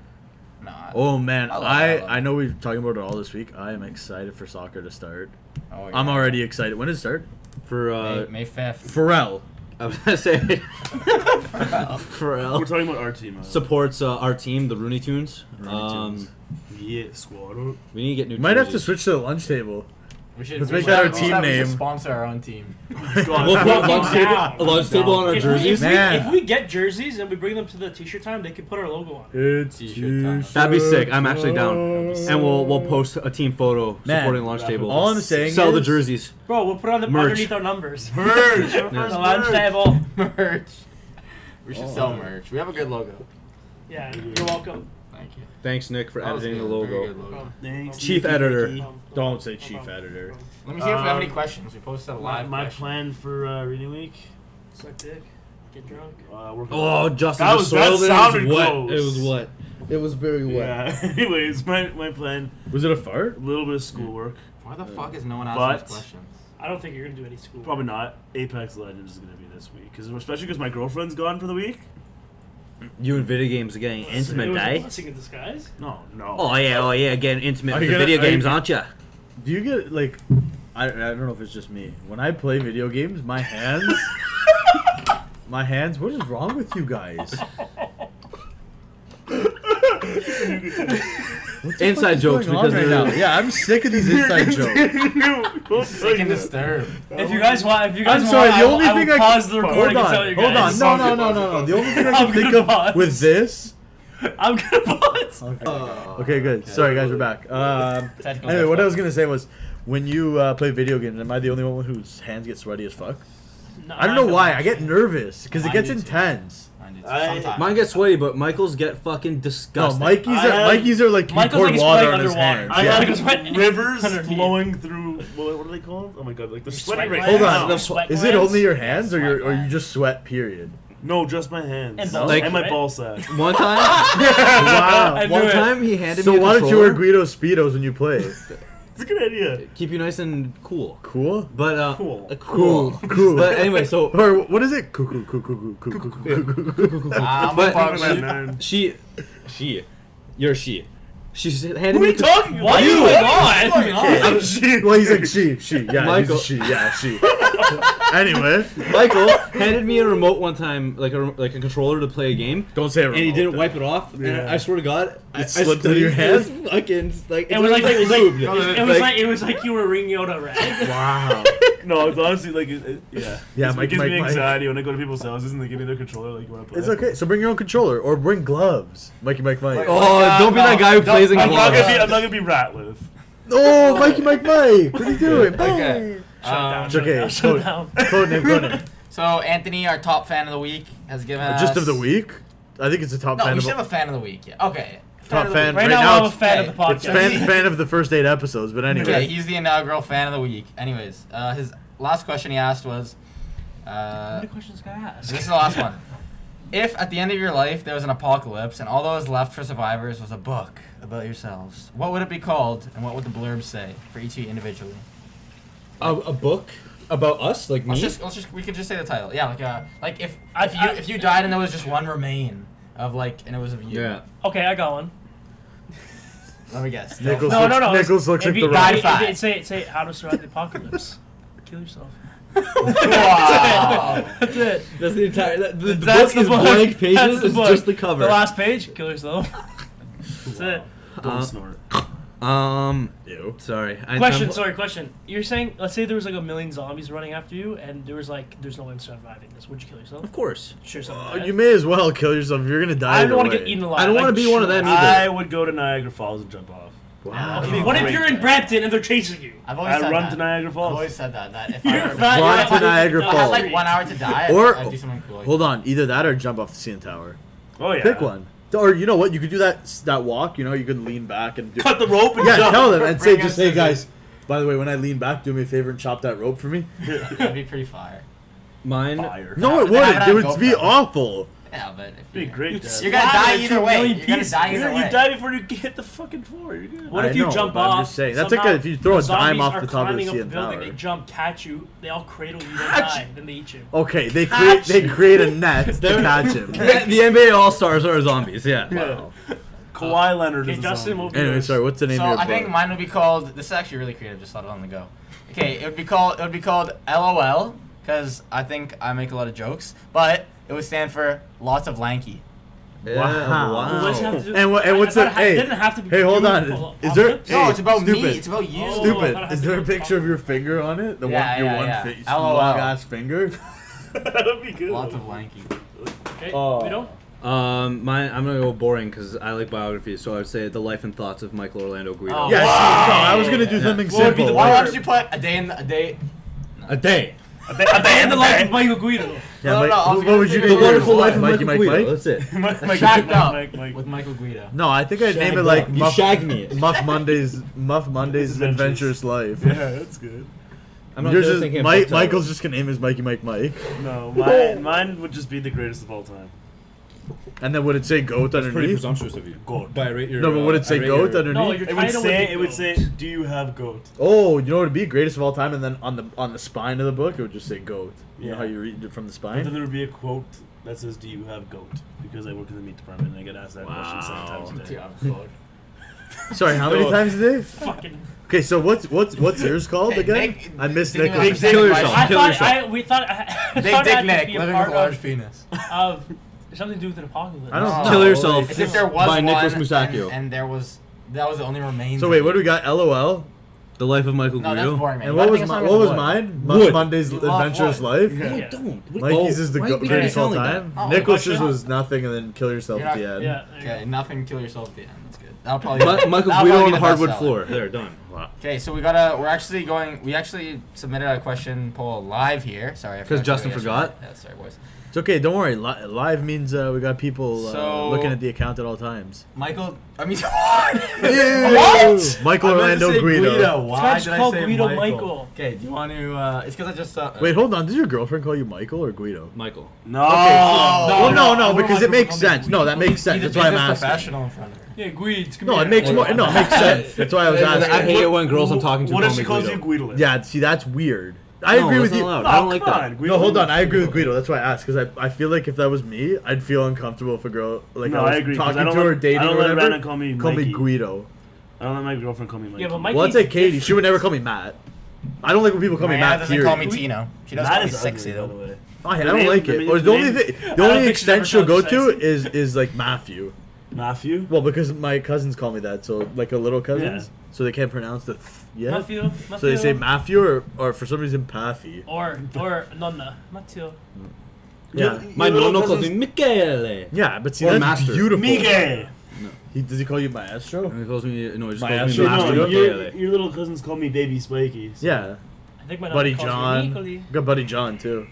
Speaker 1: no. I-
Speaker 5: Oh man,
Speaker 1: I love
Speaker 5: I
Speaker 1: it, I love
Speaker 5: I
Speaker 1: it.
Speaker 5: know we've been talking about it all this week. I am excited for soccer to start.
Speaker 1: oh, yeah.
Speaker 5: I'm already excited. When does it start?
Speaker 3: for
Speaker 1: May,
Speaker 3: uh,
Speaker 1: May 5th.
Speaker 5: Pharrell.
Speaker 3: I was gonna say
Speaker 2: We're
Speaker 3: Pharrell
Speaker 2: talking about our team. Adam.
Speaker 3: supports uh, our team, the Rooney Tunes.
Speaker 5: Rooney
Speaker 3: Um,
Speaker 5: Tunes.
Speaker 2: yeah, squad.
Speaker 3: we need to get new.
Speaker 5: Might have to
Speaker 3: jerseys.
Speaker 5: switch to the lunch table.
Speaker 1: We should.
Speaker 5: Let's
Speaker 1: we
Speaker 5: make
Speaker 1: should-
Speaker 5: that our
Speaker 1: we should-
Speaker 5: team
Speaker 1: we should
Speaker 5: name.
Speaker 1: Sponsor our own team.
Speaker 2: God,
Speaker 3: We'll put a
Speaker 2: I'm
Speaker 3: lunch
Speaker 4: down.
Speaker 3: table, a lunch
Speaker 2: I'm
Speaker 3: table on
Speaker 2: down.
Speaker 3: our
Speaker 4: If we, if,
Speaker 3: jerseys.
Speaker 4: we,
Speaker 5: Man.
Speaker 4: if we get jerseys and we bring them to the T-shirt time, they can put our logo on. it.
Speaker 5: It's
Speaker 1: T-shirt time.
Speaker 3: That'd be sick. I'm actually down.
Speaker 5: t-shirts
Speaker 3: And we'll we'll post a team photo
Speaker 5: Man,
Speaker 3: supporting lunch table.
Speaker 5: All I'm saying
Speaker 3: Sell the
Speaker 5: is-
Speaker 3: jerseys.
Speaker 4: Bro, we'll put on the
Speaker 3: Merch.
Speaker 4: underneath our numbers.
Speaker 5: Merch.
Speaker 4: Put on
Speaker 3: Yes,
Speaker 4: the lunch
Speaker 5: merch.
Speaker 4: table.
Speaker 1: merch. We should
Speaker 5: Oh.
Speaker 1: sell merch. We have a good logo.
Speaker 4: Yeah, you're welcome.
Speaker 1: Thank you.
Speaker 3: Thanks, Nick, for
Speaker 1: That was
Speaker 3: editing the
Speaker 1: good. Very good
Speaker 3: logo.
Speaker 1: logo.
Speaker 2: Thanks,
Speaker 3: Chief
Speaker 2: Nikki
Speaker 3: editor.
Speaker 2: Vicky.
Speaker 4: Um,
Speaker 5: Um, Don't say chief
Speaker 4: um,
Speaker 5: editor.
Speaker 4: um,
Speaker 1: Let me see if we have any
Speaker 2: Um,
Speaker 1: questions. We posted a
Speaker 2: My,
Speaker 1: live.
Speaker 2: my
Speaker 1: question.
Speaker 2: plan for uh, reading week.
Speaker 4: Suck dick. Get drunk.
Speaker 2: Uh, we're
Speaker 3: Oh, Justin,
Speaker 2: That
Speaker 3: the
Speaker 2: was-
Speaker 3: soil
Speaker 2: that
Speaker 3: there was
Speaker 2: sounded
Speaker 3: wet.
Speaker 2: close.
Speaker 3: It was wet. It was very wet.
Speaker 2: yeah. Anyways, my my plan.
Speaker 5: Was it a fart?
Speaker 2: A little bit of schoolwork.
Speaker 1: Why the fuck is no one asking us
Speaker 2: But-
Speaker 1: questions?
Speaker 4: I don't think you're gonna do any school.
Speaker 2: Probably not. Apex Legends is gonna be this week, cause especially because my girlfriend's gone for the week.
Speaker 3: You and video games are getting
Speaker 4: it
Speaker 3: intimate,
Speaker 4: was a
Speaker 3: eh?
Speaker 4: blessing in disguise.
Speaker 2: No, no.
Speaker 3: Oh yeah, oh yeah, getting intimate
Speaker 5: Are
Speaker 3: with
Speaker 5: you
Speaker 3: the
Speaker 5: gonna-
Speaker 3: video
Speaker 5: are you-
Speaker 3: games, aren't you?
Speaker 5: Do you get like? I, I don't know if it's just me. When I play video games, my hands, my hands. What is wrong with you guys? What the
Speaker 3: Inside
Speaker 5: fuck is
Speaker 3: jokes
Speaker 5: going on
Speaker 3: because they're-
Speaker 5: yeah, I'm sick of these inside jokes.
Speaker 1: Sick and disturbed.
Speaker 4: If you guys want, if you guys
Speaker 5: I'm sorry.
Speaker 4: want,
Speaker 5: The only
Speaker 4: I, will-
Speaker 5: thing
Speaker 4: I
Speaker 5: I
Speaker 4: will pause the recording
Speaker 5: hold
Speaker 4: and tell
Speaker 5: on,
Speaker 4: you
Speaker 5: hold on.
Speaker 4: guys.
Speaker 5: No, no, no, no, no. The only thing I
Speaker 4: I'm
Speaker 5: can think
Speaker 4: gonna
Speaker 5: of
Speaker 4: pause.
Speaker 5: with this.
Speaker 4: I'm gonna pause.
Speaker 5: Okay,
Speaker 1: Oh,
Speaker 5: okay good. Sorry, guys, we're back. Um,
Speaker 1: Technical
Speaker 5: anyway, what I was
Speaker 1: difficulties.
Speaker 5: gonna say was, when you uh, play video games, am I the only one whose hands get sweaty as fuck?
Speaker 4: No,
Speaker 5: I don't know why. I get nervous because it
Speaker 1: I
Speaker 5: gets
Speaker 1: do too.
Speaker 5: intense.
Speaker 1: Mind you,
Speaker 2: I-
Speaker 1: sometimes.
Speaker 3: Mine gets sweaty, but Michael's get fucking
Speaker 5: No,
Speaker 3: disgusting.
Speaker 5: Mikey's
Speaker 2: I
Speaker 5: are,
Speaker 2: have-
Speaker 5: Mikey's are like he
Speaker 4: Michael's
Speaker 5: poured
Speaker 4: like he's
Speaker 5: water
Speaker 4: playing
Speaker 5: on his
Speaker 4: underwater.
Speaker 5: hands.
Speaker 2: I
Speaker 5: yeah.
Speaker 4: like
Speaker 2: have
Speaker 4: Because when-
Speaker 2: rivers
Speaker 4: underneath.
Speaker 2: flowing through. What, what are they called? Oh my god, like the sweat.
Speaker 4: sweat
Speaker 2: right
Speaker 4: glands.
Speaker 5: Hold
Speaker 2: now.
Speaker 5: on,
Speaker 4: the
Speaker 5: the
Speaker 4: sweat
Speaker 5: is it
Speaker 4: glands?
Speaker 5: only your hands or your or you
Speaker 1: glands.
Speaker 5: just sweat? Period.
Speaker 2: No, just my hands
Speaker 4: And
Speaker 5: balls,
Speaker 2: and my
Speaker 4: right?
Speaker 2: ball sack.
Speaker 3: One time,
Speaker 5: Wow.
Speaker 4: I
Speaker 3: one
Speaker 4: knew it.
Speaker 3: time he handed
Speaker 5: So
Speaker 3: me. a
Speaker 5: why don't you wear
Speaker 3: controller.
Speaker 5: Guido speedos when you play?
Speaker 2: It's a good idea.
Speaker 3: Keep you nice and cool.
Speaker 5: Cool.
Speaker 3: But uh,
Speaker 2: Cool.
Speaker 3: uh, cool,
Speaker 5: Cool, cool.
Speaker 3: But anyway, so
Speaker 5: Or what is it? Cuckoo, cuckoo, cuckoo, cuckoo, cuckoo, cuckoo.
Speaker 1: Ah, I'm a
Speaker 3: But-
Speaker 1: fuck
Speaker 2: Fuck,
Speaker 1: with-
Speaker 2: man.
Speaker 3: she, she, you're she. She's
Speaker 2: What
Speaker 3: handed
Speaker 2: are
Speaker 3: me.
Speaker 2: you
Speaker 3: the-
Speaker 2: talking about?
Speaker 4: What is
Speaker 2: You!
Speaker 4: going on?
Speaker 2: What is going on?
Speaker 5: Well, he's like she, she, yeah,
Speaker 3: Michael.
Speaker 5: he's a she, yeah, she. anyway,
Speaker 3: Michael handed me a remote one time, like a rem- like a controller to play a game,
Speaker 5: don't say it.
Speaker 3: and he didn't wipe it off. And
Speaker 2: Yeah.
Speaker 3: I swear to God, I, I
Speaker 5: It slipped through your
Speaker 3: squeezed- it
Speaker 5: hand?
Speaker 3: was Fucking like
Speaker 4: It was like, Oh, it was like,
Speaker 3: lubed.
Speaker 4: it was
Speaker 3: Like-
Speaker 4: like, it was like you were wringing out a rag.
Speaker 5: Wow.
Speaker 2: No, it's honestly like, it, it, yeah.
Speaker 5: Yeah,
Speaker 2: It's-
Speaker 5: Mike,
Speaker 2: it gives
Speaker 5: Mike,
Speaker 2: me
Speaker 5: Mike.
Speaker 2: anxiety when I go to people's houses and they give me their controller like you want to play.
Speaker 5: It's okay. So bring your own controller or bring gloves, Mikey, Mike, Mike.
Speaker 1: Oh,
Speaker 5: Oh,
Speaker 3: oh,
Speaker 1: God,
Speaker 3: don't be
Speaker 1: no.
Speaker 3: that guy who
Speaker 1: Don't-
Speaker 3: plays in
Speaker 2: I'm not
Speaker 3: gloves.
Speaker 2: gonna be. I'm not gonna be Ratliff.
Speaker 5: Mikey, Mike, Mike. What are you doing?
Speaker 1: Okay.
Speaker 4: Shut
Speaker 1: Um,
Speaker 4: down.
Speaker 5: It's okay.
Speaker 4: Shut down. Shut
Speaker 5: Code-
Speaker 4: down.
Speaker 5: Code name, code name.
Speaker 1: so Anthony, our top fan of the week, has given us
Speaker 5: Uh, Just of the week. I think it's a top
Speaker 1: No,
Speaker 5: fan
Speaker 1: we
Speaker 5: of
Speaker 1: should have
Speaker 5: all-
Speaker 1: a fan of the week. Yeah. Okay.
Speaker 5: top
Speaker 1: of the
Speaker 5: fan
Speaker 1: week.
Speaker 5: right,
Speaker 4: Right
Speaker 5: now.
Speaker 4: now, I'm a
Speaker 5: it's-
Speaker 4: fan of the
Speaker 1: Okay.
Speaker 5: It's fan,
Speaker 1: Yeah.
Speaker 4: podcast.
Speaker 5: fan of the first eight episodes, but
Speaker 1: Okay,
Speaker 5: anyway.
Speaker 1: he's the inaugural fan of the week. Anyways, uh, his last question he asked was,
Speaker 4: How
Speaker 1: uh,
Speaker 4: many questions can I ask?
Speaker 1: this is the last one. If at the end of your life there was an apocalypse and all that was left for survivors was a book about yourselves, what would it be called and what would the blurb say for each of you individually?
Speaker 3: a, a book about us, like me.
Speaker 1: Let's just, let's just, we could just say the title. Yeah, like, uh, like if,
Speaker 4: I-
Speaker 1: if you,
Speaker 4: I-
Speaker 1: if you died and there was just one remain of like, and it was of you.
Speaker 3: yeah.
Speaker 4: Okay, I got one.
Speaker 1: Let me guess.
Speaker 5: Nichols
Speaker 4: No,
Speaker 5: looks,
Speaker 4: no, no.
Speaker 5: Nichols looks like
Speaker 4: Maybe
Speaker 5: the
Speaker 1: die
Speaker 5: rock.
Speaker 4: it'd
Speaker 1: five.
Speaker 4: be- it'd say, it'd say how to survive the apocalypse. Kill yourself.
Speaker 1: Wow.
Speaker 4: That's it.
Speaker 3: That's the entire. that- The, the
Speaker 4: That's
Speaker 3: book is
Speaker 4: the book.
Speaker 3: blank pages.
Speaker 4: That's the
Speaker 3: it's
Speaker 4: book.
Speaker 3: just the cover.
Speaker 4: The last page, kill yourself. That's it.
Speaker 2: Don't
Speaker 3: Uh,
Speaker 2: snort.
Speaker 3: um,
Speaker 5: Ew.
Speaker 3: sorry. I,
Speaker 4: Question,
Speaker 3: I'm-
Speaker 4: sorry, question. You're saying, let's say there was like a million zombies running after you, and there was like, there's no way I'm surviving this. Would you kill yourself?
Speaker 3: Of course.
Speaker 4: Shoot yourself.
Speaker 5: Oh,
Speaker 4: in the
Speaker 5: you
Speaker 4: head?
Speaker 5: may as well kill yourself if you're gonna die.
Speaker 4: I don't
Speaker 5: want to
Speaker 4: get eaten alive.
Speaker 3: I don't wanna
Speaker 4: Like,
Speaker 3: be one of
Speaker 4: sure.
Speaker 3: them either.
Speaker 2: I would go to Niagara Falls and jump off.
Speaker 5: Wow.
Speaker 4: Okay, what if you're in Brampton and they're chasing you?
Speaker 1: I've always
Speaker 2: I
Speaker 1: said
Speaker 2: run
Speaker 1: that.
Speaker 2: to Niagara
Speaker 1: I've
Speaker 2: Falls.
Speaker 1: always said that. That if I
Speaker 4: You're
Speaker 1: were,
Speaker 4: fat,
Speaker 5: Run
Speaker 4: you're
Speaker 5: to
Speaker 4: like-
Speaker 5: Niagara
Speaker 4: I
Speaker 1: I
Speaker 4: had,
Speaker 1: had
Speaker 5: Falls.
Speaker 1: like one hour to die. I'd,
Speaker 5: Or-
Speaker 1: I'd do something cool. like
Speaker 5: Hold on. Either that or jump off the CN Tower.
Speaker 2: Oh yeah.
Speaker 5: Pick one. Or you know what? You could do that that walk. You know, you could lean back and do.
Speaker 2: Cut the rope and
Speaker 5: Yeah,
Speaker 2: jump.
Speaker 5: tell them and say
Speaker 1: Bring
Speaker 5: just
Speaker 1: us
Speaker 5: hey
Speaker 1: scissors.
Speaker 5: guys. By the way, when I lean back, do me a favor and chop that rope for me.
Speaker 1: that. That'd be pretty fire.
Speaker 3: Mine.
Speaker 2: Fire.
Speaker 5: No, it
Speaker 1: Then have
Speaker 5: wouldn't.
Speaker 1: it
Speaker 5: It
Speaker 1: on
Speaker 5: would be
Speaker 1: GoPro.
Speaker 5: awful.
Speaker 1: Yeah, but if
Speaker 2: Be great. Dad.
Speaker 1: You're gonna
Speaker 4: Fly
Speaker 1: die
Speaker 4: like
Speaker 1: either
Speaker 4: two
Speaker 1: way.
Speaker 4: million
Speaker 1: You're gonna
Speaker 4: pieces.
Speaker 1: die
Speaker 2: You
Speaker 1: either way.
Speaker 2: die before you hit the fucking floor. You're good.
Speaker 4: What
Speaker 5: I
Speaker 4: if you
Speaker 5: know,
Speaker 4: jump
Speaker 5: but I'm
Speaker 4: off?
Speaker 5: just saying, that's like
Speaker 4: somehow
Speaker 5: a- if you throw a
Speaker 4: the
Speaker 5: dime
Speaker 4: zombies
Speaker 5: off
Speaker 4: are
Speaker 5: the top of the
Speaker 4: climbing up
Speaker 5: CN
Speaker 4: building,
Speaker 5: tower.
Speaker 4: They jump, catch you. They all cradle you. They
Speaker 5: Catch
Speaker 4: die.
Speaker 5: you.
Speaker 4: Then they eat you.
Speaker 5: Okay, they create they create a net to catch him.
Speaker 3: The, the NBA All Stars are zombies. Yeah.
Speaker 2: Wow. Uh, Kawhi Leonard is
Speaker 4: Okay,
Speaker 2: a
Speaker 4: Justin, what
Speaker 2: zombie.
Speaker 4: would be
Speaker 5: Anyway,
Speaker 4: yours?
Speaker 5: sorry. What's the name
Speaker 1: So
Speaker 5: of your
Speaker 1: I
Speaker 5: book?
Speaker 1: think mine would be called. This is actually really creative. Just thought of it on the go. Okay, it would be called. It would be called LOL because I think I make a lot of jokes, but it would stand for lots of lanky.
Speaker 3: Yeah,
Speaker 5: Wow.
Speaker 4: Well, what's it have to do-
Speaker 5: And what- and
Speaker 4: I- I
Speaker 5: what's
Speaker 4: thought
Speaker 5: the-
Speaker 4: it ha-
Speaker 5: hey,
Speaker 4: didn't have to be
Speaker 5: hey, hold
Speaker 4: you
Speaker 5: on.
Speaker 4: pull
Speaker 5: Is there-
Speaker 4: up.
Speaker 5: hey,
Speaker 1: No, it's about me.
Speaker 5: stupid.
Speaker 1: It's about you.
Speaker 4: Oh.
Speaker 1: Stupid.
Speaker 5: Stupid.
Speaker 4: I
Speaker 5: Is there a picture of your finger on it? The
Speaker 1: Yeah,
Speaker 5: one, your
Speaker 1: yeah,
Speaker 5: one
Speaker 1: yeah.
Speaker 5: fi- just
Speaker 1: LOL.
Speaker 5: long ass finger.
Speaker 2: That'd be good.
Speaker 1: Lots of lanky.
Speaker 4: Okay,
Speaker 5: Oh.
Speaker 4: we don't.
Speaker 3: Um, mine. I'm gonna go boring because I like biographies, so I would say the life and thoughts of Michael Orlando Guido.
Speaker 1: Oh,
Speaker 5: Yeah,
Speaker 1: wow.
Speaker 5: see, no, I was gonna do
Speaker 3: Yeah.
Speaker 5: something
Speaker 4: What would be
Speaker 5: simple.
Speaker 4: the
Speaker 1: Why
Speaker 5: like-
Speaker 1: don't you put a day in the, a day?
Speaker 3: a day.
Speaker 4: At the end of life with Michael Guido.
Speaker 5: Yeah,
Speaker 1: No,
Speaker 5: Mike-
Speaker 1: no, I was
Speaker 5: what
Speaker 1: gonna
Speaker 5: would
Speaker 1: say
Speaker 5: you
Speaker 1: The
Speaker 5: name it?
Speaker 1: Wonderful
Speaker 5: What?
Speaker 1: Life of
Speaker 5: Mikey, Mike, Mike?
Speaker 3: That's it.
Speaker 2: Mike, Mike,
Speaker 1: Shacked
Speaker 2: Mike,
Speaker 1: up
Speaker 2: Mike, Mike.
Speaker 1: with Michael Guido.
Speaker 5: No, I think I'd name it
Speaker 4: Shag
Speaker 5: like
Speaker 3: You
Speaker 5: Muff,
Speaker 3: shagged me.
Speaker 5: Muff Monday's Muff Monday's
Speaker 2: Adventures.
Speaker 5: Adventurous Life.
Speaker 2: Yeah, that's good.
Speaker 3: I'm not
Speaker 5: Yours
Speaker 3: just
Speaker 5: is-
Speaker 3: thinking. of
Speaker 5: Mike,
Speaker 3: subtitles.
Speaker 5: Michael's just gonna name his Mikey Mike Mike,
Speaker 2: No, mine, mine would just be the greatest of all time.
Speaker 5: and then would it say goat
Speaker 3: pretty
Speaker 5: underneath?
Speaker 3: presumptuous of you.
Speaker 2: Goat.
Speaker 3: But I rate your.
Speaker 5: No, but would it say goat
Speaker 3: goat?
Speaker 5: underneath?
Speaker 4: No, your
Speaker 2: It
Speaker 4: title
Speaker 2: would say,
Speaker 4: be
Speaker 2: it would
Speaker 4: Goat.
Speaker 2: say, do you have goat?
Speaker 5: Oh, you know what would be greatest of all time, and then on the on the spine of the book, it would just say goat. You know
Speaker 2: Yeah.
Speaker 5: how you read it from the
Speaker 2: And then
Speaker 5: spine.
Speaker 2: there would be a quote that says, do you have goat? Because I work in the meat department and I get asked that question seven times a day.
Speaker 1: Yeah, fuck.
Speaker 5: Sorry, how many
Speaker 2: No.
Speaker 5: times a day?
Speaker 4: Fucking.
Speaker 5: Okay, so what's what's what's yours called
Speaker 1: Hey,
Speaker 5: again?
Speaker 1: Nick-
Speaker 5: I missed
Speaker 1: Nick
Speaker 5: Nick.
Speaker 1: Nick
Speaker 5: last time.
Speaker 1: Dick Kill yourself.
Speaker 4: I
Speaker 3: Kill
Speaker 4: thought
Speaker 3: yourself.
Speaker 4: I we thought I, I
Speaker 1: Big
Speaker 4: thought I
Speaker 1: Dick
Speaker 4: had
Speaker 1: Nick
Speaker 4: to be a
Speaker 1: living with
Speaker 4: part
Speaker 1: a large
Speaker 4: of,
Speaker 1: penis.
Speaker 4: of something to do with an apocalypse.
Speaker 5: I don't
Speaker 1: No.
Speaker 5: know.
Speaker 3: Kill yourself.
Speaker 1: As if there was
Speaker 3: By
Speaker 1: one,
Speaker 3: Nicholas
Speaker 1: and-
Speaker 3: Musacchio.
Speaker 1: And, there was that was the only remains.
Speaker 5: So
Speaker 1: of
Speaker 5: wait,
Speaker 1: it.
Speaker 5: what do we got? LOL.
Speaker 3: The life of Michael
Speaker 1: No,
Speaker 3: Guido.
Speaker 1: that's boring, man.
Speaker 5: And
Speaker 1: You
Speaker 5: what
Speaker 1: gotta
Speaker 5: was
Speaker 1: think of
Speaker 5: my,
Speaker 1: something
Speaker 5: what was
Speaker 1: with wood.
Speaker 5: mine?
Speaker 3: Wood.
Speaker 5: Muff Monday's
Speaker 1: You love
Speaker 5: Adventurous
Speaker 1: wood.
Speaker 5: Life.
Speaker 2: Yeah.
Speaker 3: No, don't. What-
Speaker 5: Mikey's
Speaker 3: oh,
Speaker 5: is the
Speaker 3: why
Speaker 5: go-
Speaker 3: you
Speaker 5: greatest of all
Speaker 3: sound like
Speaker 5: time.
Speaker 3: that?
Speaker 1: Oh,
Speaker 5: Nicholas's
Speaker 1: fuck.
Speaker 5: was nothing, and then kill yourself
Speaker 1: You're
Speaker 5: at
Speaker 1: not-
Speaker 5: the end.
Speaker 4: Yeah. there you
Speaker 1: Okay,
Speaker 4: go.
Speaker 1: nothing. Kill yourself at the end. That's good. That'll probably.
Speaker 3: Mi- Michael
Speaker 1: that'll
Speaker 3: Guido
Speaker 1: probably be
Speaker 3: on the
Speaker 1: the best
Speaker 3: hardwood
Speaker 1: seller.
Speaker 3: floor. There, done. Wow.
Speaker 1: Okay, so we got to We're actually going. We actually submitted a question poll live here. Sorry, I forgot
Speaker 3: 'Cause
Speaker 1: to
Speaker 3: Justin
Speaker 1: do it
Speaker 3: forgot?
Speaker 1: yesterday. Yeah, sorry, boys.
Speaker 5: It's okay. Don't worry. Li- live means uh, we got people uh,
Speaker 1: So-
Speaker 5: looking at the account at all times.
Speaker 1: Michael. I mean.
Speaker 5: What? Michael
Speaker 1: I meant to
Speaker 5: Orlando
Speaker 1: say
Speaker 5: Guido.
Speaker 1: Why
Speaker 4: It's
Speaker 1: did
Speaker 4: not
Speaker 1: I
Speaker 4: called
Speaker 1: say
Speaker 4: Guido
Speaker 1: Michael?
Speaker 4: Michael.
Speaker 1: Okay, do you want to? Uh, it's because I just saw.
Speaker 5: Wait, hold on. Did your girlfriend call you Michael or Guido?
Speaker 3: Michael.
Speaker 2: No.
Speaker 1: No,
Speaker 5: well, no, no,
Speaker 4: no,
Speaker 5: because
Speaker 4: we're
Speaker 5: it makes
Speaker 4: Michael
Speaker 5: sense.
Speaker 4: Guido.
Speaker 5: No, that makes sense.
Speaker 1: He's a
Speaker 5: That's why I'm
Speaker 1: business
Speaker 5: asking.
Speaker 1: professional in front of her.
Speaker 4: Yeah, Guido.
Speaker 5: No, it makes more. No, it makes sense. That's why I was
Speaker 3: I
Speaker 5: asking.
Speaker 3: hate it when girls I'm talking to
Speaker 2: What
Speaker 3: call
Speaker 2: if she
Speaker 3: me
Speaker 2: calls
Speaker 3: Guido.
Speaker 2: you Guidolet?
Speaker 5: Yeah, see, that's weird. I agree
Speaker 3: No,
Speaker 5: with
Speaker 3: that's
Speaker 5: you.
Speaker 3: not allowed.
Speaker 2: No,
Speaker 3: I don't like
Speaker 2: come
Speaker 3: that.
Speaker 2: on, Guido
Speaker 5: No, hold on. I
Speaker 2: is
Speaker 5: agree with
Speaker 2: Guido.
Speaker 5: Guido. That's why I asked because I, I feel like if that was me, I'd feel uncomfortable if a girl like
Speaker 2: No,
Speaker 5: I was
Speaker 2: I agree, 'cause
Speaker 5: talking
Speaker 2: I don't
Speaker 5: to her,
Speaker 2: let- I
Speaker 5: dating
Speaker 2: don't
Speaker 5: or
Speaker 2: let
Speaker 5: whatever.
Speaker 2: Brandon call me Mikey.
Speaker 5: Guido.
Speaker 2: I don't let my girlfriend call me Mike.
Speaker 4: Yeah, but Mike-
Speaker 5: Well, I'd say Katie. She would never call me Matt. I don't like when people call me
Speaker 1: Mariana
Speaker 5: Matt.
Speaker 1: doesn't
Speaker 5: Period.
Speaker 1: call me Tino. She does
Speaker 2: That
Speaker 1: call me
Speaker 2: is
Speaker 1: sexy
Speaker 2: ugly, by
Speaker 1: though.
Speaker 2: the way.
Speaker 5: Oh, I, I
Speaker 2: The
Speaker 5: don't
Speaker 2: name-
Speaker 5: like
Speaker 2: the
Speaker 5: it.
Speaker 2: name-
Speaker 5: Or the
Speaker 2: the
Speaker 5: only
Speaker 2: name-
Speaker 5: thing,
Speaker 2: I
Speaker 5: the
Speaker 2: don't
Speaker 5: only
Speaker 2: think she ever
Speaker 5: extent she'll go
Speaker 2: called
Speaker 5: to
Speaker 2: sex.
Speaker 5: is is like Matthew.
Speaker 2: Matthew?
Speaker 5: Well, because my cousins call me that, so like a little cousins,
Speaker 2: Yeah.
Speaker 5: so they can't pronounce the th yet.
Speaker 4: Matthew. Matthew.
Speaker 5: So they say Matthew or, or for some reason Paffy.
Speaker 2: Oh,
Speaker 4: Or or Nonna. Matthew.
Speaker 5: Yeah,
Speaker 3: My
Speaker 2: Your little
Speaker 3: nonno e. calls
Speaker 2: cousin's-
Speaker 3: me Michele.
Speaker 5: yeah, but see
Speaker 3: Or
Speaker 5: that's
Speaker 3: Master.
Speaker 5: beautiful.
Speaker 2: Miguel!
Speaker 5: He, does he call you maestro?
Speaker 3: And he calls me no, he just
Speaker 5: My
Speaker 3: calls me
Speaker 5: astronaut.
Speaker 3: Master
Speaker 2: No,
Speaker 5: Matthew.
Speaker 2: your,
Speaker 3: Michele.
Speaker 2: your little cousins call me Baby Spiky. so-
Speaker 5: Yeah,
Speaker 4: I think my Nonna
Speaker 5: Buddy
Speaker 4: calls
Speaker 5: John.
Speaker 4: Me Nicolai.
Speaker 5: We got Buddy John too.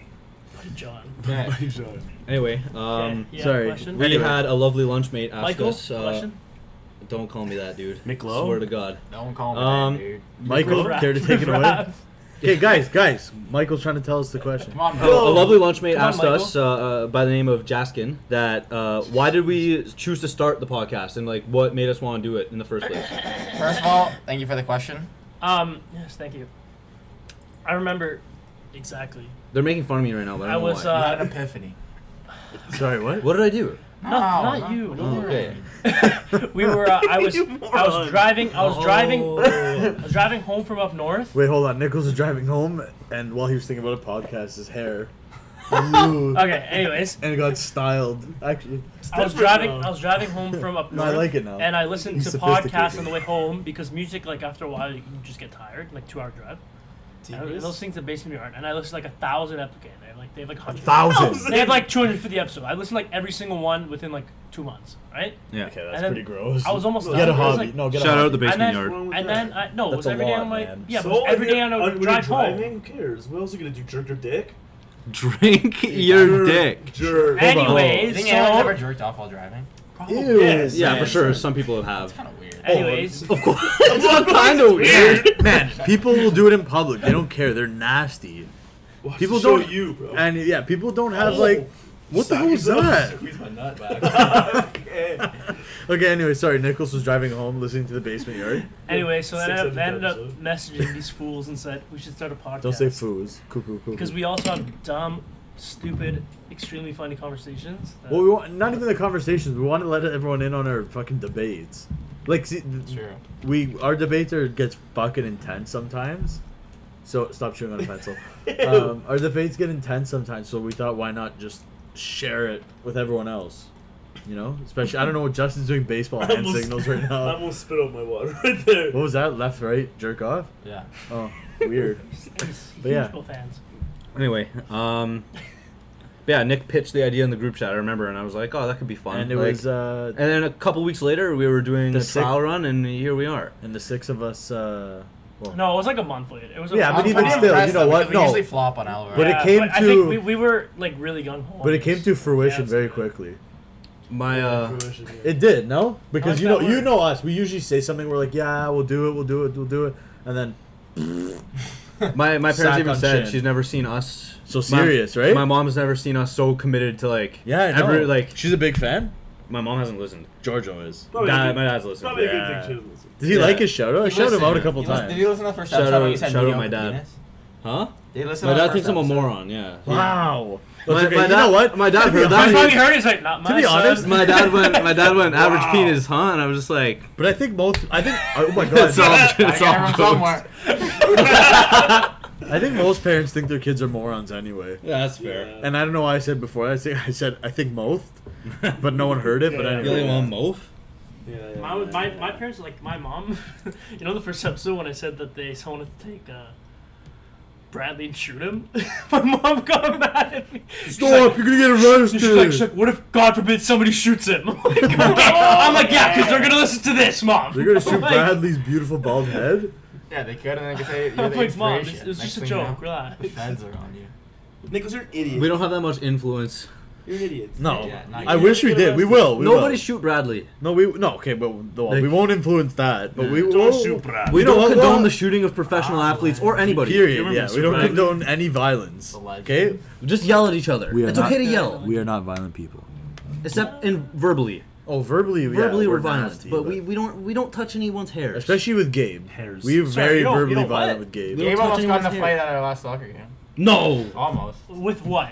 Speaker 4: Buddy John.
Speaker 1: Yeah.
Speaker 2: Buddy John.
Speaker 3: Anyway,
Speaker 4: Okay,
Speaker 3: um,
Speaker 4: yeah,
Speaker 5: sorry.
Speaker 4: Question?
Speaker 3: we
Speaker 5: Anyway.
Speaker 3: had a lovely lunchmate ask
Speaker 4: Michael.
Speaker 3: us. Uh,
Speaker 4: question.
Speaker 3: don't call me that, dude.
Speaker 2: Miklo?
Speaker 3: Swear to God.
Speaker 1: Don't call me
Speaker 3: Um,
Speaker 1: that, dude.
Speaker 5: Michael,
Speaker 4: Riff-raff.
Speaker 5: care to take it away?
Speaker 4: Riff-raff.
Speaker 5: Okay, guys, guys, Michael's trying to tell us the question.
Speaker 1: Come on,
Speaker 3: A- a
Speaker 1: bro.
Speaker 3: lovely lunchmate
Speaker 4: Come on,
Speaker 3: asked us uh, uh, by the name of Jaskin that uh, why did we choose to start the podcast and like what made us want to do it in the first place.
Speaker 1: First of all, thank you for the question.
Speaker 4: Um. Yes. Thank you. I remember exactly.
Speaker 3: They're making fun of me right now, but
Speaker 4: I
Speaker 3: I, don't
Speaker 4: was.
Speaker 3: know why.
Speaker 1: You had
Speaker 4: Uh,
Speaker 1: an epiphany.
Speaker 5: Sorry, what?
Speaker 3: what did I do?
Speaker 1: No,
Speaker 4: not
Speaker 1: no,
Speaker 4: you.
Speaker 1: don't worry.
Speaker 3: okay.
Speaker 4: we were. Uh, I was.
Speaker 2: You
Speaker 4: I was
Speaker 2: moron.
Speaker 4: driving. I was driving.
Speaker 3: Oh.
Speaker 4: I was driving home from up north.
Speaker 5: Wait, hold on. Nichols is driving home, and while he was thinking about a podcast, his hair blew
Speaker 4: Okay. Anyways,
Speaker 5: and it got styled. Actually,
Speaker 4: I was
Speaker 2: different
Speaker 4: driving.
Speaker 2: now.
Speaker 4: I was driving home from up
Speaker 5: No,
Speaker 4: north.
Speaker 5: I like it now.
Speaker 4: And I listened
Speaker 5: He's
Speaker 4: to podcasts
Speaker 5: sophisticated.
Speaker 4: on the way home because music, like after a while, you just get tired. Like two-hour drive. And I was listening to the basement yard, and I listened to, like a thousand episodes. They have like they have like hundred.
Speaker 5: thousands.
Speaker 4: They have like 250 episodes. I listened to, like every single one within like two months, right?
Speaker 3: Yeah.
Speaker 5: Okay, that's
Speaker 4: And then
Speaker 5: pretty gross.
Speaker 4: I was almost
Speaker 5: get
Speaker 4: done.
Speaker 5: a
Speaker 4: I was
Speaker 5: hobby.
Speaker 4: like-
Speaker 5: no, get
Speaker 3: Shout
Speaker 5: a hobby.
Speaker 3: out the basement
Speaker 4: then-
Speaker 3: yard.
Speaker 4: And then I no, it was
Speaker 5: That's a
Speaker 4: every day
Speaker 5: lot,
Speaker 4: on my
Speaker 5: man.
Speaker 4: yeah, it
Speaker 2: So
Speaker 4: was every day on
Speaker 2: when
Speaker 4: a
Speaker 2: you're
Speaker 4: drive
Speaker 2: driving,
Speaker 4: home.
Speaker 2: Who cares? What else are you gonna do? Jerk your dick?
Speaker 3: Drink your dick.
Speaker 2: Jerk.
Speaker 5: Hold on.
Speaker 1: You
Speaker 4: Anyways,
Speaker 1: think anyone's ever
Speaker 4: so
Speaker 1: jerked off while driving?
Speaker 5: Ew.
Speaker 2: Yes.
Speaker 3: Yeah, for
Speaker 5: man.
Speaker 3: sure. Some people have.
Speaker 1: Kind of weird.
Speaker 4: anyways,
Speaker 3: Of course. it's all kind of weird.
Speaker 5: Man, people will do it in public. They don't care. They're nasty.
Speaker 2: Watch
Speaker 5: People
Speaker 2: the show
Speaker 5: don't-
Speaker 2: you, bro.
Speaker 5: And yeah, people don't have
Speaker 2: Oh.
Speaker 5: like. What the hell was that?
Speaker 1: Squeeze my nut back.
Speaker 5: Okay, anyway, sorry. Nichols was driving home, listening to the basement yard.
Speaker 4: anyway, so then I
Speaker 2: Six
Speaker 4: I ended up
Speaker 2: episodes.
Speaker 4: messaging these fools and said we should start a podcast.
Speaker 5: Don't say foos. Coo coo coo.
Speaker 4: because
Speaker 5: coo.
Speaker 4: we all saw dumb, stupid, extremely funny conversations. that-
Speaker 5: Well, we want not even the conversations. We want to let everyone in on our fucking debates. Like, see, th-
Speaker 1: True.
Speaker 5: we our debates are gets fucking intense sometimes. So stop chewing on a pencil. um, our debates get intense sometimes. So we thought, why not just share it with everyone else? You know, especially I don't know what Justin's doing baseball hand signals right
Speaker 2: I
Speaker 5: now.
Speaker 2: almost spit out my water right there.
Speaker 5: What was that? Left, right, jerk off.
Speaker 1: Yeah.
Speaker 5: Oh, weird.
Speaker 4: He's
Speaker 5: But yeah.
Speaker 4: huge fans.
Speaker 3: Anyway, um, yeah, Nick pitched the idea in the group chat. I remember, and I was like, "Oh, that could be fun."
Speaker 5: and it
Speaker 3: Like-
Speaker 5: was uh,
Speaker 3: And then a couple weeks later, we were doing
Speaker 5: The
Speaker 3: a
Speaker 5: sick-
Speaker 3: trial run, and here we are.
Speaker 5: and the six of us. Uh, well,
Speaker 4: No, it was like a month later. It was a
Speaker 5: Yeah,
Speaker 4: month
Speaker 5: but even
Speaker 1: pretty
Speaker 4: later.
Speaker 5: still,
Speaker 1: impressed,
Speaker 5: you know
Speaker 1: though,
Speaker 5: what?
Speaker 1: because We
Speaker 5: No.
Speaker 1: usually flop on Alvaro.
Speaker 5: But it
Speaker 4: Yeah,
Speaker 5: came
Speaker 4: I think
Speaker 5: to-
Speaker 4: we, we were like really gung ho.
Speaker 5: but it came to fruition very quickly.
Speaker 3: My uh,
Speaker 5: It did no, because
Speaker 4: How's
Speaker 5: you know
Speaker 4: that
Speaker 5: you
Speaker 4: work?
Speaker 5: know us. We usually say something. We're like, yeah, we'll do it, we'll do it, we'll do it, and then
Speaker 3: my my
Speaker 5: Sack
Speaker 3: parents even
Speaker 5: on
Speaker 3: said
Speaker 5: chin.
Speaker 3: she's never seen us
Speaker 5: so
Speaker 3: my-
Speaker 5: serious, right?
Speaker 3: My mom's never seen us so committed to like
Speaker 5: yeah, I know.
Speaker 3: every like
Speaker 5: she's a big fan.
Speaker 3: my mom hasn't listened.
Speaker 5: Giorgio is.
Speaker 2: Probably a
Speaker 3: Dad,
Speaker 2: good-
Speaker 3: my dad's listened.
Speaker 2: Probably a good
Speaker 5: Yeah.
Speaker 2: thing too.
Speaker 5: Did he
Speaker 3: Yeah.
Speaker 5: like his shout out? I
Speaker 1: You
Speaker 5: shouted him
Speaker 1: listened-
Speaker 5: out a couple
Speaker 1: you lis-
Speaker 5: times.
Speaker 1: Did you listen to the first
Speaker 3: Shout
Speaker 1: episode when
Speaker 3: out-
Speaker 1: you said
Speaker 3: shout out
Speaker 1: Nino
Speaker 3: my dad.
Speaker 1: Penis?
Speaker 3: Huh?
Speaker 1: Did you listen
Speaker 3: My
Speaker 1: to the
Speaker 3: dad
Speaker 1: first
Speaker 3: thinks I'm a
Speaker 1: episode?
Speaker 3: moron. Yeah.
Speaker 5: Wow.
Speaker 3: My,
Speaker 5: That's okay.
Speaker 3: my
Speaker 5: you
Speaker 3: dad,
Speaker 5: know what?
Speaker 3: My dad heard
Speaker 4: First time
Speaker 3: that.
Speaker 4: you heard it, it's like not my
Speaker 5: To be
Speaker 4: son.
Speaker 5: honest,
Speaker 3: My dad went. My dad went. Average
Speaker 2: Wow.
Speaker 3: penis, huh? And I was just like,
Speaker 5: But I think most. I think. Oh my god.
Speaker 3: all-
Speaker 5: I
Speaker 1: I got
Speaker 3: it's all
Speaker 1: it from
Speaker 3: jokes.
Speaker 1: somewhere.
Speaker 5: think most parents think their kids are morons anyway.
Speaker 3: Yeah, that's
Speaker 2: fair.
Speaker 5: And I don't know why I said before. I say I said I think most, but no one heard it. But
Speaker 2: Yeah.
Speaker 5: anyway.
Speaker 3: You only want moaf?
Speaker 2: Yeah, yeah,
Speaker 4: My,
Speaker 2: yeah,
Speaker 4: my,
Speaker 2: yeah.
Speaker 4: my parents, like my mom, you know, the first episode when I said that they s- wanted to take uh, Bradley and shoot him, my mom got mad at me. She's
Speaker 5: Stop!
Speaker 4: like-
Speaker 5: You're gonna get
Speaker 4: She's like,
Speaker 5: arrested.
Speaker 4: she's like, what if, God forbid, somebody shoots him? I'm like, okay. I'm like yeah, because they're going to listen to this, mom.
Speaker 5: They're gonna shoot
Speaker 4: I'm like-
Speaker 5: Bradley's beautiful bald head.
Speaker 1: Yeah, they could, and they could say you're
Speaker 4: I'm
Speaker 1: the
Speaker 4: like, mom,
Speaker 1: inspiration.
Speaker 4: it was
Speaker 1: Next
Speaker 4: just a
Speaker 1: thing you know,
Speaker 4: joke, relax.
Speaker 1: The feds are on you.
Speaker 2: Nicholas, you're an idiot.
Speaker 3: We don't have that much influence.
Speaker 2: You're an idiot.
Speaker 5: No,
Speaker 1: Yeah, not
Speaker 5: I
Speaker 1: yet.
Speaker 5: wish we did. We will. We
Speaker 3: Nobody
Speaker 5: will.
Speaker 3: shoot Bradley.
Speaker 5: No, we no. Okay, but no, we
Speaker 3: Like-
Speaker 5: won't influence that. But we
Speaker 3: Yeah.
Speaker 5: will.
Speaker 2: Brad.
Speaker 3: We
Speaker 5: You know
Speaker 3: don't
Speaker 5: what,
Speaker 3: condone
Speaker 5: though?
Speaker 3: the shooting of professional
Speaker 1: Ah,
Speaker 3: athletes or anybody.
Speaker 5: Period.
Speaker 2: remember
Speaker 5: Yeah,
Speaker 2: Mr.
Speaker 5: we don't
Speaker 2: Bradley?
Speaker 5: condone any violence.
Speaker 1: The legend.
Speaker 5: Okay.
Speaker 3: Just yell at each other.
Speaker 5: We are
Speaker 3: It's
Speaker 5: not-
Speaker 3: okay to yell,
Speaker 5: We are not violent people.
Speaker 3: except in verbally.
Speaker 5: Oh, verbally, yeah,
Speaker 3: Verbally, we're, violent,
Speaker 5: nasty,
Speaker 3: but, we, we don't we don't touch anyone's hair.
Speaker 5: especially with Gabe.
Speaker 2: Hairs.
Speaker 5: We were
Speaker 4: Sorry,
Speaker 5: very
Speaker 4: you don't- you
Speaker 5: verbally
Speaker 4: don't
Speaker 5: violent
Speaker 4: what?
Speaker 5: with Gabe.
Speaker 3: Don't
Speaker 1: Gabe
Speaker 3: touch
Speaker 1: almost got in a
Speaker 3: anyone's
Speaker 1: fight at our last soccer game.
Speaker 3: no.
Speaker 1: Almost.
Speaker 4: With what?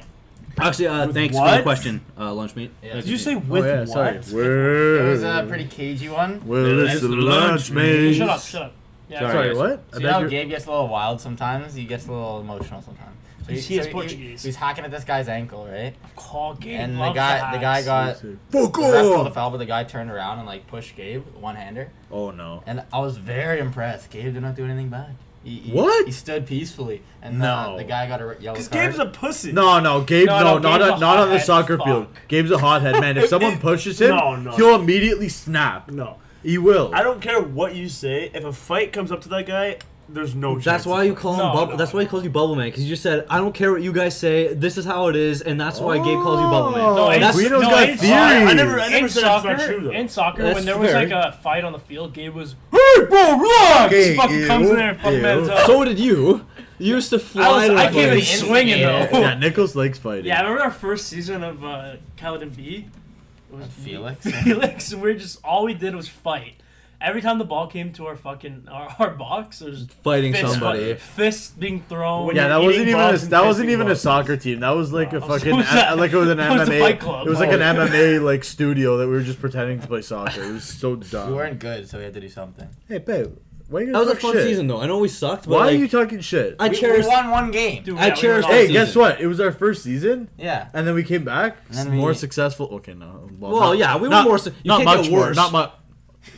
Speaker 3: Actually, uh, thanks for the
Speaker 2: What?
Speaker 3: question, uh, lunch meat.
Speaker 1: Yeah.
Speaker 3: Thanks,
Speaker 1: Did you
Speaker 3: meat.
Speaker 5: oh yeah, sorry.
Speaker 1: It
Speaker 5: Where
Speaker 1: was
Speaker 4: uh,
Speaker 1: a pretty cagey one.
Speaker 5: Well, it's
Speaker 2: That's
Speaker 5: the
Speaker 2: the
Speaker 5: lunch,
Speaker 2: lunch,
Speaker 5: man.
Speaker 2: mate.
Speaker 4: Shut up, shut up. Yeah,
Speaker 3: Sorry.
Speaker 5: Sorry,
Speaker 3: guys.
Speaker 5: what? I
Speaker 1: So you
Speaker 5: beg
Speaker 1: know,
Speaker 5: your-
Speaker 1: Gabe gets a little wild sometimes. He gets a little emotional sometimes. So
Speaker 4: He's- he is Portuguese.
Speaker 1: he's hacking at this guy's ankle, right?
Speaker 4: Call game.
Speaker 1: and the
Speaker 4: love
Speaker 1: guy, the guy
Speaker 4: guys.
Speaker 1: got the
Speaker 5: Fuck
Speaker 1: ref called a
Speaker 5: off!
Speaker 1: foul, but the guy turned around and like pushed Gabe one-hander.
Speaker 5: Oh no.
Speaker 1: And I was very impressed. Gabe did not do anything bad. He, he,
Speaker 5: What?
Speaker 1: He stood peacefully, and
Speaker 5: No.
Speaker 1: uh, the guy got a re- yellow
Speaker 2: Because
Speaker 1: card.
Speaker 2: Gabe's a pussy.
Speaker 5: No, no, Gabe,
Speaker 4: No, no,
Speaker 5: no, not,
Speaker 4: Gabe's
Speaker 5: on
Speaker 4: a
Speaker 5: not on the
Speaker 4: hothead,
Speaker 5: soccer
Speaker 4: fuck.
Speaker 5: field. Gabe's a hothead man. If someone pushes him,
Speaker 2: No, no.
Speaker 5: he'll immediately snap.
Speaker 2: No.
Speaker 5: He will.
Speaker 2: I don't care what you say. If a fight comes up to that guy, there's no chance.
Speaker 3: That's why you call him.
Speaker 4: No,
Speaker 3: bub-
Speaker 4: no,
Speaker 3: that's why he
Speaker 4: no.
Speaker 3: calls you Bubble Man because you just said I don't care what you guys say. This is how it is, and that's why Gabe calls you Bubble Man.
Speaker 4: No, it's-
Speaker 5: Guido's
Speaker 4: no,
Speaker 5: got
Speaker 4: it's-
Speaker 5: theories.
Speaker 2: I- I never- I
Speaker 4: In
Speaker 2: never said it's not
Speaker 4: soccer,
Speaker 2: true, though.
Speaker 4: in soccer,
Speaker 3: That's
Speaker 4: when there was
Speaker 3: fair.
Speaker 4: like a fight on the field, Gabe was
Speaker 5: Hey, bro, relax!
Speaker 4: Just fucking comes in there and fucking bends
Speaker 5: Oh.
Speaker 4: up.
Speaker 3: So did you. You used to fly.
Speaker 4: I, was,
Speaker 3: to the
Speaker 4: I came in
Speaker 3: place.
Speaker 1: place.
Speaker 4: swinging
Speaker 1: Yeah.
Speaker 4: though.
Speaker 5: Yeah, Nichols likes fighting.
Speaker 4: Yeah, I remember our first season of uh, Caledon B. It was
Speaker 1: Felix.
Speaker 4: Felix, and we are just all we did was fight. Every time the ball came to our fucking our, our box, it was
Speaker 3: fighting
Speaker 4: fist
Speaker 3: somebody.
Speaker 4: fists being thrown.
Speaker 2: When
Speaker 5: Yeah,
Speaker 2: you're
Speaker 5: that
Speaker 2: eating
Speaker 5: wasn't even a,
Speaker 2: balls and
Speaker 5: that wasn't
Speaker 2: fisting
Speaker 5: even a
Speaker 2: balls.
Speaker 5: soccer team. That was like a
Speaker 4: Wow.
Speaker 5: fucking
Speaker 4: So was that-
Speaker 5: a- like it was an
Speaker 4: that was the
Speaker 5: MMA.
Speaker 4: fight club.
Speaker 5: It was like an
Speaker 4: Oh.
Speaker 5: MMA like studio that we were just pretending to play soccer. It was so
Speaker 1: we
Speaker 5: dumb.
Speaker 1: weren't good, so we had to do something.
Speaker 5: Hey, babe, why are you
Speaker 3: That
Speaker 5: gonna
Speaker 3: was a
Speaker 5: talk
Speaker 3: fun
Speaker 5: shit?
Speaker 3: season though. I know we sucked, but
Speaker 5: Why
Speaker 3: like,
Speaker 5: are you talking shit?
Speaker 3: I
Speaker 1: We,
Speaker 3: cherish.
Speaker 1: we won one game.
Speaker 4: Dude,
Speaker 3: I
Speaker 4: yeah, we
Speaker 3: cherish-
Speaker 4: were
Speaker 5: hey,
Speaker 4: all-
Speaker 3: season.
Speaker 5: guess what? It was our first season,
Speaker 1: Yeah.
Speaker 5: and then we came back
Speaker 1: And then
Speaker 5: s- more
Speaker 1: we-
Speaker 5: successful. Okay, no. Well,
Speaker 3: Well,
Speaker 5: not-
Speaker 3: yeah, we were
Speaker 5: not-
Speaker 3: more su- you
Speaker 5: not
Speaker 3: can't
Speaker 5: much
Speaker 3: get
Speaker 5: more,
Speaker 3: worse.
Speaker 5: Not much.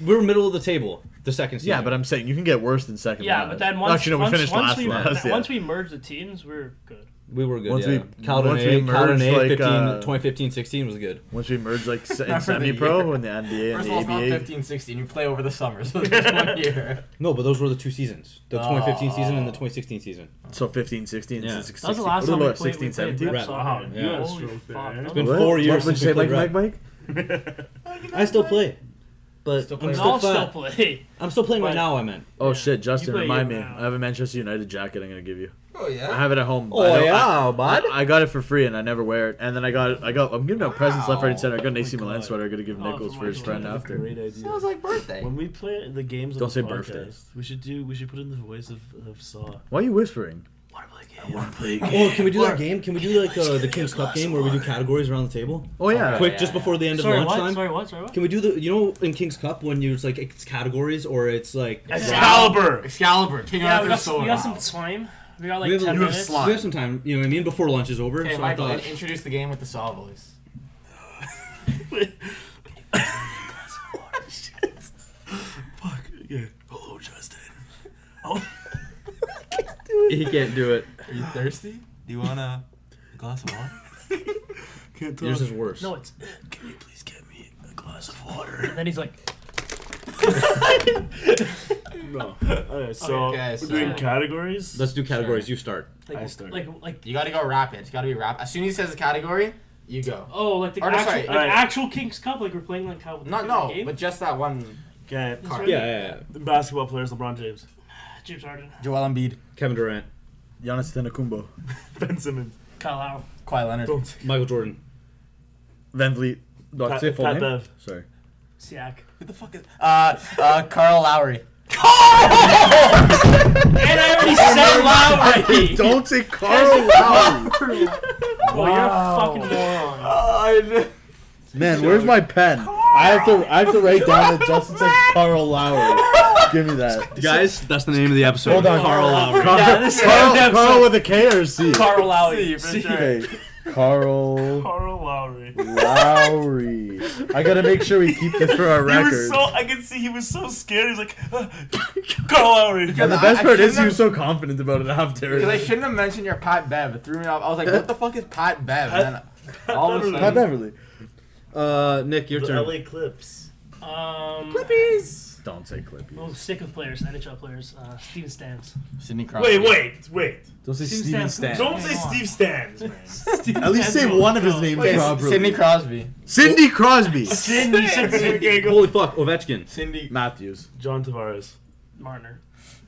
Speaker 3: we were middle of the table the second season.
Speaker 5: Yeah, but I'm saying you can get worse than second.
Speaker 4: Yeah,
Speaker 5: last.
Speaker 4: but then once,
Speaker 5: actually, no, we
Speaker 4: once,
Speaker 5: finished
Speaker 4: once
Speaker 5: last.
Speaker 4: we,
Speaker 5: last, yeah.
Speaker 4: once we merged the teams, we were good.
Speaker 3: we were good.
Speaker 5: Once
Speaker 3: yeah.
Speaker 5: we-
Speaker 3: Calvin
Speaker 5: once
Speaker 3: A,
Speaker 5: we merged,
Speaker 3: Calvin A,
Speaker 5: like,
Speaker 3: 15,
Speaker 5: uh,
Speaker 3: 2015, 16 was good.
Speaker 5: Once we merged like se-
Speaker 1: Not for the year.
Speaker 5: semi-pro and the NBA and
Speaker 1: First of
Speaker 5: the
Speaker 1: all, it's not
Speaker 5: ABA.
Speaker 1: 15, 16. You play over the summer, so it's just one year.
Speaker 3: No, but those were the two seasons: the 2015 season and the 2016 season.
Speaker 5: So 15, 16,
Speaker 3: Yeah.
Speaker 5: 16,
Speaker 4: That was the last
Speaker 5: what
Speaker 4: time we
Speaker 5: about
Speaker 4: played.
Speaker 5: 16,
Speaker 4: we played
Speaker 5: 17?
Speaker 4: rep
Speaker 3: Rep.
Speaker 4: soccer.
Speaker 2: Wow, you had a
Speaker 4: Holy
Speaker 2: stroke there,
Speaker 4: fuck.
Speaker 2: eh?
Speaker 4: That
Speaker 3: been
Speaker 4: was-
Speaker 5: What?
Speaker 3: four
Speaker 5: What
Speaker 3: years
Speaker 5: would you
Speaker 3: since
Speaker 5: say,
Speaker 3: we
Speaker 5: like
Speaker 3: played
Speaker 5: Mike, Mike?
Speaker 3: I still play, but
Speaker 1: Still
Speaker 3: I'm
Speaker 1: play.
Speaker 4: We
Speaker 3: still,
Speaker 4: all
Speaker 3: fat.
Speaker 4: still play.
Speaker 3: I'm still playing right
Speaker 4: But-
Speaker 3: now. I meant.
Speaker 5: Oh
Speaker 4: Yeah.
Speaker 5: shit, Justin,
Speaker 4: play
Speaker 5: remind me.
Speaker 4: you now.
Speaker 5: I have a Manchester United jacket. I'm gonna give you.
Speaker 1: Oh
Speaker 5: I
Speaker 1: yeah.
Speaker 5: have it at home.
Speaker 3: Oh,
Speaker 5: I don't-
Speaker 3: yeah,
Speaker 5: I,
Speaker 3: bud.
Speaker 5: I got it for free and I never wear it. And then I got I got I'm giving out presents left, right, and center. I got an AC Milan
Speaker 2: God.
Speaker 5: sweater. I'm gonna give
Speaker 4: Oh,
Speaker 5: Nichols
Speaker 4: for
Speaker 5: for his
Speaker 4: Michael.
Speaker 5: friend
Speaker 2: That's a
Speaker 5: after.
Speaker 2: great idea.
Speaker 1: Smells like birthday.
Speaker 2: When we play the games, on
Speaker 5: Don't
Speaker 2: the
Speaker 5: say
Speaker 2: podcast,
Speaker 5: birthday.
Speaker 2: We should do. We should put in the voice of, of Saw.
Speaker 5: Why are you whispering?
Speaker 3: Oh, can we do that game? Can we do like uh, the Kings Cup game where we do categories around the table?
Speaker 5: Oh yeah.
Speaker 1: Okay.
Speaker 3: Quick,
Speaker 1: yeah,
Speaker 3: just
Speaker 1: yeah.
Speaker 3: before the end of
Speaker 4: Sorry
Speaker 3: lunchtime.
Speaker 4: what? Sorry what? Sorry what?
Speaker 3: Can we do the you know in King's Cup when you it's like it's categories or it's like
Speaker 2: Excalibur.
Speaker 1: Excalibur, King
Speaker 4: Yeah, we
Speaker 1: Arthur's
Speaker 4: got, some-
Speaker 1: sword.
Speaker 4: we got some time. We got like
Speaker 3: we have,
Speaker 4: ten
Speaker 3: a-
Speaker 4: minutes.
Speaker 3: we have some time, you know what I mean, before lunch is over.
Speaker 1: Okay,
Speaker 3: so I
Speaker 1: Michael,
Speaker 3: thought
Speaker 1: introduce the game with the saw voice.
Speaker 2: Wait. Fuck. Yeah. Hello, Justin. Oh.
Speaker 5: He can't do it.
Speaker 1: Are you thirsty? Do you want a glass of water?
Speaker 2: Can't talk.
Speaker 3: Yours is worse.
Speaker 4: No, it's.
Speaker 2: Can you please get me a glass of water?
Speaker 4: And then he's like,
Speaker 2: no. Alright, so
Speaker 1: Okay,
Speaker 2: we're
Speaker 1: so-
Speaker 2: doing categories.
Speaker 3: Let's do categories. You start.
Speaker 4: like,
Speaker 2: I started.
Speaker 4: like, like,
Speaker 1: You gotta go rapid. It's gotta be rapid. As soon as he says a category, you go.
Speaker 4: oh, like the
Speaker 1: Or no,
Speaker 4: actual,
Speaker 1: sorry,
Speaker 4: like
Speaker 2: alright.
Speaker 4: actual Kings Cup, like we're playing like how
Speaker 1: Not
Speaker 4: the
Speaker 1: no,
Speaker 4: game.
Speaker 1: but just that one.
Speaker 2: okay.
Speaker 4: That's
Speaker 1: Car-
Speaker 4: right.
Speaker 3: Yeah, yeah, yeah.
Speaker 2: The basketball players, LeBron James,
Speaker 4: James Harden,
Speaker 1: Joel Embiid,
Speaker 3: Kevin Durant,
Speaker 5: Giannis Antetokounmpo,
Speaker 2: Ben Simmons,
Speaker 4: Kyle Lowry,
Speaker 1: Kawhi Leonard,
Speaker 2: don't say
Speaker 3: Michael Jordan,
Speaker 5: Van Vliet. Do I
Speaker 2: Pat,
Speaker 5: say full
Speaker 2: Pat
Speaker 5: name?
Speaker 2: Bev.
Speaker 5: Sorry.
Speaker 4: Siak,
Speaker 1: Who the fuck is uh uh Carl Lowry?
Speaker 4: and I already said Lowry.
Speaker 5: Don't say Carl Lowry.
Speaker 4: Well, you're a fucking moron.
Speaker 5: Man, where's my pen? I have to I have to write down that Justin said Carl Lowry. Give me that.
Speaker 3: guys. That's the name of the episode.
Speaker 5: Hold on.
Speaker 3: Carl Lowry.
Speaker 5: Carl,
Speaker 4: Yeah, this is
Speaker 5: Carl,
Speaker 4: Adam
Speaker 5: Carl
Speaker 4: Said-
Speaker 5: with a K or a C?
Speaker 4: Carl Lowry.
Speaker 1: See, for sure.
Speaker 5: Okay. Carl
Speaker 2: Carl Lowry.
Speaker 5: Lowry. I gotta make sure we keep this for our
Speaker 2: He was
Speaker 5: records.
Speaker 2: so. I could see he was so scared. He's like, "Ah, Carl Lowry.
Speaker 5: and the
Speaker 1: I-
Speaker 5: best
Speaker 1: I
Speaker 5: part is he
Speaker 1: shouldn't
Speaker 5: was so confident about it after.
Speaker 1: Because I shouldn't have mentioned your Pat Bev. It threw me off. I was like, what the fuck is Pat Bev? And then all of a
Speaker 2: Beverly.
Speaker 5: Pat
Speaker 1: sudden,
Speaker 5: Beverly.
Speaker 3: Uh, Nick, your turn.
Speaker 2: Clips.
Speaker 4: Um,
Speaker 5: Don't say Clippy.
Speaker 4: I'm sick of players, NHL players. Uh, Steven Stamps.
Speaker 1: Sidney Crosby.
Speaker 6: Wait, wait, wait.
Speaker 5: Don't say
Speaker 4: Steven
Speaker 5: Steven
Speaker 4: Stamps.
Speaker 5: Stamps.
Speaker 6: Don't say Steve Stans, man.
Speaker 5: At least say one of his names
Speaker 1: Wait,
Speaker 5: properly.
Speaker 1: Sidney Crosby.
Speaker 5: Cindy Crosby.
Speaker 4: Sidney, Sidney,
Speaker 3: Holy fuck, Ovechkin.
Speaker 1: Cindy.
Speaker 5: Matthews.
Speaker 2: John Tavares.
Speaker 4: Marner.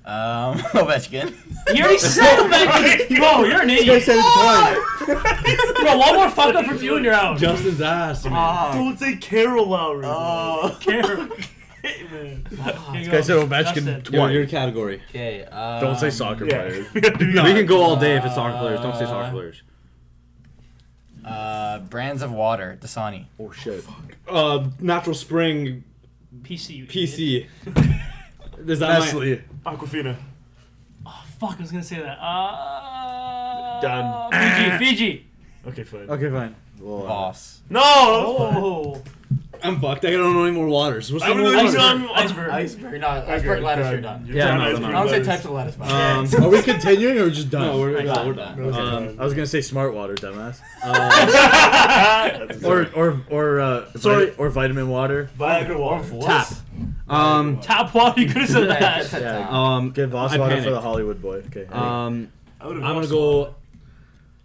Speaker 1: Um, Ovechkin.
Speaker 4: You already said Ovechkin. Bro, you're an
Speaker 5: I
Speaker 4: idiot.
Speaker 5: said it twice.
Speaker 4: Bro, one more fuck up from you and you're out.
Speaker 3: Justin's ass.
Speaker 2: Don't say Carol Lowry.
Speaker 1: Oh.
Speaker 4: Carol.
Speaker 2: man.
Speaker 4: This
Speaker 5: guy said Ovechkin twice.
Speaker 3: Your, your category.
Speaker 1: Okay. Um,
Speaker 5: Don't say soccer
Speaker 2: Yeah.
Speaker 5: players.
Speaker 2: We gotta do
Speaker 3: we
Speaker 2: that.
Speaker 3: can go all day if it's soccer players. Don't say soccer
Speaker 1: Uh,
Speaker 3: players.
Speaker 1: Uh, brands of water. Dasani.
Speaker 5: Oh shit.
Speaker 3: Uh, Natural Spring
Speaker 4: PC. you idiot.
Speaker 3: PC. Is that my-
Speaker 5: Nestle.
Speaker 2: Aquafina.
Speaker 4: Oh, fuck, I was gonna say that. Uh,
Speaker 2: Done.
Speaker 1: Um.
Speaker 4: Fiji, Fiji.
Speaker 2: Okay, fine.
Speaker 5: Okay, fine. Well, uh,
Speaker 1: Boss.
Speaker 2: No.
Speaker 4: Oh.
Speaker 3: I'm fucked. I don't know any more waters. What's
Speaker 2: I'm
Speaker 3: the more
Speaker 2: gonna
Speaker 3: waters?
Speaker 2: lose on.
Speaker 4: Iceberg.
Speaker 1: Iceberg. No, iceberg lettuce. You're done.
Speaker 3: Yeah, no,
Speaker 1: I
Speaker 3: no,
Speaker 1: don't say types of lettuce. by the way.
Speaker 3: Um,
Speaker 5: are we continuing or just done?
Speaker 3: no, we're, no,
Speaker 1: got
Speaker 3: we're
Speaker 1: it.
Speaker 3: done.
Speaker 2: Okay.
Speaker 3: Um,
Speaker 5: I was gonna say smart water, dumbass.
Speaker 3: uh,
Speaker 5: Or or or uh,
Speaker 3: Sorry.
Speaker 5: vit- or vitamin water.
Speaker 2: Viagra water.
Speaker 1: Tap.
Speaker 3: um,
Speaker 4: Top water, you could have said that.
Speaker 5: Yeah.
Speaker 3: um,
Speaker 5: Get Voss
Speaker 3: I
Speaker 5: water for
Speaker 3: panicked.
Speaker 5: the Hollywood boy. Okay.
Speaker 3: um,
Speaker 2: I would've
Speaker 3: I'm gonna
Speaker 2: lost.
Speaker 3: go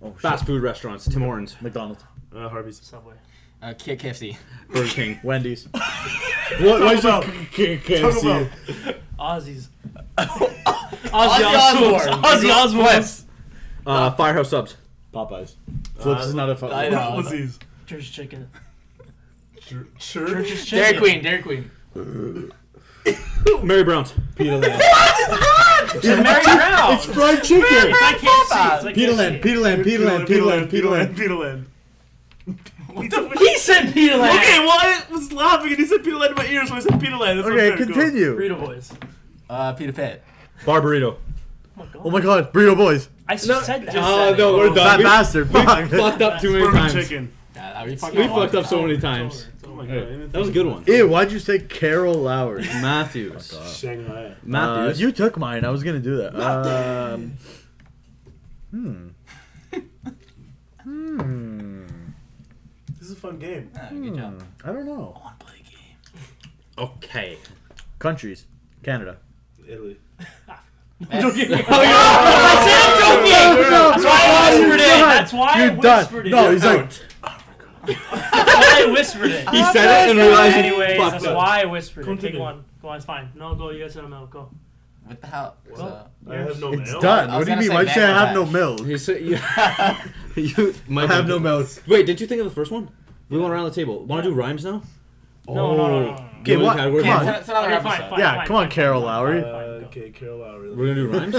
Speaker 5: oh, shit.
Speaker 3: fast food restaurants. Tim Hortons,
Speaker 5: McDonald's.
Speaker 2: Uh, Harvey's.
Speaker 4: Subway.
Speaker 1: Uh, K- KFC.
Speaker 3: Burger King.
Speaker 5: Wendy's. what? Why is
Speaker 2: Taco
Speaker 5: it
Speaker 2: Taco Bell.
Speaker 5: KFC?
Speaker 4: Aussies.
Speaker 1: Ozzy
Speaker 4: Ozzy Osbourne.
Speaker 1: Osbourne.
Speaker 4: Ozzy Osbourne.
Speaker 1: Flips.
Speaker 3: Uh, Firehouse Subs.
Speaker 5: Popeyes. Flips is not a
Speaker 1: I
Speaker 5: fucking.
Speaker 1: know.
Speaker 2: What was these?
Speaker 4: Church chicken.
Speaker 2: Sure.
Speaker 4: Church's chicken.
Speaker 1: Dairy Queen. Dairy Queen.
Speaker 3: Mary Brown's.
Speaker 5: Pita Land.
Speaker 4: It's Mary Brown.
Speaker 5: It's fried chicken.
Speaker 4: I can't see. It's like
Speaker 5: Pita Land. Pita Land. Pita Land. Pita Land. Pita Land.
Speaker 2: Peterland.
Speaker 4: He said Peterland.
Speaker 2: Okay, well, I was laughing and he said Peterland in my ears, so I said Peterland.
Speaker 5: Okay,
Speaker 4: Burrito
Speaker 5: continue.
Speaker 4: boys.
Speaker 1: Uh, Peter Pitt.
Speaker 3: Bar Burrito.
Speaker 4: Oh my god.
Speaker 5: Oh my God, Uh, burrito boys.
Speaker 4: I just said that.
Speaker 3: Oh no, we're done.
Speaker 5: Fat
Speaker 3: We
Speaker 5: bastard. Fuck.
Speaker 3: fucked up too many
Speaker 2: Burger
Speaker 3: times.
Speaker 2: chicken.
Speaker 1: Yeah, that'd be fucking
Speaker 3: We
Speaker 1: awesome.
Speaker 3: fucked up so many
Speaker 4: It's
Speaker 3: times.
Speaker 4: over. It's
Speaker 2: Oh
Speaker 4: over.
Speaker 2: my god.
Speaker 3: That was a good one.
Speaker 5: Ew, why'd you say Carol Lowry?
Speaker 3: Matthews.
Speaker 2: Shanghai.
Speaker 5: Uh,
Speaker 3: Matthews.
Speaker 5: you took mine. I was gonna do that. Um, hmm. Hmm.
Speaker 2: This is a fun game.
Speaker 1: Yeah, good job.
Speaker 5: I don't know.
Speaker 1: I wanna play a game.
Speaker 3: Okay.
Speaker 5: Countries. Canada.
Speaker 2: Italy.
Speaker 4: Don't get me-
Speaker 5: That's why
Speaker 4: I whispered it. That's why I
Speaker 5: You're
Speaker 4: whispered
Speaker 5: done.
Speaker 4: it.
Speaker 5: No, he's like.
Speaker 4: I whispered it.
Speaker 3: He said it and realized he
Speaker 4: Anyways,
Speaker 3: fucked
Speaker 4: that's
Speaker 3: up.
Speaker 4: why I whispered it. Take
Speaker 2: Continue.
Speaker 4: one. Go on, it's fine. No, go. You guys said I'm out. Go.
Speaker 1: What the hell?
Speaker 4: Well,
Speaker 2: I have no
Speaker 5: It's
Speaker 2: mail.
Speaker 5: done.
Speaker 1: I
Speaker 5: What
Speaker 1: was
Speaker 5: do you
Speaker 1: gonna
Speaker 5: mean?
Speaker 1: say
Speaker 5: Why'd you say I have no
Speaker 1: Bangladesh.
Speaker 5: milk?
Speaker 3: You said you, you
Speaker 5: I
Speaker 3: might
Speaker 5: have no milk.
Speaker 3: Wait, did you think of the first one? We went around the table. Want to do rhymes now?
Speaker 4: No,
Speaker 5: Oh.
Speaker 4: no, no, no, no, no.
Speaker 5: Okay,
Speaker 3: Really
Speaker 5: what?
Speaker 3: category?
Speaker 5: Come on.
Speaker 1: it's another
Speaker 4: Okay,
Speaker 1: episode.
Speaker 4: fine, fine,
Speaker 5: Yeah,
Speaker 4: fine,
Speaker 5: come on,
Speaker 4: fine,
Speaker 5: Carol
Speaker 4: fine,
Speaker 5: Lowry.
Speaker 4: fine, fine,
Speaker 2: Uh,
Speaker 4: go.
Speaker 2: okay, Carol Lowry.
Speaker 3: We're gonna do rhymes.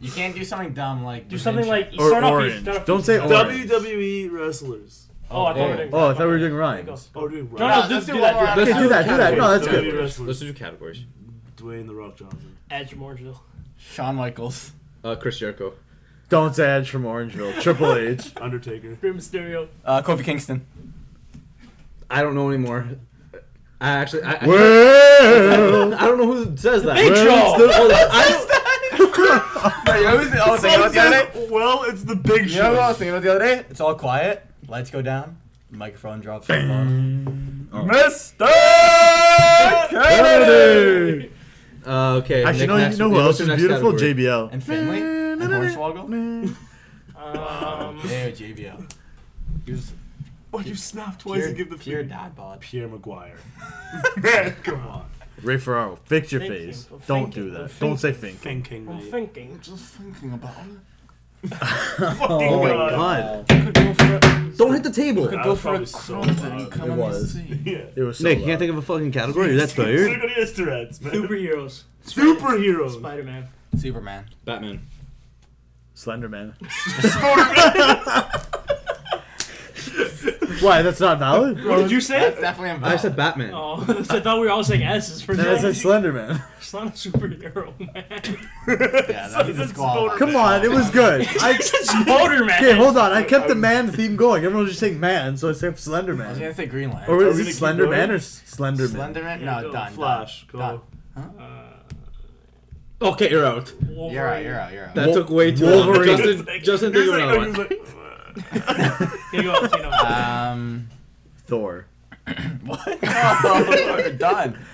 Speaker 1: You can't do something dumb like
Speaker 4: Do something like
Speaker 5: Or
Speaker 4: start off
Speaker 5: orange.
Speaker 4: easy. Start off
Speaker 5: Don't
Speaker 4: easy.
Speaker 5: say
Speaker 4: No,
Speaker 5: orange.
Speaker 2: WWE E wrestlers.
Speaker 4: Oh, I thought we were
Speaker 1: Oh,
Speaker 4: doing-
Speaker 5: Oh, I thought we were
Speaker 4: okay.
Speaker 5: doing
Speaker 4: Go.
Speaker 5: rhymes.
Speaker 2: Oh, dude,
Speaker 4: No,
Speaker 2: Rock.
Speaker 4: no,
Speaker 1: let's
Speaker 4: just
Speaker 1: do
Speaker 4: do
Speaker 1: one
Speaker 4: that.
Speaker 1: more
Speaker 4: Do
Speaker 5: Let's
Speaker 4: that.
Speaker 5: do that. Do that. No, that's
Speaker 2: WWE
Speaker 5: good.
Speaker 2: wrestlers.
Speaker 3: Let's do categories.
Speaker 2: Dwayne the Rock Johnson.
Speaker 4: Edge Mooresville.
Speaker 1: Shawn Michaels.
Speaker 3: Uh, Chris Jericho.
Speaker 5: Don't say Edge from Orangeville. Triple H.
Speaker 2: Undertaker.
Speaker 4: Grim Mysterio.
Speaker 1: Uh, Kofi Kingston.
Speaker 3: I don't know anymore. I actually, I, I,
Speaker 5: Well,
Speaker 3: I don't know who says that.
Speaker 4: Big
Speaker 5: well,
Speaker 4: Show.
Speaker 5: it's the- well,
Speaker 3: oh,
Speaker 5: it's- I don't-
Speaker 1: Wait, you know who's the-
Speaker 5: Oh,
Speaker 1: I was thinking about the other day?
Speaker 6: well, it's the big
Speaker 1: You know who I was
Speaker 6: show.
Speaker 1: thinking about the other day? It's all quiet. Lights go down. Microphone drops. Oh. Mr. Kennedy!
Speaker 3: Uh, okay.
Speaker 5: Actually,
Speaker 3: Nick,
Speaker 5: no,
Speaker 3: next-
Speaker 5: you know who
Speaker 3: what's
Speaker 5: else
Speaker 3: your
Speaker 5: is
Speaker 3: next
Speaker 5: beautiful?
Speaker 3: category?
Speaker 5: JBL.
Speaker 1: And Finley? And Hornswoggle?
Speaker 4: Um,
Speaker 1: Hey, JBL. He was
Speaker 6: Oh, you snap twice
Speaker 1: pure,
Speaker 6: and give the
Speaker 1: pure
Speaker 6: finger.
Speaker 1: dad bod.
Speaker 2: Pierre Maguire.
Speaker 6: Man, come on.
Speaker 5: Ray Ferraro, fix your
Speaker 4: Thinking,
Speaker 5: face.
Speaker 4: I'm
Speaker 5: Don't
Speaker 4: thinking,
Speaker 5: do
Speaker 4: I'm
Speaker 5: that.
Speaker 4: thinking.
Speaker 5: Don't say think.
Speaker 2: Thinking.
Speaker 4: I'm
Speaker 2: mate.
Speaker 4: thinking.
Speaker 1: Just thinking about it.
Speaker 6: Fucking
Speaker 5: Oh my
Speaker 6: God.
Speaker 5: god.
Speaker 4: Could go for it.
Speaker 3: Don't hit the table.
Speaker 1: Could
Speaker 2: That
Speaker 1: go
Speaker 2: was
Speaker 1: for a
Speaker 2: probably so
Speaker 1: cruise
Speaker 2: loud.
Speaker 1: and come
Speaker 5: It
Speaker 1: and
Speaker 5: was.
Speaker 1: see.
Speaker 6: Yeah.
Speaker 5: It was so
Speaker 3: Nick, you
Speaker 5: loud.
Speaker 3: can't think of a fucking category. That's
Speaker 6: Look
Speaker 3: weird.
Speaker 6: at the Easter eggs, man.
Speaker 4: Superheroes.
Speaker 6: Superheroes.
Speaker 4: Spider Man.
Speaker 1: Superman.
Speaker 3: Batman.
Speaker 5: Slender Man. Why? That's not valid?
Speaker 4: What did you say?
Speaker 1: That's definitely invalid.
Speaker 3: I said Batman.
Speaker 4: Oh, I thought we were all saying S's for
Speaker 5: No, I
Speaker 4: Jack.
Speaker 5: said Slender Man.
Speaker 4: It's not a superhero, man.
Speaker 1: Yeah, that's
Speaker 6: It's
Speaker 1: disqualified.
Speaker 5: Come on, it was good. I,
Speaker 4: It's motor man.
Speaker 5: okay, hold on. I kept the man theme going. Everyone was just saying man, so I said Slender
Speaker 1: I was gonna
Speaker 5: Man.
Speaker 1: say Green Lantern.
Speaker 5: Or
Speaker 2: Are we
Speaker 5: is
Speaker 2: gonna
Speaker 5: it
Speaker 2: keep
Speaker 5: Slender Man
Speaker 2: going?
Speaker 5: or S- Slender Man?
Speaker 1: Slenderman?
Speaker 4: Yeah,
Speaker 1: No, done.
Speaker 4: go.
Speaker 1: done.
Speaker 2: Flash. Go.
Speaker 1: Done.
Speaker 4: Uh,
Speaker 3: Okay, you're out.
Speaker 4: Wolverine.
Speaker 1: You're out. You're out. You're out.
Speaker 3: That
Speaker 5: Wol-
Speaker 3: took way too
Speaker 5: Wolverine.
Speaker 3: long. Justin, Justin, think of another one.
Speaker 4: Here you go, Tino.
Speaker 1: Um,
Speaker 5: Thor.
Speaker 1: what? No, done.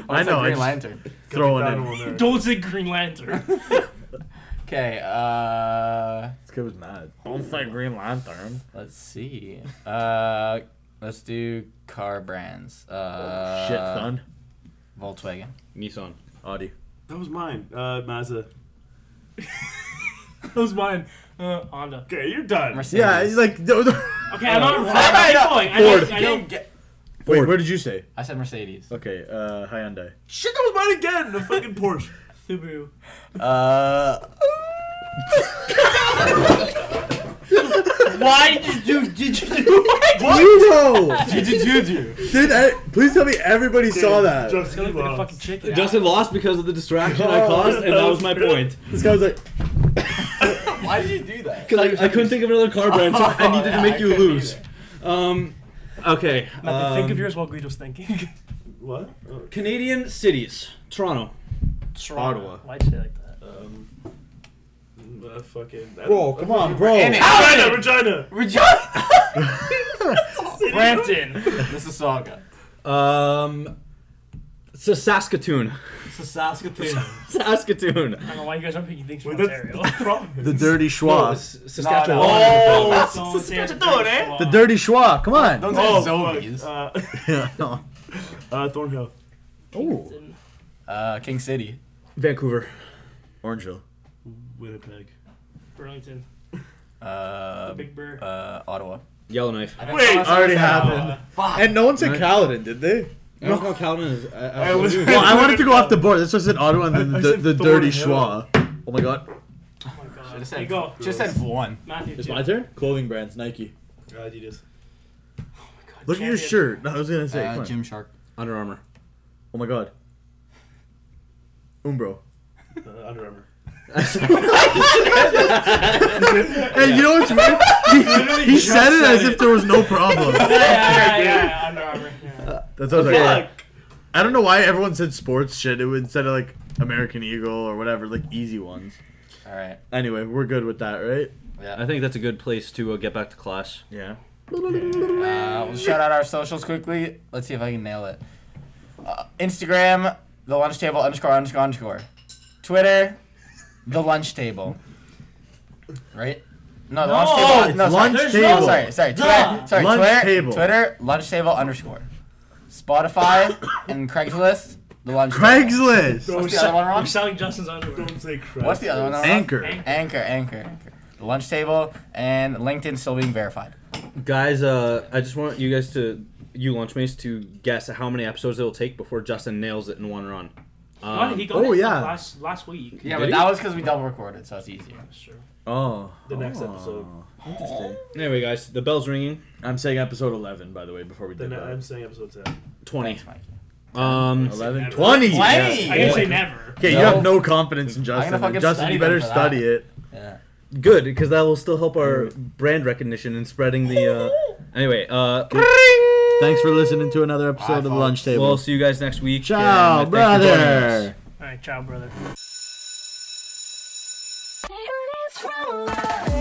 Speaker 1: Oh,
Speaker 5: I
Speaker 1: it's a
Speaker 5: know, I
Speaker 1: Green
Speaker 5: just-
Speaker 1: Lantern.
Speaker 5: Throwing in.
Speaker 4: Don't say Green Lantern.
Speaker 1: Okay. Uh,
Speaker 5: This guy was mad.
Speaker 1: let's see. Uh, let's do car brands. Uh,
Speaker 5: Shit, son.
Speaker 1: Volkswagen.
Speaker 3: Nissan.
Speaker 5: Audi.
Speaker 2: That was mine. Uh, Mazda.
Speaker 4: that was mine. Uh, Honda.
Speaker 6: Okay, you're done.
Speaker 1: Mercedes.
Speaker 5: Yeah, he's like. No, no.
Speaker 4: Okay, I'm not wrong.
Speaker 1: I know.
Speaker 4: I'm going. I know. I know.
Speaker 1: Can't get-
Speaker 5: Wait, where did you say?
Speaker 1: I said Mercedes.
Speaker 5: Okay, uh, Hyundai.
Speaker 6: Shit, that was mine again. The fucking Porsche.
Speaker 4: Subaru.
Speaker 1: Uh,
Speaker 4: Why did you did you do it?
Speaker 5: Judo!
Speaker 1: Juju.
Speaker 5: Did I, please tell me everybody saw that.
Speaker 4: I
Speaker 6: Just
Speaker 4: feel like
Speaker 6: lost.
Speaker 4: a fucking chicken.
Speaker 3: Justin lost because of the distraction I
Speaker 5: Oh,
Speaker 3: caused, and that was my point.
Speaker 5: This guy was like,
Speaker 1: Why did you do that?
Speaker 3: Because I, I couldn't think of another car brand, so I needed
Speaker 1: yeah,
Speaker 3: to make
Speaker 1: I
Speaker 3: you
Speaker 1: couldn't
Speaker 3: lose. Um, okay.
Speaker 4: Matt,
Speaker 3: um,
Speaker 4: think of yours while Guido's thinking.
Speaker 2: What? Oh,
Speaker 3: Canadian cities. Toronto. Ottawa.
Speaker 4: Why'd you say like that?
Speaker 2: Um, uh, fucking.
Speaker 5: bro, Oh, come on, bro.
Speaker 1: in it.
Speaker 6: Regina, Regina.
Speaker 1: Regina.
Speaker 4: Brampton.
Speaker 1: Mississauga.
Speaker 3: Um, so Saskatoon.
Speaker 1: Saskatoon.
Speaker 3: Saskatoon.
Speaker 4: I don't know why you guys aren't picking things from
Speaker 6: Wait, that's
Speaker 4: Ontario.
Speaker 6: the problem.
Speaker 5: The Dirty
Speaker 3: No,
Speaker 5: Schwa.
Speaker 3: S- Saskatchewan.
Speaker 1: No, no.
Speaker 6: Oh,
Speaker 4: That's all Ontario.
Speaker 6: Saskatchewan, eh?
Speaker 5: the Dirty Schwa, come on.
Speaker 1: Don't
Speaker 6: oh,
Speaker 1: say Zombies.
Speaker 6: fuck. Uh,
Speaker 5: Yeah.
Speaker 2: Uh, Thornhill.
Speaker 5: Ooh.
Speaker 1: Uh, King City.
Speaker 3: Vancouver.
Speaker 5: Orangeville.
Speaker 2: Winnipeg.
Speaker 4: Burlington.
Speaker 1: Uh,
Speaker 4: Big Bird.
Speaker 1: uh, Ottawa.
Speaker 3: Yellowknife.
Speaker 1: I think
Speaker 6: Wait,
Speaker 1: Ottawa
Speaker 5: already
Speaker 2: uh,
Speaker 1: said Ottawa.
Speaker 5: happened.
Speaker 1: Fuck.
Speaker 5: And no one said
Speaker 3: Right.
Speaker 5: Caledon, did they?
Speaker 3: I don't know Calvin is. uh, I, I,
Speaker 6: I was-
Speaker 5: Well, I wanted to go off the board. That's why I said Ottawa and then
Speaker 6: I- I
Speaker 5: the,
Speaker 6: said
Speaker 5: the Dirty
Speaker 6: Thornhill.
Speaker 5: Schwa. Oh my god.
Speaker 4: Oh my god.
Speaker 1: Should have
Speaker 4: There you
Speaker 1: said,
Speaker 4: go.
Speaker 1: just said one.
Speaker 4: Matthew.
Speaker 3: It's
Speaker 4: too.
Speaker 3: my turn?
Speaker 5: Clothing brands, Nike.
Speaker 2: Uh, Adidas.
Speaker 4: God,
Speaker 5: Look at your
Speaker 4: champion.
Speaker 5: shirt. No, I was gonna say.
Speaker 1: Uh,
Speaker 5: come on.
Speaker 1: Jim Shark.
Speaker 3: Under Armour.
Speaker 5: Oh my god. Umbro.
Speaker 2: Uh, Under Armour.
Speaker 5: Hey, you know what's weird? He, he said it as if there was no problem.
Speaker 4: Yeah, yeah, yeah, yeah, Under Armour. Yeah.
Speaker 5: That's what I was like.
Speaker 6: Fuck.
Speaker 5: I don't know why everyone said sports shit. It would instead of like American Eagle or whatever, like easy ones.
Speaker 1: All right.
Speaker 5: Anyway, we're good with that, right?
Speaker 1: Yeah.
Speaker 3: I think that's a good place to uh, get back to class.
Speaker 5: Yeah.
Speaker 1: Uh, we'll shout out our socials quickly. Let's see if I can nail it. Uh, Instagram, the lunch table underscore underscore underscore. Twitter, the lunch table. Right? No, the lunch table. No,
Speaker 5: lunch
Speaker 1: sorry.
Speaker 5: table.
Speaker 1: Oh, sorry, sorry. Twitter,
Speaker 4: Duh.
Speaker 1: sorry,
Speaker 5: Lunch
Speaker 1: Twitter,
Speaker 5: table.
Speaker 1: Twitter, lunch table underscore. Spotify and Craigslist, the lunch table.
Speaker 5: Craigslist.
Speaker 1: What's the other one wrong?
Speaker 4: We're selling Justin's underwear.
Speaker 6: Don't say crap.
Speaker 1: What's the other one? wrong?
Speaker 5: Anchor.
Speaker 1: Anchor, anchor, anchor. The lunch table and LinkedIn still being verified.
Speaker 3: Guys, uh, I just want you guys to, you lunch mates, to guess how many episodes it'll take before Justin nails it in one run. Um,
Speaker 4: What? He got
Speaker 5: oh,
Speaker 4: it
Speaker 5: yeah.
Speaker 4: last last week.
Speaker 1: Yeah,
Speaker 3: Did
Speaker 1: but
Speaker 3: he?
Speaker 1: that was because we double recorded, so it's easier.
Speaker 4: Sure.
Speaker 5: Oh.
Speaker 2: The next episode.
Speaker 5: Interesting.
Speaker 3: Anyway, guys, the bell's ringing.
Speaker 5: I'm saying episode 11, by the way, before we
Speaker 2: Then
Speaker 5: did
Speaker 2: I'm
Speaker 5: that.
Speaker 2: saying episode 10.
Speaker 3: 20.
Speaker 1: Thanks, Mike.
Speaker 3: Um,
Speaker 5: 11, 20.
Speaker 2: 20.
Speaker 1: Twenty.
Speaker 4: I can say never.
Speaker 5: Okay, you
Speaker 1: No.
Speaker 5: have no confidence in
Speaker 1: gonna
Speaker 5: Justin.
Speaker 1: fucking
Speaker 5: Justin,
Speaker 1: study
Speaker 5: you
Speaker 1: them
Speaker 5: better
Speaker 1: for that.
Speaker 5: study it.
Speaker 1: Yeah.
Speaker 3: good, because that will still help our brand recognition and spreading the. Uh, anyway, uh,
Speaker 5: Thanks for listening to another episode
Speaker 1: Bye,
Speaker 5: of the
Speaker 1: folks.
Speaker 5: Lunch Table.
Speaker 3: We'll see you guys next week.
Speaker 5: Ciao,
Speaker 3: and thanks for joining us.
Speaker 5: brother.
Speaker 4: All right, ciao, brother.
Speaker 7: Take this from us.